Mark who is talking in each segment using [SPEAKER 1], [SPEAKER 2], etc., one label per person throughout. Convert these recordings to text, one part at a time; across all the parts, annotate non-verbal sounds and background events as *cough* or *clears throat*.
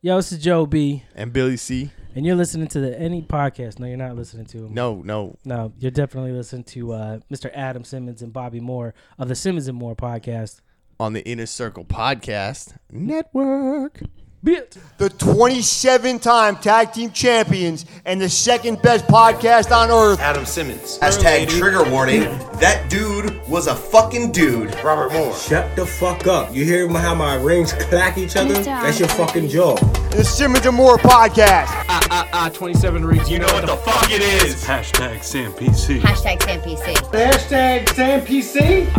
[SPEAKER 1] Yo, this is Joe B,
[SPEAKER 2] and Billy C.
[SPEAKER 1] and you're listening to the Any Podcast. No, you're not listening to him.
[SPEAKER 2] No, no,
[SPEAKER 1] No, you're definitely listening to uh, Mr. Adam Simmons and Bobby Moore of the Simmons and Moore podcast.
[SPEAKER 2] on the Inner Circle Podcast Network.
[SPEAKER 1] Bit.
[SPEAKER 3] the 27 time tag team champions and the second best podcast on earth.
[SPEAKER 4] Adam Simmons.
[SPEAKER 5] Hashtag trigger warning. That dude was a fucking dude.
[SPEAKER 4] Robert Moore.
[SPEAKER 6] Shut the fuck up. You hear my- how my rings clack each other?
[SPEAKER 7] Mr.
[SPEAKER 6] That's your fucking jaw.
[SPEAKER 3] The Simmons and Moore podcast.
[SPEAKER 8] Ah, 27 reads. You know what the fuck it is.
[SPEAKER 9] Hashtag Sam PC.
[SPEAKER 7] Hashtag Sam PC.
[SPEAKER 3] Hashtag Sam PC.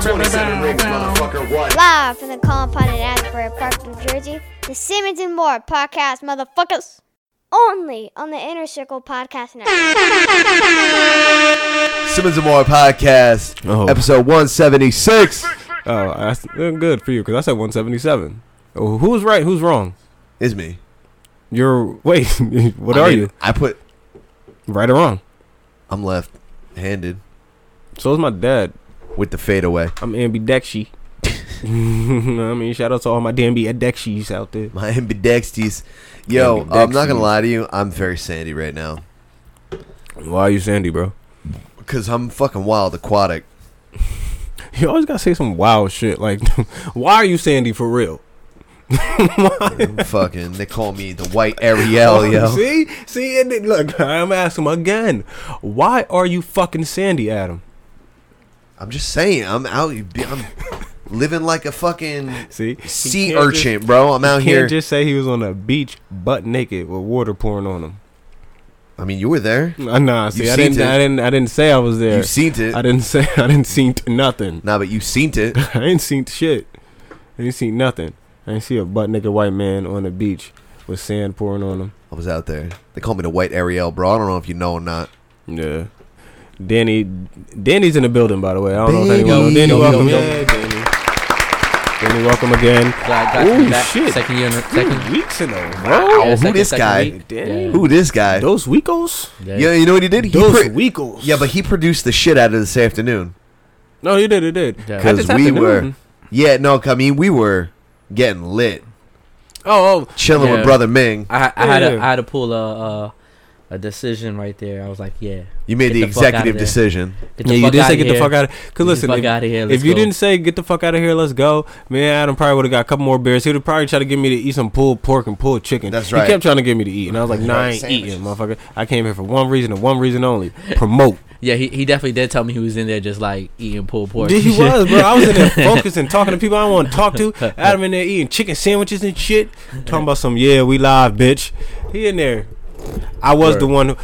[SPEAKER 4] 27 rings, motherfucker. What?
[SPEAKER 7] Live from the compound in Asbury Park, New Jersey, the Simmons and Moore podcast, motherfuckers. Only on the Inner Circle Podcast Network.
[SPEAKER 5] Simmons and More podcast,
[SPEAKER 10] Oh.
[SPEAKER 5] episode 176.
[SPEAKER 10] Oh, that's uh, good for you because I said 177. Oh, who's right? Who's wrong?
[SPEAKER 5] Is me.
[SPEAKER 10] You're wait. *laughs* what
[SPEAKER 5] I
[SPEAKER 10] are
[SPEAKER 5] mean,
[SPEAKER 10] you?
[SPEAKER 5] I put.
[SPEAKER 10] Right or wrong?
[SPEAKER 5] I'm left-handed
[SPEAKER 10] So is my dad.
[SPEAKER 5] with the fadeaway. *laughs*
[SPEAKER 10] I'm ambidexy. You know what *laughs* I mean, shout out to all my damn ambidextrous out there.
[SPEAKER 5] My ambidextrous. Yo, I'm not
[SPEAKER 10] Ambidextrous.
[SPEAKER 5] gonna lie to you. I'm very sandy right now
[SPEAKER 10] Why are you Sandy, bro?
[SPEAKER 5] because I'm fucking wild
[SPEAKER 10] *laughs*
[SPEAKER 5] aquatic.
[SPEAKER 10] You always gotta say some wild shit. Like, *laughs* why are you Sandy for real?
[SPEAKER 5] I'm fucking. They call me the white
[SPEAKER 10] *laughs*
[SPEAKER 5] Ariel, yo.
[SPEAKER 10] See, see, and then, look, *laughs* I'm asking him again. Why are you fucking Sandy, Adam?
[SPEAKER 5] I'm just saying. I'm out. I'm living like a fucking
[SPEAKER 10] *laughs* See, He
[SPEAKER 5] sea
[SPEAKER 10] can't
[SPEAKER 5] urchin, bro. I'm out
[SPEAKER 10] Just,
[SPEAKER 5] here.
[SPEAKER 10] can't just say he was on a beach, butt naked, with water pouring on him.
[SPEAKER 5] I mean, you were there.
[SPEAKER 10] Nah, Nah, see, I
[SPEAKER 5] seen
[SPEAKER 10] didn't,
[SPEAKER 5] it.
[SPEAKER 10] I didn't, I didn't say I was there.
[SPEAKER 5] You seen it.
[SPEAKER 10] I didn't *laughs* say, I didn't seen t- nothing. *laughs*
[SPEAKER 5] Nah, but you seen it.
[SPEAKER 10] I ain't seen shit. I ain't seen nothing. I ain't see a butt naked white man on the beach with sand pouring on him.
[SPEAKER 5] I was out there. They call me the White Ariel, bro. I don't know if you know or not.
[SPEAKER 10] Yeah. Danny, Danny's in the building, by the way. I don't know if
[SPEAKER 5] Danny.
[SPEAKER 10] anyone. knows. Danny,
[SPEAKER 5] Yo, yo,
[SPEAKER 10] welcome.
[SPEAKER 5] yo.
[SPEAKER 10] Yeah, Danny. Danny, welcome again. Ooh, shit.
[SPEAKER 8] Second year. in
[SPEAKER 10] *gasps*
[SPEAKER 8] a- Second.
[SPEAKER 10] Weeks in a
[SPEAKER 5] Oh,
[SPEAKER 10] row.
[SPEAKER 5] who
[SPEAKER 8] second-
[SPEAKER 5] this
[SPEAKER 8] second
[SPEAKER 5] guy?
[SPEAKER 8] week.
[SPEAKER 10] Danny.
[SPEAKER 5] Who this guy?
[SPEAKER 10] Those weekos?
[SPEAKER 5] yeah. you know what he did? He
[SPEAKER 10] Those
[SPEAKER 5] pro-
[SPEAKER 10] weekos.
[SPEAKER 5] yeah, but he produced the shit out of this afternoon.
[SPEAKER 10] No, you did, it did.
[SPEAKER 8] Yeah.
[SPEAKER 10] At this
[SPEAKER 5] Because we were.
[SPEAKER 10] afternoon.
[SPEAKER 5] Yeah, no, I mean, we were getting lit.
[SPEAKER 10] Oh, oh.
[SPEAKER 5] Chilling with
[SPEAKER 8] Yeah.
[SPEAKER 5] Brother Ming.
[SPEAKER 8] I, I had
[SPEAKER 10] Yeah.
[SPEAKER 8] a, I had to pull a, a a decision right there. I was like, yeah.
[SPEAKER 5] You made
[SPEAKER 8] Get
[SPEAKER 5] the,
[SPEAKER 8] the fuck outta
[SPEAKER 5] executive
[SPEAKER 8] there.
[SPEAKER 5] decision.
[SPEAKER 8] Get
[SPEAKER 10] Yeah, you did say
[SPEAKER 8] outta
[SPEAKER 10] get the
[SPEAKER 8] here.
[SPEAKER 10] fuck out of Because
[SPEAKER 8] Get the
[SPEAKER 10] listen,
[SPEAKER 8] fuck
[SPEAKER 10] if,
[SPEAKER 8] outta here,
[SPEAKER 10] if
[SPEAKER 8] let's
[SPEAKER 10] you
[SPEAKER 8] go.
[SPEAKER 10] didn't say get the fuck out of here, let's go, man, Adam probably would have got a couple more beers. He would probably try to get me to eat some pulled pork and pulled chicken.
[SPEAKER 5] That's
[SPEAKER 10] He
[SPEAKER 5] right.
[SPEAKER 10] kept trying to get me to eat. And I was like, nah, I ain't
[SPEAKER 5] Sandwiches.
[SPEAKER 10] eating, motherfucker. I came here for one reason and one reason only promote.
[SPEAKER 8] Yeah, he, he definitely did tell me he was in there just like eating pulled pork. *laughs*
[SPEAKER 10] Dude, he was, bro. I was in there focusing, talking to people I don't want to talk to. Adam in there eating chicken sandwiches and shit. Talking about some, yeah, we live, bitch. He in there. I was the one who,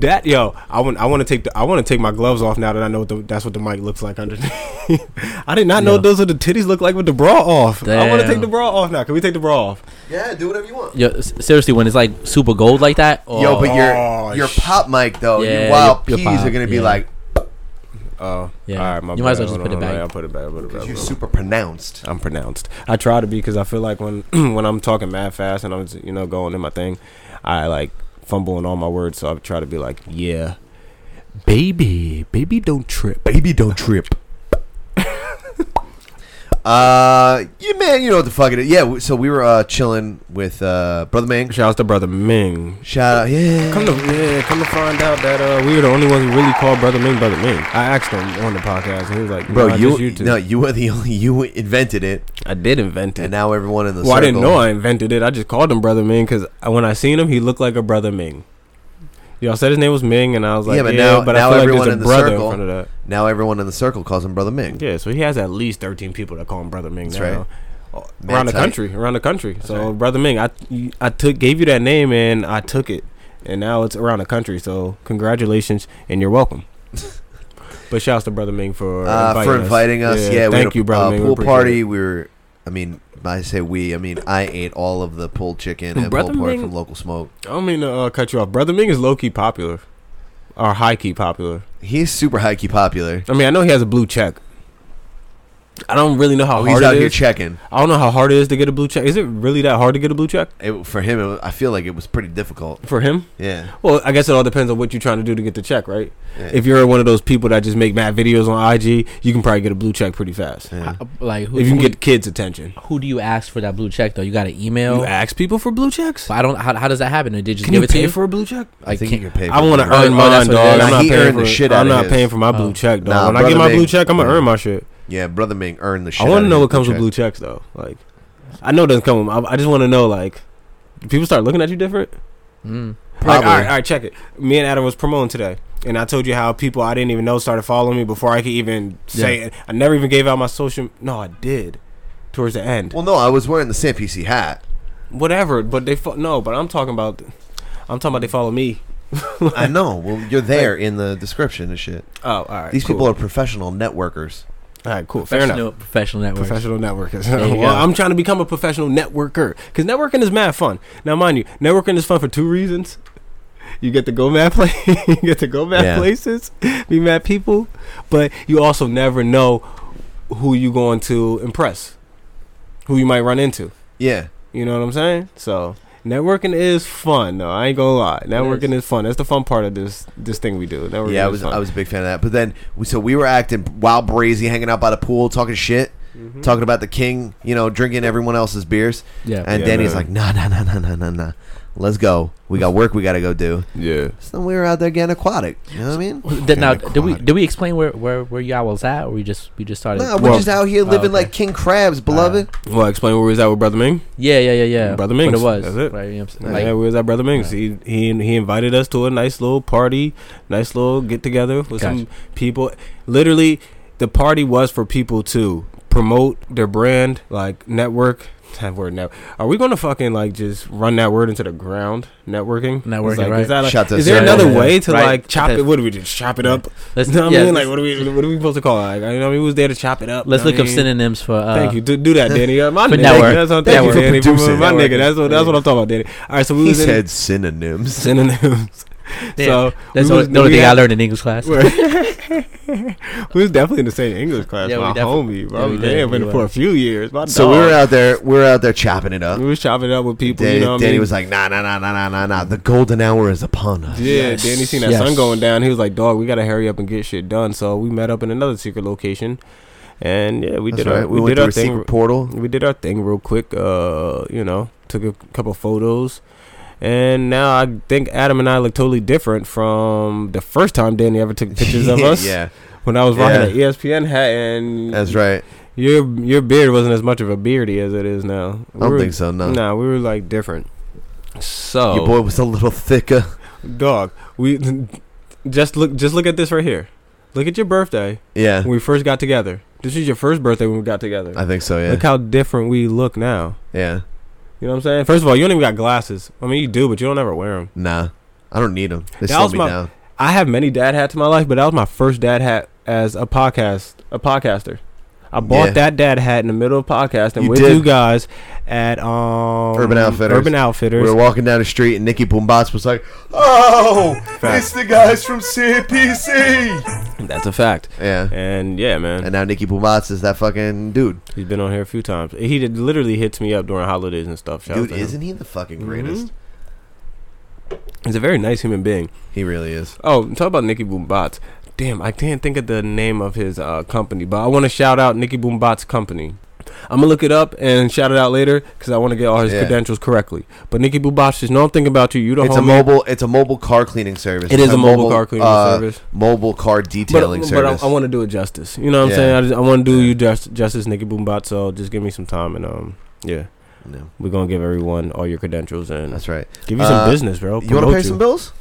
[SPEAKER 10] that yo. I want. I want to take. The, I want to take my gloves off now that I know what the, that's what the mic looks like underneath. *laughs* I did not know
[SPEAKER 8] Yeah.
[SPEAKER 10] those are the titties look like with the bra off. I want to
[SPEAKER 8] Damn.
[SPEAKER 10] take the bra off now. Can we take the bra off?
[SPEAKER 5] Yeah, do whatever you want.
[SPEAKER 8] Yo, s- seriously, when it's like super gold like that, or
[SPEAKER 5] Yo, but your
[SPEAKER 10] Oh,
[SPEAKER 5] your
[SPEAKER 10] sh-
[SPEAKER 5] pop mic, though,
[SPEAKER 8] Yeah,
[SPEAKER 5] your wild
[SPEAKER 8] your-
[SPEAKER 5] peas
[SPEAKER 8] your pop,
[SPEAKER 5] are going to be
[SPEAKER 8] yeah.
[SPEAKER 5] like,
[SPEAKER 10] Oh,
[SPEAKER 8] Yeah.
[SPEAKER 10] all right. My
[SPEAKER 8] You might as
[SPEAKER 10] bad.
[SPEAKER 8] well just
[SPEAKER 10] Hold
[SPEAKER 8] put it
[SPEAKER 10] on,
[SPEAKER 8] back.
[SPEAKER 10] I'll put it back. I'll put it back.
[SPEAKER 5] you're super pronounced.
[SPEAKER 10] I'm pronounced. I try to be because I feel like when *clears throat* when I'm talking mad fast and I'm just, you know going in my thing, I like fumbling all my words. So I try to be like, yeah, baby, baby, don't trip, baby, don't trip.
[SPEAKER 5] Uh, yeah, man, you know what the fuck it is. Yeah, w- so we were uh, chilling with uh, Brother Ming.
[SPEAKER 10] Shout out to brother Ming.
[SPEAKER 5] Shout out, yeah.
[SPEAKER 10] Come to yeah, come to find out that uh, we were the only ones who really called brother Ming brother Ming. I asked him on the podcast and he was like,
[SPEAKER 5] Bro,
[SPEAKER 10] nah,
[SPEAKER 5] you,
[SPEAKER 10] just two.
[SPEAKER 5] no, you were the only you invented it,
[SPEAKER 10] I did invent it.
[SPEAKER 5] and now everyone in the
[SPEAKER 10] well, I didn't
[SPEAKER 5] circle-
[SPEAKER 10] know I invented it. I just called him brother Ming because when I seen him, he looked like a brother Ming. Y'all said his name was Ming, and I was like,
[SPEAKER 5] Yeah,
[SPEAKER 10] yeah,
[SPEAKER 5] but
[SPEAKER 10] but,
[SPEAKER 5] now-
[SPEAKER 10] I
[SPEAKER 5] now
[SPEAKER 10] feel
[SPEAKER 5] everyone
[SPEAKER 10] like
[SPEAKER 5] in
[SPEAKER 10] there's a
[SPEAKER 5] the
[SPEAKER 10] brother in
[SPEAKER 5] circle-
[SPEAKER 10] front of that.
[SPEAKER 5] Now everyone in the circle calls him Brother Ming.
[SPEAKER 10] Yeah, so he has at least 13 people that call him Brother Ming
[SPEAKER 5] That's
[SPEAKER 10] now.
[SPEAKER 5] right.
[SPEAKER 10] Uh,
[SPEAKER 5] Mad
[SPEAKER 10] Around the
[SPEAKER 5] tight.
[SPEAKER 10] country, around the country. so, Brother Ming, I I took gave you that name and I took it, and now it's around the country. So, congratulations and you're
[SPEAKER 5] *laughs*
[SPEAKER 10] welcome. but shouts to Brother Ming for
[SPEAKER 5] Uh,
[SPEAKER 10] inviting
[SPEAKER 5] for inviting us. Yeah, we
[SPEAKER 10] thank
[SPEAKER 5] had a,
[SPEAKER 10] you, Brother
[SPEAKER 5] uh,
[SPEAKER 10] Ming. We
[SPEAKER 5] Pool
[SPEAKER 10] appreciate
[SPEAKER 5] party.
[SPEAKER 10] it.
[SPEAKER 5] We were. I mean, I say we. I mean, I ate all of the pulled chicken and
[SPEAKER 10] Brother
[SPEAKER 5] pulled pork
[SPEAKER 10] Ming-
[SPEAKER 5] from Local Smoke.
[SPEAKER 10] I don't mean to uh, cut you off. Brother Ming is low key popular, or high key popular.
[SPEAKER 5] He's super high key popular.
[SPEAKER 10] I mean, I know he has a blue check. I don't really know how
[SPEAKER 5] Oh, he's
[SPEAKER 10] hard
[SPEAKER 5] out
[SPEAKER 10] it
[SPEAKER 5] here
[SPEAKER 10] is.
[SPEAKER 5] checking.
[SPEAKER 10] I don't know how hard it is to get a blue check. Is it really that hard to get a blue check
[SPEAKER 5] It, for him, it was, I feel like it was pretty difficult.
[SPEAKER 10] for him?
[SPEAKER 5] Yeah.
[SPEAKER 10] Well, I guess it all depends on what you're trying to do to get the check, right?
[SPEAKER 5] Yeah.
[SPEAKER 10] If you're one of those people that just make mad videos on IG, you can probably get a blue check pretty fast.
[SPEAKER 5] Yeah.
[SPEAKER 8] Like who,
[SPEAKER 10] If you can
[SPEAKER 8] who,
[SPEAKER 10] get kids' attention,
[SPEAKER 8] who do you ask for that blue check though? You got an email.
[SPEAKER 10] you ask people for blue checks.
[SPEAKER 8] But I don't. How, how does that happen? Did you just
[SPEAKER 10] Can
[SPEAKER 8] give
[SPEAKER 10] you
[SPEAKER 8] it to
[SPEAKER 10] pay
[SPEAKER 8] you?
[SPEAKER 10] for a blue check?
[SPEAKER 5] I think you
[SPEAKER 8] can't-
[SPEAKER 5] can pay.
[SPEAKER 10] I
[SPEAKER 5] for
[SPEAKER 10] want to
[SPEAKER 5] it.
[SPEAKER 10] earn
[SPEAKER 8] oh,
[SPEAKER 10] mine,
[SPEAKER 8] that's what it
[SPEAKER 10] dog.
[SPEAKER 8] is. Oh.
[SPEAKER 10] I'm
[SPEAKER 8] Nah,
[SPEAKER 10] not
[SPEAKER 5] he
[SPEAKER 10] paying
[SPEAKER 5] earned
[SPEAKER 10] for
[SPEAKER 5] the
[SPEAKER 10] it.
[SPEAKER 5] shit
[SPEAKER 10] I'm
[SPEAKER 5] outta
[SPEAKER 10] not
[SPEAKER 5] his.
[SPEAKER 10] paying for my blue check, dog.
[SPEAKER 5] Nah,
[SPEAKER 10] when I get
[SPEAKER 5] brother
[SPEAKER 10] my
[SPEAKER 5] Big-
[SPEAKER 10] blue check, I'm gonna earn my shit.
[SPEAKER 5] Yeah, brother Ming earned the shit.
[SPEAKER 10] I want
[SPEAKER 5] out
[SPEAKER 10] to
[SPEAKER 5] of
[SPEAKER 10] know
[SPEAKER 5] his
[SPEAKER 10] what comes with blue checks, though. Like, I know it doesn't come. With, I, I just want to know, like, do people start looking at you different.
[SPEAKER 8] Mm.
[SPEAKER 5] Probably.
[SPEAKER 10] Like, all right, all right, check it. Me and Adam was promoting today, and I told you how people I didn't even know started following me before I could even say it. I never even gave out my social. No, I did towards the end.
[SPEAKER 5] Well, no, I was wearing the Sam PC
[SPEAKER 10] *laughs*
[SPEAKER 5] hat.
[SPEAKER 10] Whatever, but they fo- no. But I'm talking about. I'm talking about they follow me.
[SPEAKER 5] I know. Well, you're there in the description and shit.
[SPEAKER 10] Oh, all right.
[SPEAKER 5] These
[SPEAKER 10] cool.
[SPEAKER 5] people are professional networkers.
[SPEAKER 10] All right, cool. Fair enough.
[SPEAKER 8] Professional- Professional network.
[SPEAKER 10] Professional networkers.
[SPEAKER 8] you
[SPEAKER 10] *laughs* well,
[SPEAKER 8] go.
[SPEAKER 10] I'm trying to become a professional networker because networking is mad fun. Now, mind you, networking is fun for two reasons. You get to go mad play, *laughs* you get to go mad
[SPEAKER 5] Yeah.
[SPEAKER 10] places, be mad people, but you also never know who you going to impress, who you might run into.
[SPEAKER 5] Yeah.
[SPEAKER 10] You know what I'm saying? So networking is fun. though. I ain't gonna lie. Networking is. fun. That's the fun part of this this thing we do. Networking
[SPEAKER 5] Yeah, I
[SPEAKER 10] is
[SPEAKER 5] was
[SPEAKER 10] fun.
[SPEAKER 5] I was a big fan of that. But then, we- so we were acting wild, brazy, hanging out by the pool, talking shit, talking about the king, you know, drinking everyone else's beers.
[SPEAKER 8] Yeah.
[SPEAKER 5] And
[SPEAKER 10] Yeah,
[SPEAKER 5] Danny's
[SPEAKER 10] man.
[SPEAKER 5] like, nah, nah, nah, nah, nah, nah, nah. Let's go. We got work we got to go do.
[SPEAKER 10] yeah.
[SPEAKER 5] So then we were out there getting aquatic. You know what I mean?
[SPEAKER 8] Did, now,
[SPEAKER 5] Getting
[SPEAKER 8] did we
[SPEAKER 5] aquatic.
[SPEAKER 8] did we explain where where where y'all was at, or we just we just started?
[SPEAKER 5] Nah, we're
[SPEAKER 10] Well-
[SPEAKER 5] just out here living
[SPEAKER 8] okay.
[SPEAKER 5] like King Crabs, beloved.
[SPEAKER 10] Well, explain where we was at with brother Ming.
[SPEAKER 8] yeah, yeah, yeah, yeah.
[SPEAKER 10] Brother
[SPEAKER 8] What
[SPEAKER 10] Mingus,
[SPEAKER 8] it was.
[SPEAKER 10] that's it.
[SPEAKER 8] Right, you know what I'm saying?
[SPEAKER 10] yeah,
[SPEAKER 8] Like,
[SPEAKER 10] we was at Brother Ming's. He, he he invited us to a nice little party, nice little get together with some people. Literally, the party was for people to promote their brand, like network. *laughs* That word now. Are we going to fucking like just run that word into the ground? Networking.
[SPEAKER 8] Networking,
[SPEAKER 10] It's like,
[SPEAKER 8] right.
[SPEAKER 10] Is, that like-
[SPEAKER 5] Shout
[SPEAKER 10] is
[SPEAKER 5] this
[SPEAKER 10] there
[SPEAKER 5] out.
[SPEAKER 10] another
[SPEAKER 8] Yeah,
[SPEAKER 10] way
[SPEAKER 8] yeah.
[SPEAKER 10] to
[SPEAKER 8] Right.
[SPEAKER 10] like chop
[SPEAKER 8] Okay.
[SPEAKER 10] it? What do we do? Chop it up? *laughs*
[SPEAKER 8] let's,
[SPEAKER 10] You know what
[SPEAKER 8] yeah,
[SPEAKER 10] I mean? Like,
[SPEAKER 8] let's-
[SPEAKER 10] what are we? What are we supposed to call it? Like, you know, what I mean, we was there to chop it up.
[SPEAKER 8] Let's
[SPEAKER 10] you know
[SPEAKER 8] look
[SPEAKER 10] what
[SPEAKER 8] up
[SPEAKER 10] I mean?
[SPEAKER 8] synonyms for. Uh,
[SPEAKER 10] Thank you.
[SPEAKER 5] *laughs*
[SPEAKER 10] Do, do that, Danny. Uh, My
[SPEAKER 8] for
[SPEAKER 10] nigga.
[SPEAKER 8] network.
[SPEAKER 10] That's what,
[SPEAKER 5] Thank
[SPEAKER 10] thank
[SPEAKER 5] you
[SPEAKER 10] you,
[SPEAKER 5] for
[SPEAKER 10] Danny.
[SPEAKER 5] producing.
[SPEAKER 10] My
[SPEAKER 8] Network.
[SPEAKER 10] nigga. That's what, that's what I'm talking about, Danny. All right, so we
[SPEAKER 5] He
[SPEAKER 10] was in
[SPEAKER 5] said synonyms. *laughs*
[SPEAKER 10] synonyms. *laughs*
[SPEAKER 8] Damn,
[SPEAKER 10] so
[SPEAKER 8] That's
[SPEAKER 10] we
[SPEAKER 8] the
[SPEAKER 10] was-
[SPEAKER 8] only the only
[SPEAKER 10] we
[SPEAKER 8] thing I
[SPEAKER 10] had-
[SPEAKER 8] learned in English class.
[SPEAKER 10] *laughs* we was definitely in the same English class.
[SPEAKER 8] Yeah, we
[SPEAKER 10] my
[SPEAKER 8] definitely-
[SPEAKER 10] homie,
[SPEAKER 8] yeah,
[SPEAKER 10] bro.
[SPEAKER 8] we
[SPEAKER 10] Yeah,
[SPEAKER 8] did.
[SPEAKER 10] man,
[SPEAKER 8] We
[SPEAKER 10] for
[SPEAKER 8] were.
[SPEAKER 10] a few years. My
[SPEAKER 5] So we
[SPEAKER 10] dog.
[SPEAKER 5] were out there. We were out there chopping it up.
[SPEAKER 10] we was chopping it up with people.
[SPEAKER 5] Danny,
[SPEAKER 10] you know what I
[SPEAKER 5] Danny
[SPEAKER 10] mean?
[SPEAKER 5] was like, nah, nah, nah, nah, nah, nah, nah. The golden hour is upon us.
[SPEAKER 10] yeah, Danny seen that
[SPEAKER 8] Yes.
[SPEAKER 10] sun going down. He was like, "Dog, we gotta hurry up and get shit done." So we met up in another secret location, and yeah, we
[SPEAKER 5] That's
[SPEAKER 10] did our
[SPEAKER 5] right. We,
[SPEAKER 10] we,
[SPEAKER 5] went
[SPEAKER 10] did
[SPEAKER 5] through
[SPEAKER 10] our
[SPEAKER 5] a
[SPEAKER 10] thing.
[SPEAKER 5] secret portal.
[SPEAKER 10] we did our thing real quick. Uh, you know, took a couple photos, and now I think Adam and I look totally different from the first time Danny ever took pictures of us.
[SPEAKER 5] *laughs* yeah,
[SPEAKER 10] when I was
[SPEAKER 5] Yeah.
[SPEAKER 10] rocking E the ESPN hat, and
[SPEAKER 5] that's right.
[SPEAKER 10] your your beard wasn't as much of a beardy as it is now.
[SPEAKER 5] I don't think so. No,
[SPEAKER 10] Nah, we were like different. So
[SPEAKER 5] your boy was a little thicker.
[SPEAKER 10] dog, we *laughs* just look just look at this right here. Look at your birthday
[SPEAKER 5] Yeah,
[SPEAKER 10] when we first got together. This is your first birthday when we got together.
[SPEAKER 5] I think so.
[SPEAKER 10] Look
[SPEAKER 5] Yeah,
[SPEAKER 10] how different we look now.
[SPEAKER 5] yeah.
[SPEAKER 10] You know what I'm saying? First of all, you don't even got glasses. I mean, you do, but you don't ever wear them.
[SPEAKER 5] Nah, I don't need them. They
[SPEAKER 10] That
[SPEAKER 5] slow
[SPEAKER 10] was
[SPEAKER 5] me
[SPEAKER 10] my-
[SPEAKER 5] down.
[SPEAKER 10] I have many dad hats in my life, but that was my first dad hat as a podcast, a podcaster. I bought
[SPEAKER 5] Yeah.
[SPEAKER 10] that dad hat in the middle of podcasting
[SPEAKER 5] You
[SPEAKER 10] with
[SPEAKER 5] did.
[SPEAKER 10] you guys at um
[SPEAKER 5] Urban Outfitters.
[SPEAKER 10] Urban
[SPEAKER 5] We
[SPEAKER 10] Outfitters.
[SPEAKER 5] were walking down the street, and Nikki Boombots was like, "Oh, it's the guys from CPC."
[SPEAKER 10] That's a fact.
[SPEAKER 5] Yeah,
[SPEAKER 10] And yeah, man,
[SPEAKER 5] and now Nikki Boombots is that fucking dude.
[SPEAKER 10] he's been on here a few times. He did, literally hits me up during holidays and stuff. Shout out
[SPEAKER 5] Dude,
[SPEAKER 10] to him. Mm-hmm.
[SPEAKER 5] isn't he the fucking greatest?
[SPEAKER 10] He's a very nice human being.
[SPEAKER 5] He really is.
[SPEAKER 10] Oh, talk about Nicky Boombots. Damn, I can't think of the name of his uh, company, but I want to shout out Nicky Boombots Company. I'm gonna look it up and shout it out later because I want to get all his
[SPEAKER 5] Yeah.
[SPEAKER 10] credentials correctly. But Nicky Boombots, just know I'm thinking about you. You the
[SPEAKER 5] It's a
[SPEAKER 10] homie.
[SPEAKER 5] mobile. It's a mobile car cleaning service.
[SPEAKER 10] It
[SPEAKER 5] It's uh,
[SPEAKER 10] is a mobile car cleaning service.
[SPEAKER 5] Mobile car
[SPEAKER 10] but,
[SPEAKER 5] detailing
[SPEAKER 10] but I,
[SPEAKER 5] service.
[SPEAKER 10] I want to do it justice. You know what I'm
[SPEAKER 5] Yeah.
[SPEAKER 10] saying? I, just, I want to do you just, justice, Nicky Boombot. So just give me some time and um, yeah,
[SPEAKER 5] No,
[SPEAKER 10] we're gonna give everyone all your credentials and
[SPEAKER 5] that's right.
[SPEAKER 10] give you some
[SPEAKER 5] Uh,
[SPEAKER 10] business, bro.
[SPEAKER 5] You want to
[SPEAKER 10] Promote
[SPEAKER 5] pay some bills?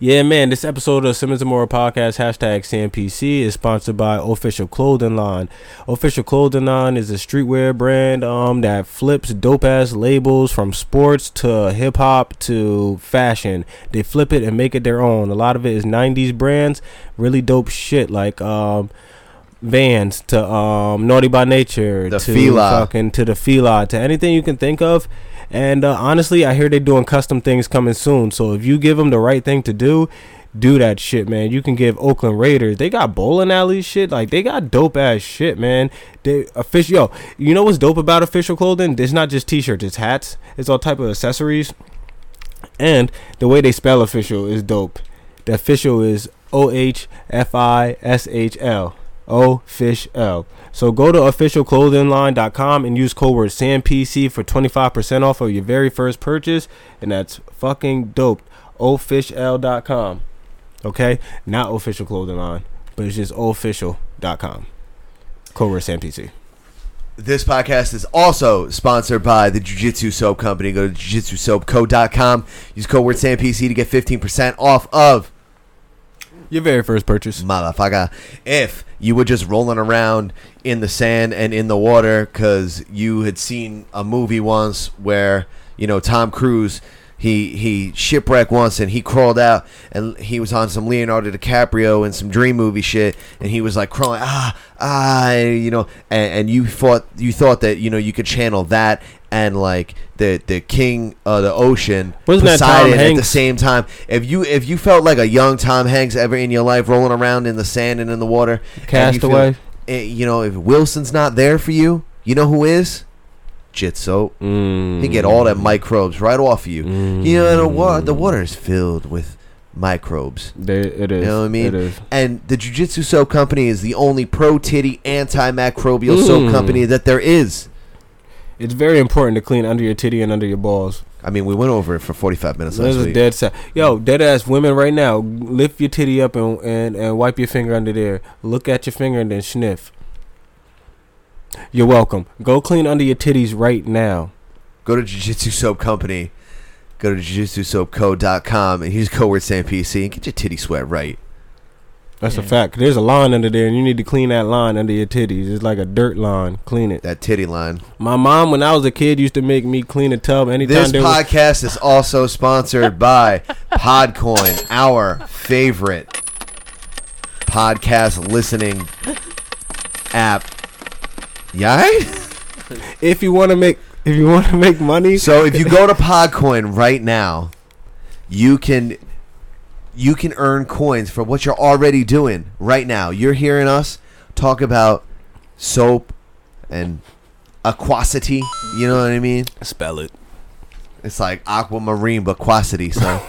[SPEAKER 10] Yeah, man, this episode of Simmons and Mora podcast, hashtag SamPC, is sponsored by Official Clothing Line. Official Clothing Line is a streetwear brand um, that flips dope ass labels from sports to hip hop to fashion. They flip it and make it their own. A lot of it is 90s brands, really dope shit like. Um, Vans to um, Naughty by Nature
[SPEAKER 5] The
[SPEAKER 10] to
[SPEAKER 5] Fila.
[SPEAKER 10] fucking to the Fila to anything you can think of, and uh, honestly, I hear they're doing custom things coming soon. So if you give them the right thing to do, do that shit, man. You can give Oakland Raiders. They got bowling alley shit. Like they got dope ass shit, man. They official. Yo, you know what's dope about official clothing? It's not just t-shirts. It's hats. It's all type of accessories. And the way they spell official is dope. The official is O H F I S H L. O Fish L. So go to officialclothingline.com and use code word SAMPC for 25% off of your very first purchase. And that's fucking dope. Official.com. Okay? Not official clothing line, but it's just official.com. Code word SAMPC.
[SPEAKER 5] This podcast is also sponsored by the Jiu Jitsu Soap Company. Go to jujitsusoapco.com. Use code word SAMPC to get 15% off of
[SPEAKER 10] Your very first purchase.
[SPEAKER 5] motherfucker. If you were just rolling around in the sand and in the water because you had seen a movie once where you know Tom Cruise. He, he shipwrecked once and he crawled out and he was on some Leonardo DiCaprio and some dream movie shit and he was like crawling ah ah you know and, and you thought you thought that you know you could channel that and like the the king of the ocean
[SPEAKER 10] Wasn't that Tom
[SPEAKER 5] at the
[SPEAKER 10] Hanks?
[SPEAKER 5] same time if you if you felt like a young Tom Hanks ever in your life rolling around in the sand and in the water and you feel-
[SPEAKER 10] Castaway.
[SPEAKER 5] eh, you know, if Wilson's not there for you, you know who is? Jitso. He get all
[SPEAKER 10] Mm.
[SPEAKER 5] that microbes right off of you. You know, the water, the water is filled with microbes.
[SPEAKER 10] There, it is.
[SPEAKER 5] You know what I mean?
[SPEAKER 10] It is.
[SPEAKER 5] And the Jiu Jitsu Soap Company is the only pro titty antimicrobial soap
[SPEAKER 10] Mm.
[SPEAKER 5] company that there is.
[SPEAKER 10] It's very important to clean under your titty and under your balls.
[SPEAKER 5] I mean, we went over it for 45 minutes
[SPEAKER 10] This
[SPEAKER 5] last
[SPEAKER 10] is
[SPEAKER 5] week.
[SPEAKER 10] dead set. Yo, dead ass women right now, lift your titty up and, and, and wipe your finger under there. Look at your finger and then sniff. You're welcome. Go clean under your titties right now.
[SPEAKER 5] Go to Jiu Jitsu Soap Company. Go to jujitsusoapco.com and use code word SAMPC and get your titty sweat right.
[SPEAKER 10] That's a fact. There's a line under there, and you need to clean that line under your titties. It's like a dirt line. Clean it.
[SPEAKER 5] That titty line.
[SPEAKER 10] My mom, when I was a kid, used to make me clean a tub anytime
[SPEAKER 5] This
[SPEAKER 10] there was.
[SPEAKER 5] podcast is also sponsored by Podcoin, our favorite podcast listening app. Yeah.
[SPEAKER 10] If you want to make, if you want to make money,
[SPEAKER 5] So if you go to Podcoin right now, you can you can earn coins for what you're already doing right now. You're hearing us talk about soap and aquacity. You know what I mean?
[SPEAKER 10] spell it.
[SPEAKER 5] It's like aquamarine, but quacity. So.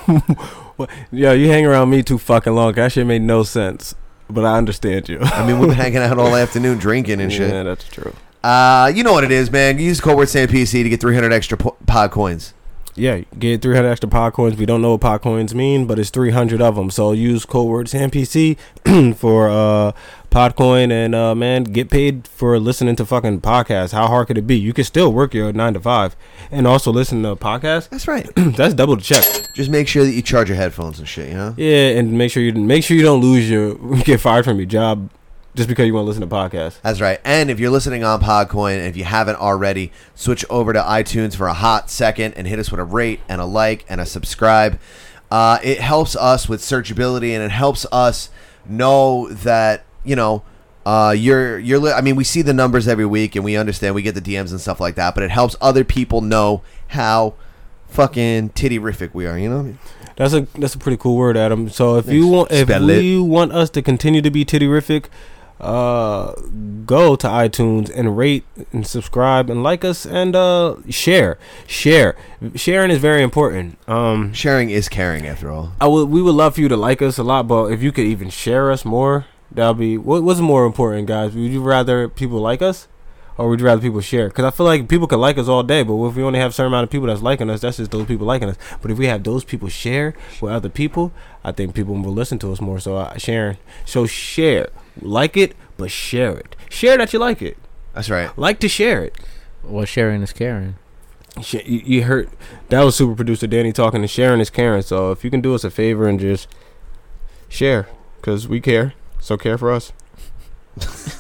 [SPEAKER 10] Yo, you hang around me too fucking long. 'cause That shit made no sense, but I understand you.
[SPEAKER 5] I mean, we've been hanging out all afternoon drinking
[SPEAKER 10] *laughs*
[SPEAKER 5] and
[SPEAKER 10] Yeah,
[SPEAKER 5] shit.
[SPEAKER 10] that's true.
[SPEAKER 5] Uh, you know what it is, man. Use code word SAMPC to get 300 extra po- pod coins.
[SPEAKER 10] Yeah, get 300 extra pod coins. We don't know what pod coins mean, but it's 300 of them. So use code word SAMPC *clears throat* for uh, pod coin and uh, man, get paid for listening to fucking podcasts. How hard could it be? You can still work your nine to five and also listen to podcasts. *clears throat*
[SPEAKER 5] That's right.
[SPEAKER 10] That's double the check.
[SPEAKER 5] Just make sure that you charge your headphones and shit, you know?
[SPEAKER 10] Yeah, and make sure you make sure you don't lose your *laughs* get fired from your job just because you want to listen to podcasts.
[SPEAKER 5] That's right. And if you're listening on Podcoin, and if you haven't already, switch over to iTunes for a hot second and hit us with a rate and a like and a subscribe. Uh, it helps us with searchability and it helps us know that, you know, uh, you're you're. Li- I mean, we see the numbers every week, and we understand. We get the DMs and stuff like that, but it helps other people know how fucking titty-rific we are. You know, what I mean?
[SPEAKER 10] That's a that's a pretty cool word, Adam. So if you want if
[SPEAKER 5] Spell it.
[SPEAKER 10] you want us to continue to be titty-rific, uh, go to iTunes and rate and subscribe and like us and uh share share sharing is very important. Um,
[SPEAKER 5] sharing is caring after all.
[SPEAKER 10] I would we would love for you to like us a lot, but if you could even share us more, that'll be what what's more important, guys. Would you rather people like us? Or would you rather people share? Because I feel like people could like us all day, but if we only have a certain amount of people that's liking us, that's just those people liking us. But if we have those people share with other people, I think people will listen to us more. So uh, sharing, so share, like it, but share it. Share that you like it.
[SPEAKER 5] That's right.
[SPEAKER 10] Like to share it.
[SPEAKER 8] Well, sharing is caring.
[SPEAKER 10] Sh- you, you heard that was super producer Danny talking to Sharon is Karen. So if you can do us a favor and just share, cause we care. So care for us. *laughs*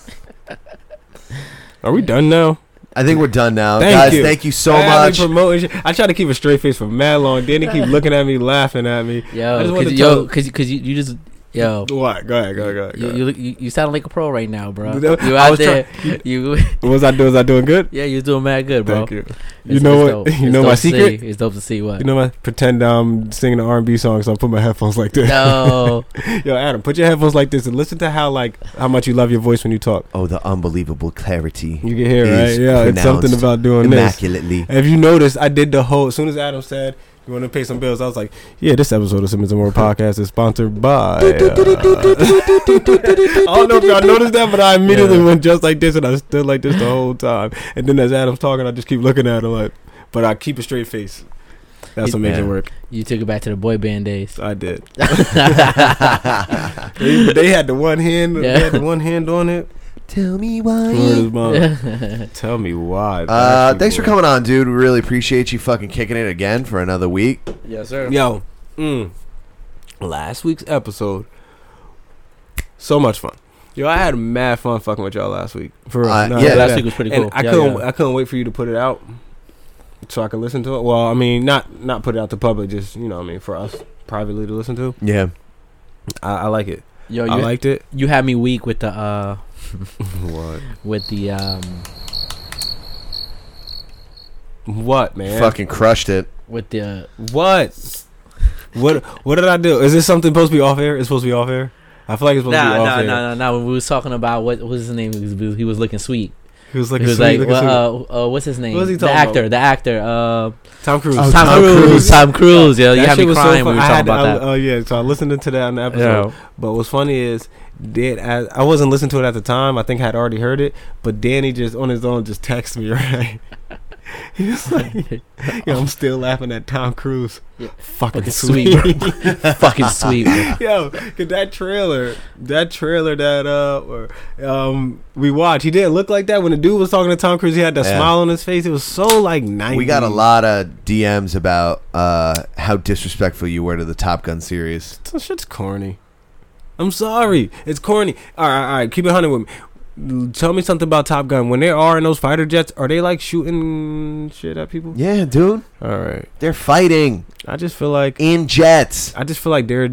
[SPEAKER 10] Are we done now?
[SPEAKER 5] I think we're done now,
[SPEAKER 10] Thank
[SPEAKER 5] guys.
[SPEAKER 10] you.
[SPEAKER 5] Thank you so
[SPEAKER 10] I had me
[SPEAKER 5] much.
[SPEAKER 10] promoting shit. I try to keep *laughs* a straight face for mad long. Danny keep looking at me, laughing at me. I
[SPEAKER 8] Yo,
[SPEAKER 10] just wanted
[SPEAKER 8] cause,
[SPEAKER 10] to
[SPEAKER 8] yo,
[SPEAKER 10] tell-
[SPEAKER 8] cause, 'cause you, you just Yo,
[SPEAKER 10] What? Go ahead, go ahead, go ahead. Go
[SPEAKER 8] you,
[SPEAKER 10] ahead.
[SPEAKER 8] you you you sound like a pro right now, bro.
[SPEAKER 10] Dude, that-
[SPEAKER 8] You
[SPEAKER 10] I
[SPEAKER 8] out
[SPEAKER 10] was
[SPEAKER 8] there,
[SPEAKER 10] try-
[SPEAKER 8] you
[SPEAKER 10] what was I doing? Was I doing good?
[SPEAKER 8] yeah, you're doing mad good, bro.
[SPEAKER 10] Thank you.
[SPEAKER 8] It's-
[SPEAKER 10] You know
[SPEAKER 8] it's
[SPEAKER 10] what-
[SPEAKER 8] dope.
[SPEAKER 10] you
[SPEAKER 8] It's
[SPEAKER 10] know
[SPEAKER 8] dope
[SPEAKER 10] my
[SPEAKER 8] to see.
[SPEAKER 10] secret?
[SPEAKER 8] It's dope to see what.
[SPEAKER 10] You know, I pretend I'm singing an R&B song, so I put my headphones like this.
[SPEAKER 8] no,
[SPEAKER 10] *laughs* Yo, Adam, put your headphones like this and listen to how like how much you love your voice when you talk.
[SPEAKER 5] Oh, the unbelievable clarity.
[SPEAKER 10] You can hear,
[SPEAKER 5] is
[SPEAKER 10] right? Yeah, it's something
[SPEAKER 5] pronounced
[SPEAKER 10] about doing this.
[SPEAKER 5] immaculately.
[SPEAKER 10] If you notice, I did the whole. As soon as Adam said you want to pay some bills, I was like, "Yeah, this episode of Simmons
[SPEAKER 5] *laughs*
[SPEAKER 10] and More podcast is sponsored by." uh," I don't know if y'all noticed that, but I immediately
[SPEAKER 8] Yeah.
[SPEAKER 10] went just like this, and I stood like this the whole time. And then as Adam's talking, I just keep looking at him like, but I keep a straight face. That's
[SPEAKER 8] You-
[SPEAKER 10] what makes
[SPEAKER 8] Yeah.
[SPEAKER 10] it work.
[SPEAKER 8] you took it back to the boy band days.
[SPEAKER 10] I did. They, they had the one hand.
[SPEAKER 8] Yeah.
[SPEAKER 10] They had the one hand on it.
[SPEAKER 5] Tell me why.
[SPEAKER 10] Word is bond. Tell me why.
[SPEAKER 5] Uh,
[SPEAKER 10] Backstreet
[SPEAKER 5] thanks for
[SPEAKER 10] Boys.
[SPEAKER 5] coming on, dude. We really appreciate you fucking kicking it again for another week.
[SPEAKER 8] yes, sir.
[SPEAKER 10] Yo, mm, last week's episode, so much fun. Yo, I had mad fun fucking with y'all last week. For real.
[SPEAKER 5] Uh,
[SPEAKER 10] No,
[SPEAKER 5] yeah.
[SPEAKER 8] last
[SPEAKER 10] yeah.
[SPEAKER 8] week was pretty
[SPEAKER 10] and
[SPEAKER 8] cool.
[SPEAKER 10] I
[SPEAKER 8] Yeah,
[SPEAKER 10] couldn't.
[SPEAKER 8] yeah.
[SPEAKER 10] I couldn't wait for you to put it out, so I could listen to it. Well, I mean, not not put it out to public, just you know, what I mean, for us privately to listen to.
[SPEAKER 5] Yeah.
[SPEAKER 10] I, I like it.
[SPEAKER 8] Yo, you,
[SPEAKER 10] I liked
[SPEAKER 8] *laughs*
[SPEAKER 10] it.
[SPEAKER 8] you had me weak with the uh
[SPEAKER 10] what?
[SPEAKER 8] with the um
[SPEAKER 10] What man?
[SPEAKER 5] Fucking crushed it.
[SPEAKER 8] with the
[SPEAKER 10] What? What? What did I do? Is this something supposed to be off air? It's supposed to be off air. I feel like it's supposed to
[SPEAKER 8] nah
[SPEAKER 10] be off
[SPEAKER 8] nah
[SPEAKER 10] air.
[SPEAKER 8] nah nah nah. When we was talking about what what was his name, he was, he was looking sweet.
[SPEAKER 10] He was like,
[SPEAKER 8] he was
[SPEAKER 10] sweet,
[SPEAKER 8] like,
[SPEAKER 10] like,
[SPEAKER 8] well, uh, uh, what's his name?
[SPEAKER 10] What was he
[SPEAKER 8] the
[SPEAKER 10] talking Oh,
[SPEAKER 8] actor, the actor, uh,
[SPEAKER 10] Tom Cruise.
[SPEAKER 8] Tom, Cruise. Tom Cruise. Yeah, you
[SPEAKER 10] That
[SPEAKER 8] had
[SPEAKER 10] shit
[SPEAKER 8] me
[SPEAKER 10] was so
[SPEAKER 8] crying
[SPEAKER 10] fun-
[SPEAKER 8] when we were
[SPEAKER 10] I
[SPEAKER 8] talking
[SPEAKER 10] had to-
[SPEAKER 8] about
[SPEAKER 10] I-
[SPEAKER 8] that.
[SPEAKER 10] Oh yeah, so I listened to that on the episode.
[SPEAKER 8] Yeah.
[SPEAKER 10] But what's funny is, did I, I wasn't listening to it at the time. I think I had already heard it, but Danny just on his own just texted me *laughs* right. he was *laughs* like, Yo, I'm still laughing at Tom Cruise. *laughs*
[SPEAKER 8] Yeah.
[SPEAKER 10] Fucking
[SPEAKER 8] Fucking
[SPEAKER 10] sweet.
[SPEAKER 8] sweet, *laughs* Fucking sweet.
[SPEAKER 10] *laughs*
[SPEAKER 8] bro.
[SPEAKER 10] Yo, cause that trailer, that trailer that uh, or, um, we watched, he didn't look like that when the dude was talking to Tom Cruise. He had that
[SPEAKER 5] Yeah.
[SPEAKER 10] smile on his face. It was so like nice.
[SPEAKER 5] We got a lot of DMs about uh, how disrespectful you were to the Top Gun series.
[SPEAKER 10] That shit's corny. I'm sorry, it's corny. All right, all right, keep it hundred with me. L- Tell me something about Top Gun. When they are in those fighter jets, are they like shooting shit at people?
[SPEAKER 5] Yeah, dude.
[SPEAKER 10] All right,
[SPEAKER 5] They're fighting
[SPEAKER 10] I just feel like
[SPEAKER 5] in jets.
[SPEAKER 10] I just feel like they're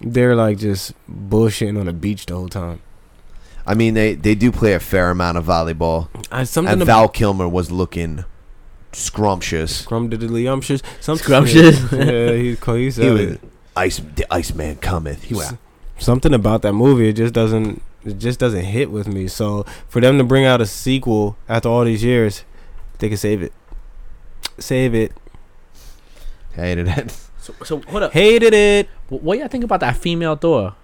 [SPEAKER 10] they're like just bullshitting on the beach the whole time.
[SPEAKER 5] I mean, they, they do play a fair amount of volleyball.
[SPEAKER 10] I something
[SPEAKER 5] And
[SPEAKER 10] about
[SPEAKER 5] Val Kilmer was looking scrumptious.
[SPEAKER 10] scrumptious. Some
[SPEAKER 8] Scrumptious.
[SPEAKER 10] Yeah, he's cool. *laughs* He said
[SPEAKER 5] He
[SPEAKER 10] it.
[SPEAKER 5] was, ice, the Iceman cometh. He went,
[SPEAKER 10] S- something about that movie it just doesn't it just doesn't hit with me so for them to bring out a sequel after all these years they can save it save it
[SPEAKER 5] hated it.
[SPEAKER 8] So, so hold up.
[SPEAKER 10] hated it
[SPEAKER 8] Wh- What y'all think about that female Thor?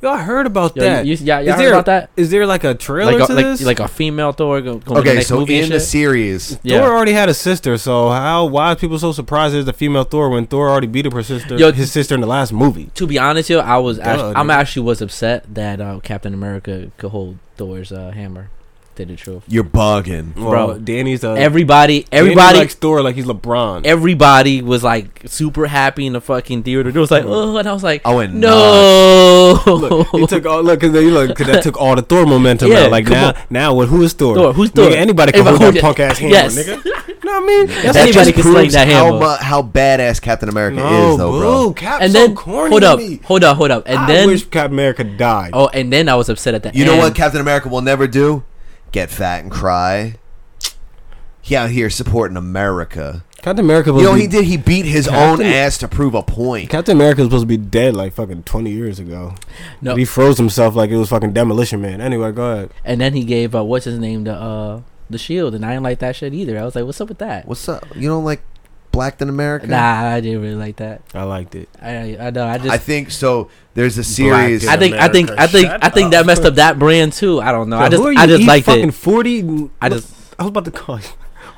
[SPEAKER 10] yo i heard about
[SPEAKER 8] Yo,
[SPEAKER 10] that
[SPEAKER 8] you,
[SPEAKER 10] is
[SPEAKER 8] you, y'all, y'all heard
[SPEAKER 10] there-
[SPEAKER 8] about that?
[SPEAKER 10] there like a trailer
[SPEAKER 8] Like
[SPEAKER 10] to
[SPEAKER 8] a, like,
[SPEAKER 10] this
[SPEAKER 8] like a female Thor go- going to the
[SPEAKER 5] Okay,
[SPEAKER 8] next
[SPEAKER 5] so
[SPEAKER 8] movie
[SPEAKER 5] in
[SPEAKER 8] and
[SPEAKER 5] the
[SPEAKER 8] shit?
[SPEAKER 5] series,
[SPEAKER 8] yeah.
[SPEAKER 10] Thor already had a sister, so how why are people so surprised there's a female Thor when Thor already beat up her sister,
[SPEAKER 8] Yo-
[SPEAKER 10] his sister in the last movie?
[SPEAKER 8] to be honest, yo, I was act-
[SPEAKER 10] Duh,
[SPEAKER 8] I'm
[SPEAKER 10] dude.
[SPEAKER 8] actually was upset that uh, Captain America could hold Thor's uh, hammer. To tell you the truth,
[SPEAKER 5] you're bugging.
[SPEAKER 10] Bro, Danny's the
[SPEAKER 8] everybody,
[SPEAKER 10] Danny
[SPEAKER 8] everybody,
[SPEAKER 10] Uh, likes Thor like he's LeBron.
[SPEAKER 8] everybody was like super happy in the fucking theater. It was like,
[SPEAKER 10] Mm.
[SPEAKER 8] oh, and I was like,
[SPEAKER 5] I went
[SPEAKER 8] no.
[SPEAKER 10] Look,
[SPEAKER 8] *laughs*
[SPEAKER 10] he took all look, cause, they, look, 'cause that took all the Thor momentum.
[SPEAKER 8] Yeah,
[SPEAKER 10] out. Like
[SPEAKER 8] come
[SPEAKER 10] now,
[SPEAKER 8] on.
[SPEAKER 10] now what? Who is Thor?
[SPEAKER 8] Thor, who's
[SPEAKER 10] Nigga,
[SPEAKER 8] Thor?
[SPEAKER 10] anybody can
[SPEAKER 8] Everybody
[SPEAKER 10] hold that
[SPEAKER 8] can-
[SPEAKER 10] punk ass hammer,
[SPEAKER 8] Yes.
[SPEAKER 10] nigga. know what I mean? That's
[SPEAKER 5] That
[SPEAKER 8] Anybody
[SPEAKER 5] just
[SPEAKER 8] can sling
[SPEAKER 5] proves
[SPEAKER 8] that
[SPEAKER 5] how,
[SPEAKER 8] hammer.
[SPEAKER 5] mu- how badass Captain America is, though, bro.
[SPEAKER 10] Cap's
[SPEAKER 8] and
[SPEAKER 10] so
[SPEAKER 8] then
[SPEAKER 10] corny
[SPEAKER 8] hold
[SPEAKER 10] to
[SPEAKER 8] up,
[SPEAKER 10] me.
[SPEAKER 8] hold up, hold up, and
[SPEAKER 10] I
[SPEAKER 8] then
[SPEAKER 10] wish Captain America died.
[SPEAKER 8] oh, and then I was upset at the
[SPEAKER 5] You
[SPEAKER 8] end.
[SPEAKER 5] know what Captain America will never do? Get fat and cry. He out here supporting America.
[SPEAKER 10] Captain America was.
[SPEAKER 5] You know what he did? He beat his own
[SPEAKER 10] Captain-
[SPEAKER 5] ass to prove a point.
[SPEAKER 10] Captain America was supposed to be dead like fucking twenty years ago.
[SPEAKER 8] No.
[SPEAKER 10] But he froze himself like it was fucking Demolition Man. Anyway, go ahead.
[SPEAKER 8] and then he gave uh, what's his name the uh the shield, and I didn't like that shit either. I was like, what's up with that?
[SPEAKER 5] What's up? You don't like Black than America?
[SPEAKER 8] Nah, I didn't really like that.
[SPEAKER 10] I liked it.
[SPEAKER 8] I I know I just
[SPEAKER 5] I think so. There's a series.
[SPEAKER 8] I think I think I think I think that messed up that brand too. I don't know. I
[SPEAKER 10] Yo,
[SPEAKER 8] just
[SPEAKER 10] who are
[SPEAKER 8] I
[SPEAKER 10] you,
[SPEAKER 8] just
[SPEAKER 10] E
[SPEAKER 8] liked
[SPEAKER 10] fucking
[SPEAKER 8] it.
[SPEAKER 10] Forty.
[SPEAKER 8] I just
[SPEAKER 10] I was about to call you. *laughs*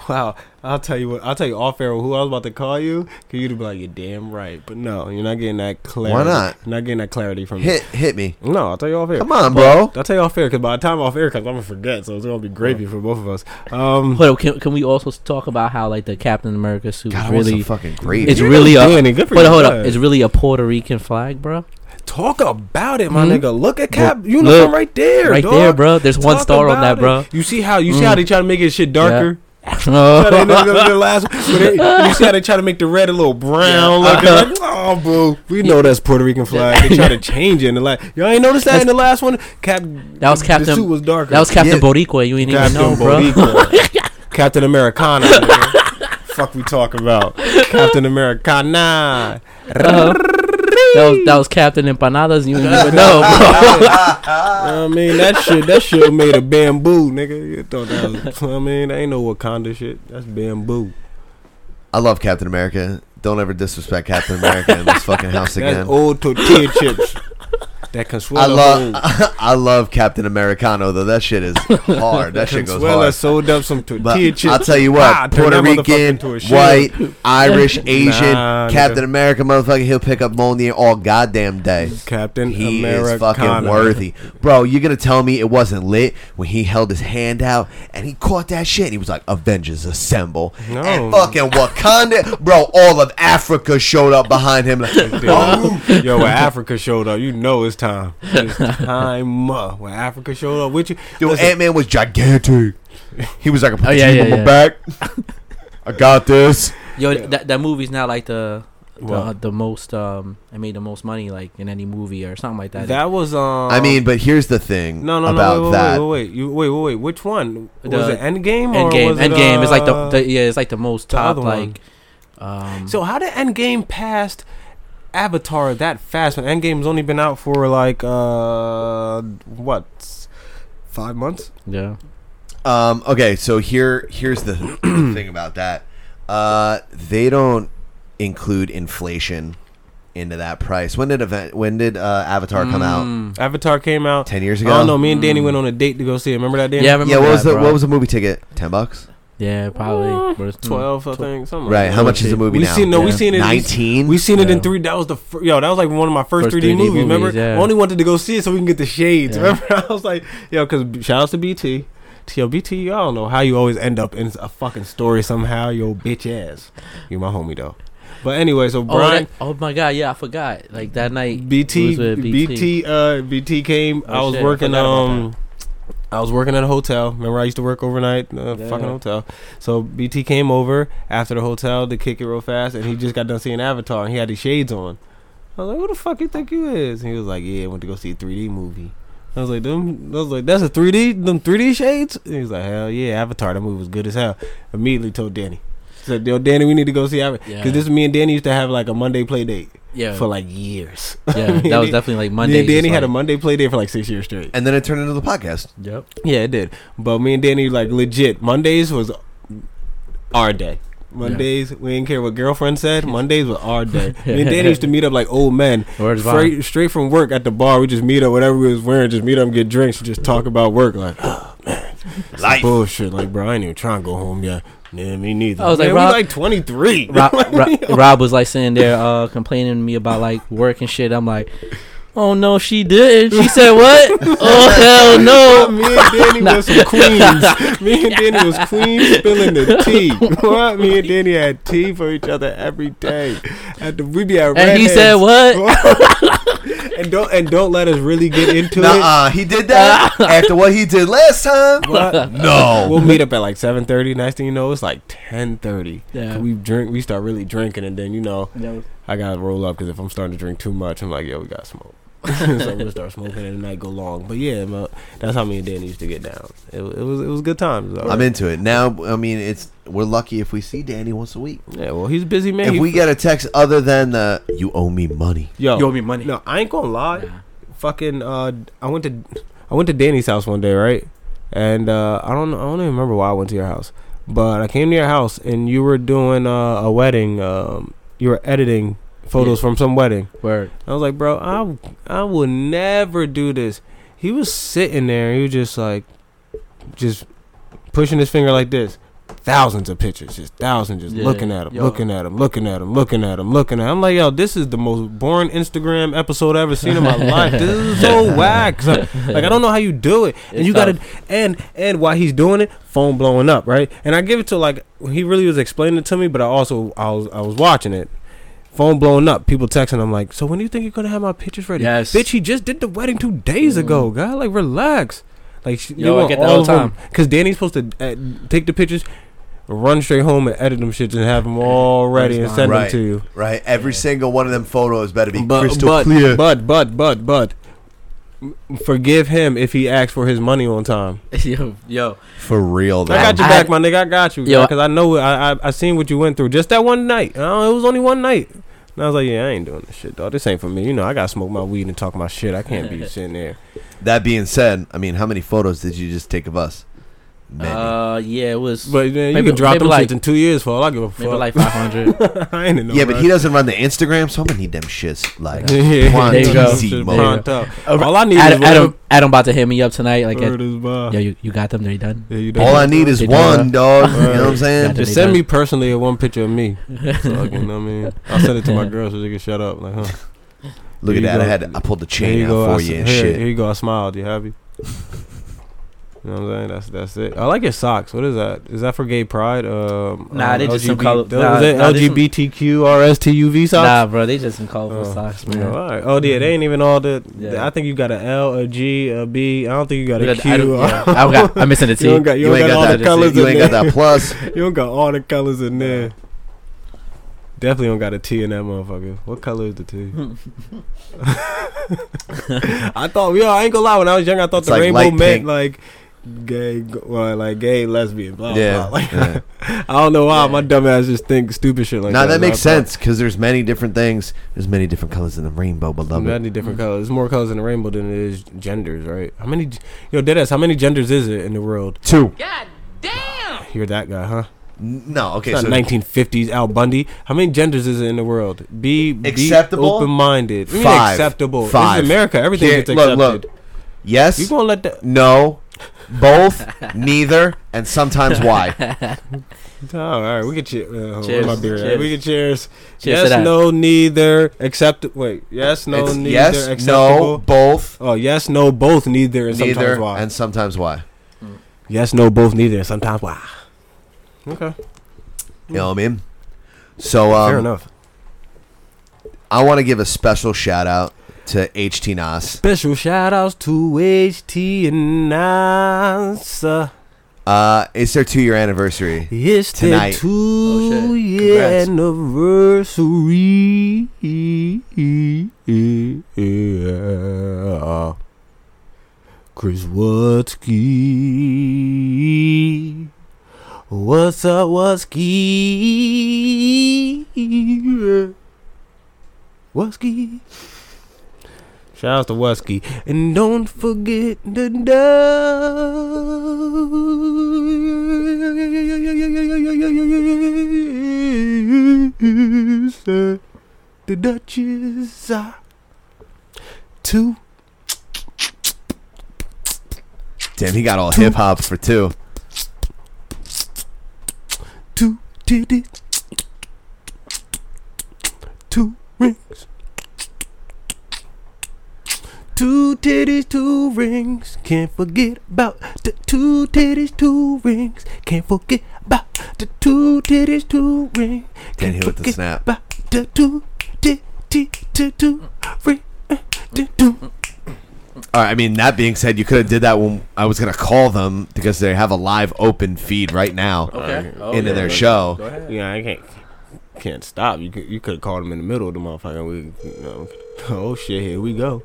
[SPEAKER 10] Wow, I'll tell you what. I'll tell you off air who I was about to call you. Cause you'd be like, "You're damn right," but no, you're not getting that clarity.
[SPEAKER 5] not?
[SPEAKER 10] You're not getting that clarity from
[SPEAKER 5] hit hit me.
[SPEAKER 10] Me. No, I'll tell you off air.
[SPEAKER 5] Come on, bro.
[SPEAKER 10] I'll tell you off air because by the time off air comes, I'm gonna forget. So it's gonna be gravy for both of us. Um,
[SPEAKER 8] hold up, uh, can, can we also talk about how like the Captain America suit
[SPEAKER 5] God, I
[SPEAKER 8] is
[SPEAKER 5] want some
[SPEAKER 8] really
[SPEAKER 5] fucking gravy.
[SPEAKER 8] it's
[SPEAKER 10] You're
[SPEAKER 8] really
[SPEAKER 10] not
[SPEAKER 8] a
[SPEAKER 10] doing it. Good for
[SPEAKER 8] hold
[SPEAKER 10] you,
[SPEAKER 8] up, hold up.
[SPEAKER 10] guys.
[SPEAKER 8] It's really a Puerto Rican flag, bro.
[SPEAKER 10] talk about it, my
[SPEAKER 8] Mhm.
[SPEAKER 10] nigga. Look at Cap
[SPEAKER 8] Look,
[SPEAKER 10] uniform right there,
[SPEAKER 8] Right
[SPEAKER 10] dog.
[SPEAKER 8] there, bro. There's one
[SPEAKER 10] Talk
[SPEAKER 8] star on
[SPEAKER 10] about
[SPEAKER 8] *laughs* that,
[SPEAKER 10] it.
[SPEAKER 8] bro. Hmm.
[SPEAKER 10] You see how you see how they try to make his shit darker. Try to end up the
[SPEAKER 8] *laughs*
[SPEAKER 10] last one. But they- You see how they try to make the red a little brown looking? Like,
[SPEAKER 8] Uh-huh.
[SPEAKER 10] oh, boo. We know that's Puerto Rican flag. They
[SPEAKER 8] *laughs*
[SPEAKER 10] try to change it in the last. Y'all ain't noticed that in the last one? Cap,
[SPEAKER 8] That was Captain.
[SPEAKER 10] The suit was darker.
[SPEAKER 8] That was Captain
[SPEAKER 5] Yeah.
[SPEAKER 8] Boricua. You ain't
[SPEAKER 10] Captain
[SPEAKER 8] even know, bro. *laughs*
[SPEAKER 10] Boricua. Captain Americana. man. Fuck we talking about? Captain Americana.
[SPEAKER 8] *laughs* That was that was Captain Empanadas. You ain't even know, bro.
[SPEAKER 10] *laughs* I mean that shit. That shit made a bamboo, nigga. You thought that was? I mean, that ain't no Wakanda shit. That's bamboo.
[SPEAKER 5] I love Captain America. Don't ever disrespect Captain America in this fucking house again.
[SPEAKER 10] That's old tortilla chips. That Consuelo.
[SPEAKER 5] I love *laughs* I love Captain Americano though. That shit is hard. That shit goes
[SPEAKER 10] Consuelo
[SPEAKER 5] hard.
[SPEAKER 10] sold up some tortilla
[SPEAKER 5] But
[SPEAKER 10] chips.
[SPEAKER 5] I'll tell you
[SPEAKER 10] Ah,
[SPEAKER 5] what,
[SPEAKER 10] turn
[SPEAKER 5] Puerto
[SPEAKER 10] that motherfucker
[SPEAKER 5] Rican,
[SPEAKER 10] into a shield.
[SPEAKER 5] white, Irish, Asian,
[SPEAKER 10] *laughs* Nah,
[SPEAKER 5] Captain
[SPEAKER 10] nigga.
[SPEAKER 5] America, motherfucker, he'll pick up Mjolnir all goddamn day.
[SPEAKER 10] Captain
[SPEAKER 5] He is fucking
[SPEAKER 10] Americana.
[SPEAKER 5] worthy, bro. You're gonna tell me it wasn't lit when he held his hand out and he caught that shit. And he was like, "Avengers assemble!"
[SPEAKER 10] No.
[SPEAKER 5] And fucking Wakanda, bro. All of Africa showed up behind
[SPEAKER 10] *laughs*
[SPEAKER 5] him. Like, oh,
[SPEAKER 10] Yo, when Africa showed up, you know it's time. It's
[SPEAKER 8] *laughs*
[SPEAKER 10] time. Uh, when Africa showed up with you,
[SPEAKER 5] dude,
[SPEAKER 10] listen,
[SPEAKER 5] Ant Man was gigantic. He was like, "I put
[SPEAKER 8] Oh,
[SPEAKER 5] the
[SPEAKER 8] yeah,
[SPEAKER 5] team
[SPEAKER 8] yeah,
[SPEAKER 5] on my
[SPEAKER 8] yeah.
[SPEAKER 5] back. I got this."
[SPEAKER 8] Yo, that that movie's not like the the,
[SPEAKER 10] What?
[SPEAKER 8] the most. Um, I made the most money like in any movie or something like that.
[SPEAKER 10] that was um.
[SPEAKER 5] I mean, but here's the thing
[SPEAKER 10] no, no,
[SPEAKER 5] about
[SPEAKER 10] no. Wait,
[SPEAKER 5] that.
[SPEAKER 10] wait, wait, wait, you, wait, wait, wait. Which one was
[SPEAKER 8] The
[SPEAKER 10] it? Endgame. or
[SPEAKER 8] Endgame.
[SPEAKER 10] was it,
[SPEAKER 8] Endgame is like the,
[SPEAKER 10] uh,
[SPEAKER 8] the yeah. It's like the most
[SPEAKER 10] the
[SPEAKER 8] top
[SPEAKER 10] other one?
[SPEAKER 8] like. Um,
[SPEAKER 10] So how did Endgame past Avatar that fast when Endgame's only been out for like uh what five months?
[SPEAKER 8] yeah.
[SPEAKER 5] Um, okay, so here here's
[SPEAKER 8] *clears throat*
[SPEAKER 5] the thing about that. Uh, they don't include inflation into that price. When did event? When did uh, Avatar come
[SPEAKER 10] Mm.
[SPEAKER 5] out?
[SPEAKER 8] Mm.
[SPEAKER 10] Avatar came out
[SPEAKER 5] Ten years
[SPEAKER 10] I
[SPEAKER 5] ago.
[SPEAKER 10] don't know. Me and Danny went on a date to go see it. Oh, Remember that, Danny?
[SPEAKER 8] Yeah, I remember
[SPEAKER 5] Yeah, what was
[SPEAKER 8] that,
[SPEAKER 5] the
[SPEAKER 8] bro.
[SPEAKER 5] what was the movie ticket? Ten bucks.
[SPEAKER 8] Yeah, probably. But it's- mm.
[SPEAKER 10] Ah, twelve, I think. Something
[SPEAKER 5] Right.
[SPEAKER 10] Like
[SPEAKER 5] How much is the
[SPEAKER 8] shit.
[SPEAKER 5] movie
[SPEAKER 10] Oh, we
[SPEAKER 5] now?
[SPEAKER 10] seen no, we
[SPEAKER 8] Yeah.
[SPEAKER 10] seen it.
[SPEAKER 5] Nineteen.
[SPEAKER 10] We seen it in
[SPEAKER 8] Yeah.
[SPEAKER 10] three. That was the fir- yo. That was like one of my first
[SPEAKER 8] First
[SPEAKER 10] 3D,
[SPEAKER 8] 3D
[SPEAKER 10] movies.
[SPEAKER 8] movies,
[SPEAKER 10] remember,
[SPEAKER 8] yeah.
[SPEAKER 10] I only wanted to go see it so we can get the shades.
[SPEAKER 8] Yeah.
[SPEAKER 10] Remember, *laughs* I was like, yo, because shout out to BT. Yo, BT, I don't know how you always end up in a fucking story somehow. Yo, bitch ass. You my homie though. But anyway, so
[SPEAKER 8] Oh,
[SPEAKER 10] Brian,
[SPEAKER 8] that, oh my god, yeah, I forgot. Like that night,
[SPEAKER 10] BT,
[SPEAKER 8] was with
[SPEAKER 10] BT, uh, BT came.
[SPEAKER 8] Oh,
[SPEAKER 10] I was
[SPEAKER 8] shit, I
[SPEAKER 10] working,
[SPEAKER 8] forgot about
[SPEAKER 10] um, I was working at a hotel. Remember, I used to work overnight, uh,
[SPEAKER 8] Yeah.
[SPEAKER 10] fucking hotel. So BT came over after the hotel to kick it real fast, and he just got done seeing Avatar, and he had his shades on. I was like, "Who the fuck you think you is?" And he was like, "Yeah, I went to go see a 3D movie." I was like, "Them," I was like, "That's a 3D, them 3D shades." And he was like, "Hell yeah, Avatar. That movie was good as hell." Immediately told Danny. Said, "Yo, Danny, we need to go see Avatar." Because
[SPEAKER 8] Yeah.
[SPEAKER 10] this me and Danny used to have like a Monday play date
[SPEAKER 8] Yeah,
[SPEAKER 10] for like years.
[SPEAKER 8] yeah,
[SPEAKER 10] *laughs*
[SPEAKER 8] that was definitely like
[SPEAKER 10] Monday. Me
[SPEAKER 8] Monday.
[SPEAKER 10] and Danny
[SPEAKER 8] just,
[SPEAKER 10] had a
[SPEAKER 8] like-
[SPEAKER 10] Monday play day for like six years straight.
[SPEAKER 5] and then it turned into the
[SPEAKER 10] *laughs*
[SPEAKER 5] podcast.
[SPEAKER 8] Yep.
[SPEAKER 10] Yeah, it did. But me and Danny like legit. Mondays was our day. Mondays, we didn't care what girlfriend
[SPEAKER 8] *laughs*
[SPEAKER 10] said. Mondays was our day. Me and Danny used to meet up like old men,
[SPEAKER 8] Word is
[SPEAKER 10] straight, straight from work at the bar. We just meet up, whatever we was wearing, just meet up and get drinks, and just talk about work. Like, oh man, Life. bullshit. Like, bro, I ain't even trying to go home yet. Yeah, me neither.
[SPEAKER 8] I was like,
[SPEAKER 10] Man,
[SPEAKER 8] Rob-
[SPEAKER 10] we like twenty three. *laughs*
[SPEAKER 8] Rob, Rob, Rob was like sitting there uh, complaining to me about like work and shit. I'm like, oh no, she did. She said what?
[SPEAKER 10] *laughs*
[SPEAKER 8] oh hell no.
[SPEAKER 10] Me and
[SPEAKER 8] *laughs*
[SPEAKER 10] Danny was some queens. Me and Danny was queens spilling the
[SPEAKER 8] *laughs*
[SPEAKER 10] tea. *laughs* What? Me and Danny had tea for each other every day. At the we be at
[SPEAKER 8] And he
[SPEAKER 10] Redheads.
[SPEAKER 8] said what?
[SPEAKER 10] *laughs* and don't and don't let us really get into it.
[SPEAKER 5] Nuh-uh, he did that
[SPEAKER 10] *laughs*
[SPEAKER 5] after what he did last time.
[SPEAKER 8] *laughs*
[SPEAKER 10] What?
[SPEAKER 5] No.
[SPEAKER 10] We'll meet up at like seven thirty. Next thing you know, it's like ten thirty.
[SPEAKER 8] Yeah.
[SPEAKER 10] We drink. We start really drinking, and then you know, I gotta roll up because if I'm starting to drink too much, I'm like, yo, we gotta smoke. *laughs* so we
[SPEAKER 8] *laughs*
[SPEAKER 10] start smoking, and the night go long. But yeah, man, that's how me and Danny used to get down. It, wa- it was it was good times. though.
[SPEAKER 5] I'm into it now. I mean, it's we're lucky if we see Danny once a week.
[SPEAKER 10] Yeah, well, he's a busy man.
[SPEAKER 5] If
[SPEAKER 10] He-
[SPEAKER 5] we get a text other than the "you owe me money,"
[SPEAKER 10] Yo,
[SPEAKER 8] You owe me money.
[SPEAKER 10] No, I ain't gonna lie. Fucking, uh, I went to, I went to Danny's house one day, right? And uh, I don't, know- I don't even remember why I went to your house, but I came to your house and you were doing uh, a wedding. Um, you were editing photos
[SPEAKER 8] Yeah.
[SPEAKER 10] from some wedding.
[SPEAKER 8] Word.
[SPEAKER 10] I was like, bro, I, I would never do this. He was sitting there. He was just like, just pushing his finger like this. Thousands of pictures, just thousands, just
[SPEAKER 8] Yeah,
[SPEAKER 10] looking at him,
[SPEAKER 8] yo.
[SPEAKER 10] looking at him, looking at him, looking at him, looking at him. I'm like, yo, this is the most boring Instagram episode I've ever seen in my life. This is
[SPEAKER 8] *laughs*
[SPEAKER 10] so whack. *laughs* So, like, I don't know how you do it. And
[SPEAKER 8] It's
[SPEAKER 10] you
[SPEAKER 8] tough.
[SPEAKER 10] gotta, and and while he's doing it, phone blowing up, right? And I give it to like he really was explaining it to me, but I also I was I was watching it. Phone blowing up, people texting. I'm like, so when do you think you're gonna have my pictures ready?
[SPEAKER 8] Yes. Mm.
[SPEAKER 10] bitch, he just did the wedding two days ago, guy. Like, relax. Like, sh-
[SPEAKER 8] Yo, I get that all the time.
[SPEAKER 10] because Danny's supposed to uh, take the pictures. run straight home and edit them shits and have them all ready and send
[SPEAKER 5] right,
[SPEAKER 10] them to you.
[SPEAKER 8] *laughs*
[SPEAKER 5] right. Every single one of them photos better be
[SPEAKER 10] But,
[SPEAKER 5] crystal
[SPEAKER 10] but,
[SPEAKER 5] clear.
[SPEAKER 10] but but but but forgive him if he asks for his money on time.
[SPEAKER 8] *laughs* yo, yo,
[SPEAKER 5] For real, though.
[SPEAKER 10] I got your
[SPEAKER 8] I-
[SPEAKER 10] back, my nigga. I got you,
[SPEAKER 8] Yo,
[SPEAKER 10] because I know I, I I seen what you went through just that one night. Oh, it was only one night. And I was like, yeah, I ain't doing this shit, dog. This ain't for me. You know, I gotta smoke my weed and talk my shit. I can't
[SPEAKER 8] *laughs*
[SPEAKER 10] be sitting there.
[SPEAKER 5] That being said, I mean, how many photos did you just take of us? Many.
[SPEAKER 8] uh, yeah, it was
[SPEAKER 10] But man, you
[SPEAKER 8] Maybe-
[SPEAKER 10] can drop
[SPEAKER 8] maybe
[SPEAKER 10] them
[SPEAKER 8] like-
[SPEAKER 10] shits in two years for all I give a fuck.
[SPEAKER 8] maybe like
[SPEAKER 10] *laughs*
[SPEAKER 8] five hundred.
[SPEAKER 10] I ain't in no
[SPEAKER 5] yeah, but
[SPEAKER 10] rush.
[SPEAKER 5] he doesn't run the Instagram, so I'm gonna need them shits like
[SPEAKER 10] *laughs* Yeah,
[SPEAKER 8] There you go.
[SPEAKER 5] quantity
[SPEAKER 8] There you
[SPEAKER 5] mode.
[SPEAKER 8] go.
[SPEAKER 10] Pronto. All I need
[SPEAKER 8] Adam,
[SPEAKER 10] is
[SPEAKER 8] Adam, Adam about to hit me up tonight. Like,
[SPEAKER 10] Word
[SPEAKER 8] yo,
[SPEAKER 10] is bond.
[SPEAKER 8] you, you got them? They done?
[SPEAKER 10] Yeah, you
[SPEAKER 5] All
[SPEAKER 10] know.
[SPEAKER 5] I need is
[SPEAKER 8] Did
[SPEAKER 5] one,
[SPEAKER 8] you-
[SPEAKER 5] dog. You know what I'm
[SPEAKER 8] Yeah,
[SPEAKER 5] saying?
[SPEAKER 8] did-
[SPEAKER 10] Just
[SPEAKER 8] They
[SPEAKER 10] send
[SPEAKER 8] done.
[SPEAKER 10] me personally a one picture of
[SPEAKER 8] *laughs*
[SPEAKER 10] me. So, like, you know what I mean? I'll send it to my girl so she can shut up. Like, huh?
[SPEAKER 5] Look at
[SPEAKER 10] Here you
[SPEAKER 5] that. I
[SPEAKER 10] go.
[SPEAKER 5] had I pulled the
[SPEAKER 10] Here
[SPEAKER 5] chain
[SPEAKER 10] you go.
[SPEAKER 5] out for
[SPEAKER 10] I s-
[SPEAKER 5] you and
[SPEAKER 10] here,
[SPEAKER 5] shit.
[SPEAKER 10] Here you go. I smiled. You happy? You know what I'm saying? That's that's it. I like your socks. What is that? Is that for gay pride? Um,
[SPEAKER 8] Nah,
[SPEAKER 10] um,
[SPEAKER 8] they just some
[SPEAKER 10] LGBT
[SPEAKER 8] color-
[SPEAKER 10] Those-
[SPEAKER 8] nah,
[SPEAKER 10] is it
[SPEAKER 8] nah, they some-
[SPEAKER 10] LGBTQ RSTUV socks?
[SPEAKER 8] Nah, bro, they just some colorful
[SPEAKER 10] Oh.
[SPEAKER 8] socks,
[SPEAKER 10] Yeah,
[SPEAKER 8] man.
[SPEAKER 10] all right. Oh, yeah, they ain't even all the.
[SPEAKER 8] Yeah.
[SPEAKER 10] I think you got a L, a G, a B. I don't think you got
[SPEAKER 8] We
[SPEAKER 10] a
[SPEAKER 8] got- I
[SPEAKER 10] Q. uh,
[SPEAKER 8] don't- yeah, I got- I'm missing a T.
[SPEAKER 10] *laughs* You don't got, you
[SPEAKER 5] You
[SPEAKER 10] don't
[SPEAKER 5] ain't
[SPEAKER 10] got all
[SPEAKER 5] got
[SPEAKER 10] the
[SPEAKER 8] that-
[SPEAKER 10] colors
[SPEAKER 5] You
[SPEAKER 10] in
[SPEAKER 5] ain't got
[SPEAKER 10] there.
[SPEAKER 5] that
[SPEAKER 10] *laughs*
[SPEAKER 5] plus.
[SPEAKER 10] You don't got all the colors in there. Definitely don't got a T in that motherfucker. What color is the T? *laughs* I thought, yo, I ain't gonna lie. When I was young, I thought
[SPEAKER 5] It's
[SPEAKER 10] the
[SPEAKER 5] like
[SPEAKER 10] rainbow
[SPEAKER 5] light
[SPEAKER 10] meant
[SPEAKER 5] pink.
[SPEAKER 10] like gay, g- well, like gay, lesbian, blah
[SPEAKER 5] Yeah,
[SPEAKER 10] blah. Like,
[SPEAKER 5] yeah.
[SPEAKER 10] *laughs* I don't know why my dumb ass just think stupid shit like
[SPEAKER 5] Now
[SPEAKER 10] that.
[SPEAKER 5] that makes
[SPEAKER 10] So I thought-
[SPEAKER 5] sense because there's many different things. There's many different colors in the rainbow, beloved.
[SPEAKER 10] Many different colors. There's more colors in the rainbow than it is genders, right? How many? Yo, deadass. How many genders is it in the world?
[SPEAKER 5] Two.
[SPEAKER 10] You're that guy, huh?
[SPEAKER 5] No. Okay.
[SPEAKER 10] It's
[SPEAKER 5] So
[SPEAKER 10] not 1950s Al Bundy. How many genders is it in the world? Be be
[SPEAKER 5] Acceptable?
[SPEAKER 10] open-minded. I mean,
[SPEAKER 5] Five.
[SPEAKER 10] acceptable. This is
[SPEAKER 5] Five.
[SPEAKER 10] America. Everything
[SPEAKER 5] Here-
[SPEAKER 10] gets
[SPEAKER 5] look,
[SPEAKER 10] accepted.
[SPEAKER 5] look. yes.
[SPEAKER 10] You gonna let that?
[SPEAKER 5] No. Both.
[SPEAKER 10] *laughs*
[SPEAKER 5] neither. And sometimes why?
[SPEAKER 10] Oh, all right, we can cheers. Uh,
[SPEAKER 8] Cheers.
[SPEAKER 10] cheers. My beer. at?
[SPEAKER 8] Cheers.
[SPEAKER 10] We can cheers.
[SPEAKER 8] Cheers to
[SPEAKER 10] yes,
[SPEAKER 8] that.
[SPEAKER 10] no, neither. Accept. Wait. Yes, *laughs* no,
[SPEAKER 5] It's
[SPEAKER 10] neither.
[SPEAKER 5] yes. No.
[SPEAKER 10] acceptable.
[SPEAKER 5] Both.
[SPEAKER 10] Oh, yes, no, both, neither, and sometimes
[SPEAKER 5] Neither.
[SPEAKER 10] why.
[SPEAKER 5] And sometimes why?
[SPEAKER 10] yes, no, both, neither, and sometimes why. Okay.
[SPEAKER 5] You know what I mean? So um,
[SPEAKER 10] Hmm. Fair enough.
[SPEAKER 5] I want to give a special shout out to HT Nas.
[SPEAKER 10] Special shout outs to HT and NASA.
[SPEAKER 5] Uh, it's their two year anniversary.
[SPEAKER 10] It's
[SPEAKER 5] Tonight.
[SPEAKER 10] their two
[SPEAKER 8] Oh, shit.
[SPEAKER 10] year
[SPEAKER 5] Congrats.
[SPEAKER 10] anniversary. Yeah. Chris Watsky. What's up, Watsky? Watsky. Shout out to Wusky. And don't forget the Duchess. The Duchess are two.
[SPEAKER 5] Damn, he got all hip hop for two.
[SPEAKER 10] two titties, two rings, two titties, two rings. Can't forget about the two titties, two rings. Can't forget about the two titties, two rings.
[SPEAKER 5] Then
[SPEAKER 10] Can't
[SPEAKER 5] he with the
[SPEAKER 10] *laughs* forget
[SPEAKER 5] snap.
[SPEAKER 10] About the two titties, two, two rings. Two.
[SPEAKER 5] All right. I mean, that being said, you could have did that when I was gonna call them because they have a live open feed right now
[SPEAKER 10] Oh,
[SPEAKER 5] into their show.
[SPEAKER 10] Yeah, I can't can't stop. You could, you could have called him in the middle of the motherfucker. We, you know, oh shit, here we go.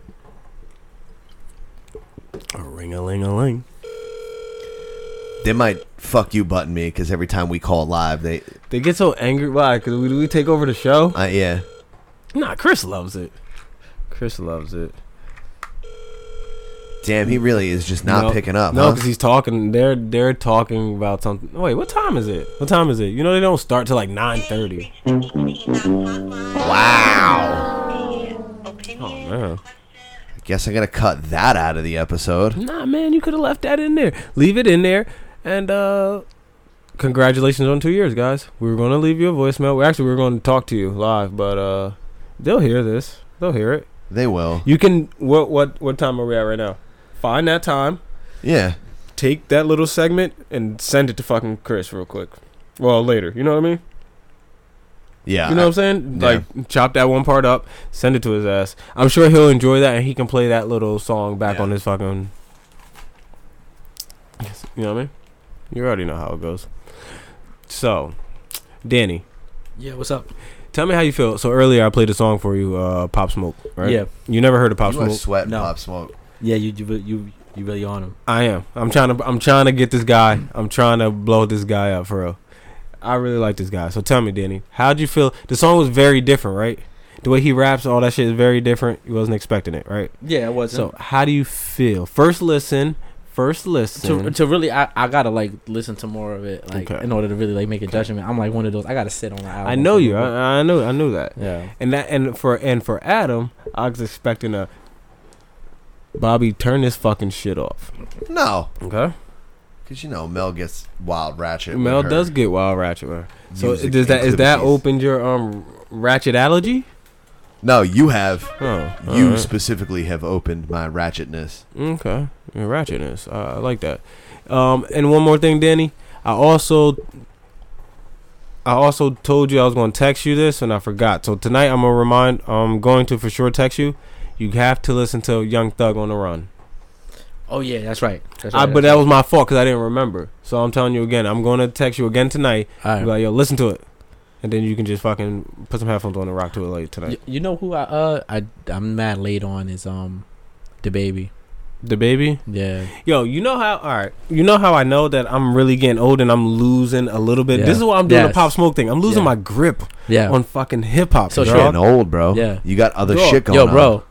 [SPEAKER 10] A ring a ling a ling.
[SPEAKER 5] They might fuck you button me because every time we call live, they
[SPEAKER 10] They get so angry. Why? Cause we we take over the show.
[SPEAKER 5] uh, yeah.
[SPEAKER 10] Nah, Chris loves it. Chris loves it.
[SPEAKER 5] Damn, he really is just not
[SPEAKER 10] No.
[SPEAKER 5] picking up.
[SPEAKER 10] No,
[SPEAKER 5] huh?
[SPEAKER 10] because he's talking. They're they're talking about something. Wait, what time is it? What time is it? You know they don't start till like nine thirty.
[SPEAKER 5] wow.
[SPEAKER 10] Oh man.
[SPEAKER 5] Guess I'm gonna cut that out of the episode.
[SPEAKER 10] Nah, man, you could have left that in there. Leave it in there. And uh congratulations on two years, guys. We were gonna leave you a voicemail. We actually we were gonna talk to you live, but uh they'll hear this. They'll hear it.
[SPEAKER 5] They will.
[SPEAKER 10] You can what what what time are we at right now? Find that time,
[SPEAKER 5] Yeah.
[SPEAKER 10] take that little segment and send it to fucking Chris real quick. Well, later. You know what I mean?
[SPEAKER 5] Yeah.
[SPEAKER 10] You know what I'm saying?
[SPEAKER 5] Yeah.
[SPEAKER 10] Like chop that one part up, send it to his ass. I'm sure he'll enjoy that and he can play that little song back
[SPEAKER 5] Yeah.
[SPEAKER 10] on his fucking You know what I mean? You already know how it goes. So, Danny,
[SPEAKER 8] Yeah, what's up?
[SPEAKER 10] tell me how you feel. So earlier I played a song for you, uh, Pop Smoke. Right?
[SPEAKER 8] Yeah.
[SPEAKER 10] You never heard of Pop
[SPEAKER 5] you are
[SPEAKER 10] Smoke?
[SPEAKER 5] sweating
[SPEAKER 8] No.
[SPEAKER 5] Pop Smoke.
[SPEAKER 8] Yeah, you you you, you really on him.
[SPEAKER 10] I am. I'm trying to. I'm trying to get this guy. I'm trying to blow this guy up for real. I really like this guy. So tell me, Danny, how'd you feel? The song was very different, right? The way he raps, all that shit is very different. You wasn't expecting it, right?
[SPEAKER 8] Yeah, it was.
[SPEAKER 10] So how do you feel? First listen. First
[SPEAKER 8] to,
[SPEAKER 10] listen.
[SPEAKER 8] to really I, I gotta like listen to more of it like
[SPEAKER 10] Okay.
[SPEAKER 8] in order to really like make a judgment i'm like one of those i gotta sit on the album
[SPEAKER 10] I know
[SPEAKER 8] for
[SPEAKER 10] you.
[SPEAKER 8] a little
[SPEAKER 10] I, I know. I knew that.
[SPEAKER 8] bit. yeah
[SPEAKER 10] And that. And for. And for Adam, I was expecting a. Bobby, turn this fucking shit off.
[SPEAKER 5] No,
[SPEAKER 10] Okay.
[SPEAKER 5] because you know Mel gets wild ratchet. with
[SPEAKER 10] Mel
[SPEAKER 5] her
[SPEAKER 10] does get wild ratchet. man. So
[SPEAKER 5] music
[SPEAKER 10] does that is that
[SPEAKER 5] proclivities.
[SPEAKER 10] opened your um ratchet allergy?
[SPEAKER 5] No, you have.
[SPEAKER 10] Oh,
[SPEAKER 5] you
[SPEAKER 10] alright.
[SPEAKER 5] specifically have opened my ratchetness.
[SPEAKER 10] Mm, okay? Your ratchetness, I I like that. Um, and one more thing, Danny. I also, I also told you I was gonna text you this, and I forgot. So tonight I'm gonna remind. I'm going to for sure text you. You have to listen to Young Thug on the Run.
[SPEAKER 8] oh yeah that's right, that's
[SPEAKER 10] I,
[SPEAKER 8] right
[SPEAKER 10] Ah, but that was my fault because I didn't remember. So I'm telling you again. I'm gonna text you again tonight.
[SPEAKER 8] all
[SPEAKER 10] Be
[SPEAKER 8] right.
[SPEAKER 10] like, yo, listen to it, and then you can just fucking put some headphones on and rock to it later tonight.
[SPEAKER 8] you, you know who i uh i i'm mad late on is um the baby
[SPEAKER 10] The baby.
[SPEAKER 8] yeah
[SPEAKER 10] Yo, you know how? All right, you know how I know that I'm really getting old and I'm losing a little bit.
[SPEAKER 8] Yeah.
[SPEAKER 10] This is why I'm doing the
[SPEAKER 8] Yes.
[SPEAKER 10] pop smoke thing. I'm losing
[SPEAKER 8] Yeah.
[SPEAKER 10] my grip
[SPEAKER 8] yeah
[SPEAKER 10] on fucking hip hop.
[SPEAKER 8] So
[SPEAKER 10] So
[SPEAKER 5] You're
[SPEAKER 8] true.
[SPEAKER 5] getting old, bro.
[SPEAKER 8] Yeah.
[SPEAKER 5] You got other
[SPEAKER 10] Yo,
[SPEAKER 5] shit going
[SPEAKER 8] yo
[SPEAKER 5] on.
[SPEAKER 8] bro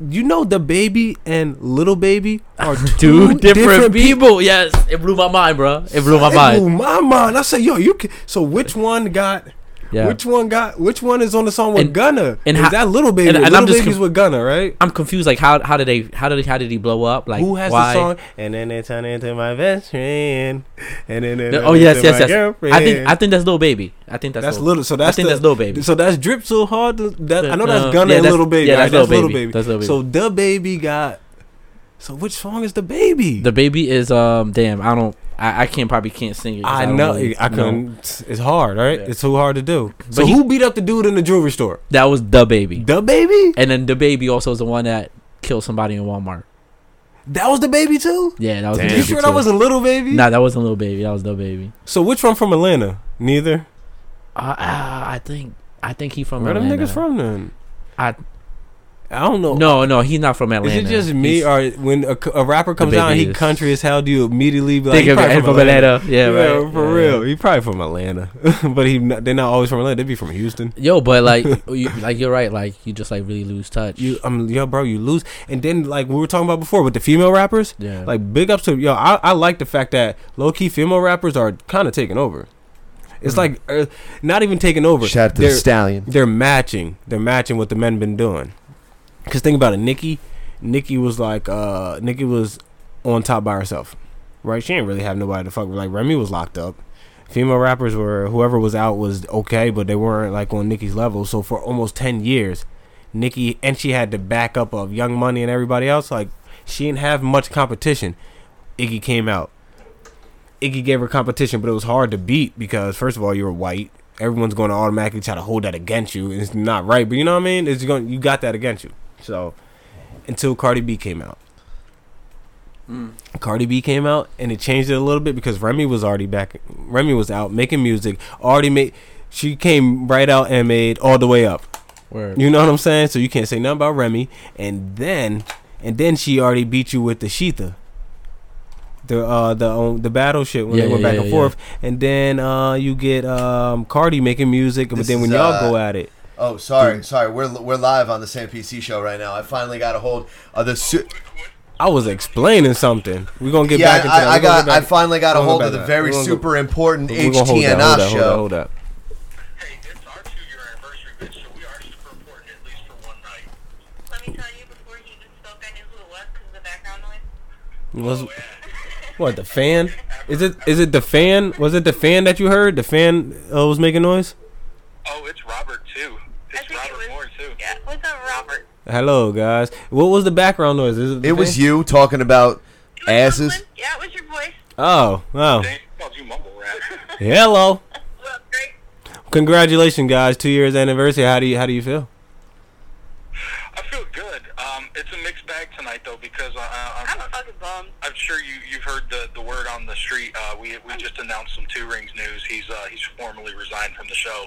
[SPEAKER 10] you know the baby and little baby
[SPEAKER 8] *laughs*
[SPEAKER 10] are two,
[SPEAKER 8] two
[SPEAKER 10] different,
[SPEAKER 8] different,
[SPEAKER 10] people.
[SPEAKER 8] people. yes it blew my mind bro it blew my
[SPEAKER 10] It
[SPEAKER 8] mind
[SPEAKER 10] blew my mind. I said, yo, you. Can, so which one got?
[SPEAKER 8] yeah
[SPEAKER 10] Which one got? Which one is on the song with
[SPEAKER 8] And-
[SPEAKER 10] Gunna?
[SPEAKER 8] and
[SPEAKER 10] And
[SPEAKER 8] how-
[SPEAKER 10] is that little baby?
[SPEAKER 8] and- and
[SPEAKER 10] little
[SPEAKER 8] I'm just
[SPEAKER 10] baby's
[SPEAKER 8] conf-
[SPEAKER 10] with Gunna, right?
[SPEAKER 8] i'm confused like how how did they how did how did he blow up like
[SPEAKER 10] Who has
[SPEAKER 8] why?
[SPEAKER 10] the song? And then they turn into my best friend. And then they
[SPEAKER 8] No,
[SPEAKER 10] turn
[SPEAKER 8] oh yes
[SPEAKER 10] into
[SPEAKER 8] yes
[SPEAKER 10] my
[SPEAKER 8] yes
[SPEAKER 10] girlfriend.
[SPEAKER 8] i think i think that's little baby i think that's,
[SPEAKER 10] That's
[SPEAKER 8] Lil-
[SPEAKER 10] little. So that's
[SPEAKER 8] I think
[SPEAKER 10] the,
[SPEAKER 8] that's Lil Baby.
[SPEAKER 10] So that's drip so hard. th- That I know
[SPEAKER 8] Uh,
[SPEAKER 10] that's Gunna
[SPEAKER 8] yeah,
[SPEAKER 10] and
[SPEAKER 8] that's-
[SPEAKER 10] Little Baby.
[SPEAKER 8] yeah,
[SPEAKER 10] Yeah,
[SPEAKER 8] that's
[SPEAKER 10] that's,
[SPEAKER 8] Lil
[SPEAKER 10] Little
[SPEAKER 8] Baby.
[SPEAKER 10] Baby.
[SPEAKER 8] That's Lil Baby.
[SPEAKER 10] So the baby got. So which song is the baby?
[SPEAKER 8] the baby is um damn i don't i, I can't probably can't sing it 'cause
[SPEAKER 10] I
[SPEAKER 8] don't
[SPEAKER 10] know.
[SPEAKER 8] really
[SPEAKER 10] I couldn't. It's hard, right?
[SPEAKER 8] Yeah.
[SPEAKER 10] It's too hard to do. So
[SPEAKER 8] he-
[SPEAKER 10] who beat up the dude in the jewelry store?
[SPEAKER 8] That was the baby.
[SPEAKER 10] The baby.
[SPEAKER 8] And then the baby also is the one that killed somebody in Walmart.
[SPEAKER 10] That was the baby too.
[SPEAKER 8] Yeah, that was.
[SPEAKER 5] Damn.
[SPEAKER 8] The
[SPEAKER 10] You
[SPEAKER 8] baby
[SPEAKER 10] sure
[SPEAKER 8] too.
[SPEAKER 10] that wasn't Little Baby?
[SPEAKER 8] Nah, that wasn't little baby. That was the baby.
[SPEAKER 10] So which one from Atlanta? Neither.
[SPEAKER 8] Uh, ah, I think. I think he from
[SPEAKER 10] Where them
[SPEAKER 8] Atlanta.
[SPEAKER 10] niggas from then?
[SPEAKER 8] I-
[SPEAKER 10] I don't know.
[SPEAKER 8] No, no, he's not from Atlanta.
[SPEAKER 10] Is it just me,
[SPEAKER 8] He's-
[SPEAKER 10] or when a, c- a rapper comes out and
[SPEAKER 8] baby
[SPEAKER 10] he
[SPEAKER 8] is-
[SPEAKER 10] country as hell, do you immediately be like,
[SPEAKER 8] think
[SPEAKER 10] "He
[SPEAKER 8] of it
[SPEAKER 10] probably
[SPEAKER 8] from Atlanta? Yeah,
[SPEAKER 10] Yeah,
[SPEAKER 8] right.
[SPEAKER 10] for
[SPEAKER 8] Yeah.
[SPEAKER 10] real. He probably from Atlanta, *laughs* but he not, they're not always from Atlanta. They be from Houston.
[SPEAKER 8] Yo, but like, *laughs* you, like you're right. Like you just like really lose touch.
[SPEAKER 10] You, um, yo, bro, you lose. And then like we were talking about before with the female rappers,
[SPEAKER 8] yeah.
[SPEAKER 10] like big ups to yo. I, I like the fact that low key female rappers are kind of taking over.
[SPEAKER 8] Mm-hmm.
[SPEAKER 10] It's like uh, not even taking over.
[SPEAKER 5] Shout out to
[SPEAKER 10] they're,
[SPEAKER 5] the stallion.
[SPEAKER 10] they're matching. They're matching what the men been doing. Cause think about it, Nikki. Nikki was like, uh, Nikki was on top by herself, right? She didn't really have nobody to fuck with. Like Remy was locked up. Female rappers were whoever was out was okay, but they weren't like on Nikki's level. So for almost ten years, Nikki and she had the backup of Young Money and everybody else. Like she didn't have much competition. Iggy came out. Iggy gave her competition, but it was hard to beat because first of all, you're white. Everyone's going to automatically try to hold that against you. and It's not right, but you know what I mean. It's going you got that against you. So until Cardi B came out, Cardi B came out and it changed it a little bit because Remy was already back. Remy was out making music. Already made. She came right out and made all the way up.
[SPEAKER 8] Word.
[SPEAKER 10] You know what I'm saying? So you can't say nothing about Remy. And then, and then she already beat you with the Sheetha. The uh the um, the battleship when
[SPEAKER 8] Yeah,
[SPEAKER 10] they went
[SPEAKER 8] yeah,
[SPEAKER 10] back
[SPEAKER 8] yeah,
[SPEAKER 10] and
[SPEAKER 8] yeah.
[SPEAKER 10] forth, and then uh you get um Cardi making music, but
[SPEAKER 5] This
[SPEAKER 10] then when
[SPEAKER 5] is,
[SPEAKER 10] y'all
[SPEAKER 5] uh,
[SPEAKER 10] go at it,
[SPEAKER 5] Oh, sorry, sorry. We're we're live on the Sam PC show right now. I finally got a hold of the. Su-
[SPEAKER 10] I was explaining something. We're gonna get
[SPEAKER 5] yeah,
[SPEAKER 10] back into
[SPEAKER 5] I,
[SPEAKER 10] that.
[SPEAKER 5] I
[SPEAKER 10] We gonna
[SPEAKER 5] got.
[SPEAKER 10] get
[SPEAKER 5] I
[SPEAKER 10] back-
[SPEAKER 5] finally got a
[SPEAKER 10] we're gonna
[SPEAKER 5] hold
[SPEAKER 10] go
[SPEAKER 5] of the
[SPEAKER 10] back.
[SPEAKER 5] very
[SPEAKER 10] We're gonna go-
[SPEAKER 5] super important
[SPEAKER 10] we're gonna hold that, hold
[SPEAKER 5] HTNR
[SPEAKER 10] that, hold that,
[SPEAKER 5] show.
[SPEAKER 10] Hold up.
[SPEAKER 9] Hey, it's our two-year anniversary, bitch, so we are super important, at least for one night. Let me tell you, before he even spoke, I knew who it was because of the background noise.
[SPEAKER 10] Was what the fan? Is it is it the fan? Was it the fan that you heard? The fan uh, was making noise.
[SPEAKER 9] Oh, it's Robert, too. It's Robert Moore, too. Yeah, what's up, Robert?
[SPEAKER 10] Hello guys. What was the background noise? Is the
[SPEAKER 5] It was
[SPEAKER 10] fan?
[SPEAKER 5] you talking about asses.
[SPEAKER 9] Yeah, it was your voice.
[SPEAKER 10] Oh oh.
[SPEAKER 9] They called you Mumble Rat.
[SPEAKER 10] Hello.
[SPEAKER 9] *laughs* well, great.
[SPEAKER 10] Congratulations, guys! Two years anniversary. How do you How do you feel?
[SPEAKER 9] I feel good. Um, it's a mixed bag tonight, though, because I, I, I'm, I'm fucking bum. I'm sure you you've heard the the word on the street. Uh, we we just announced some two rings news. He's uh, he's formally resigned from the show.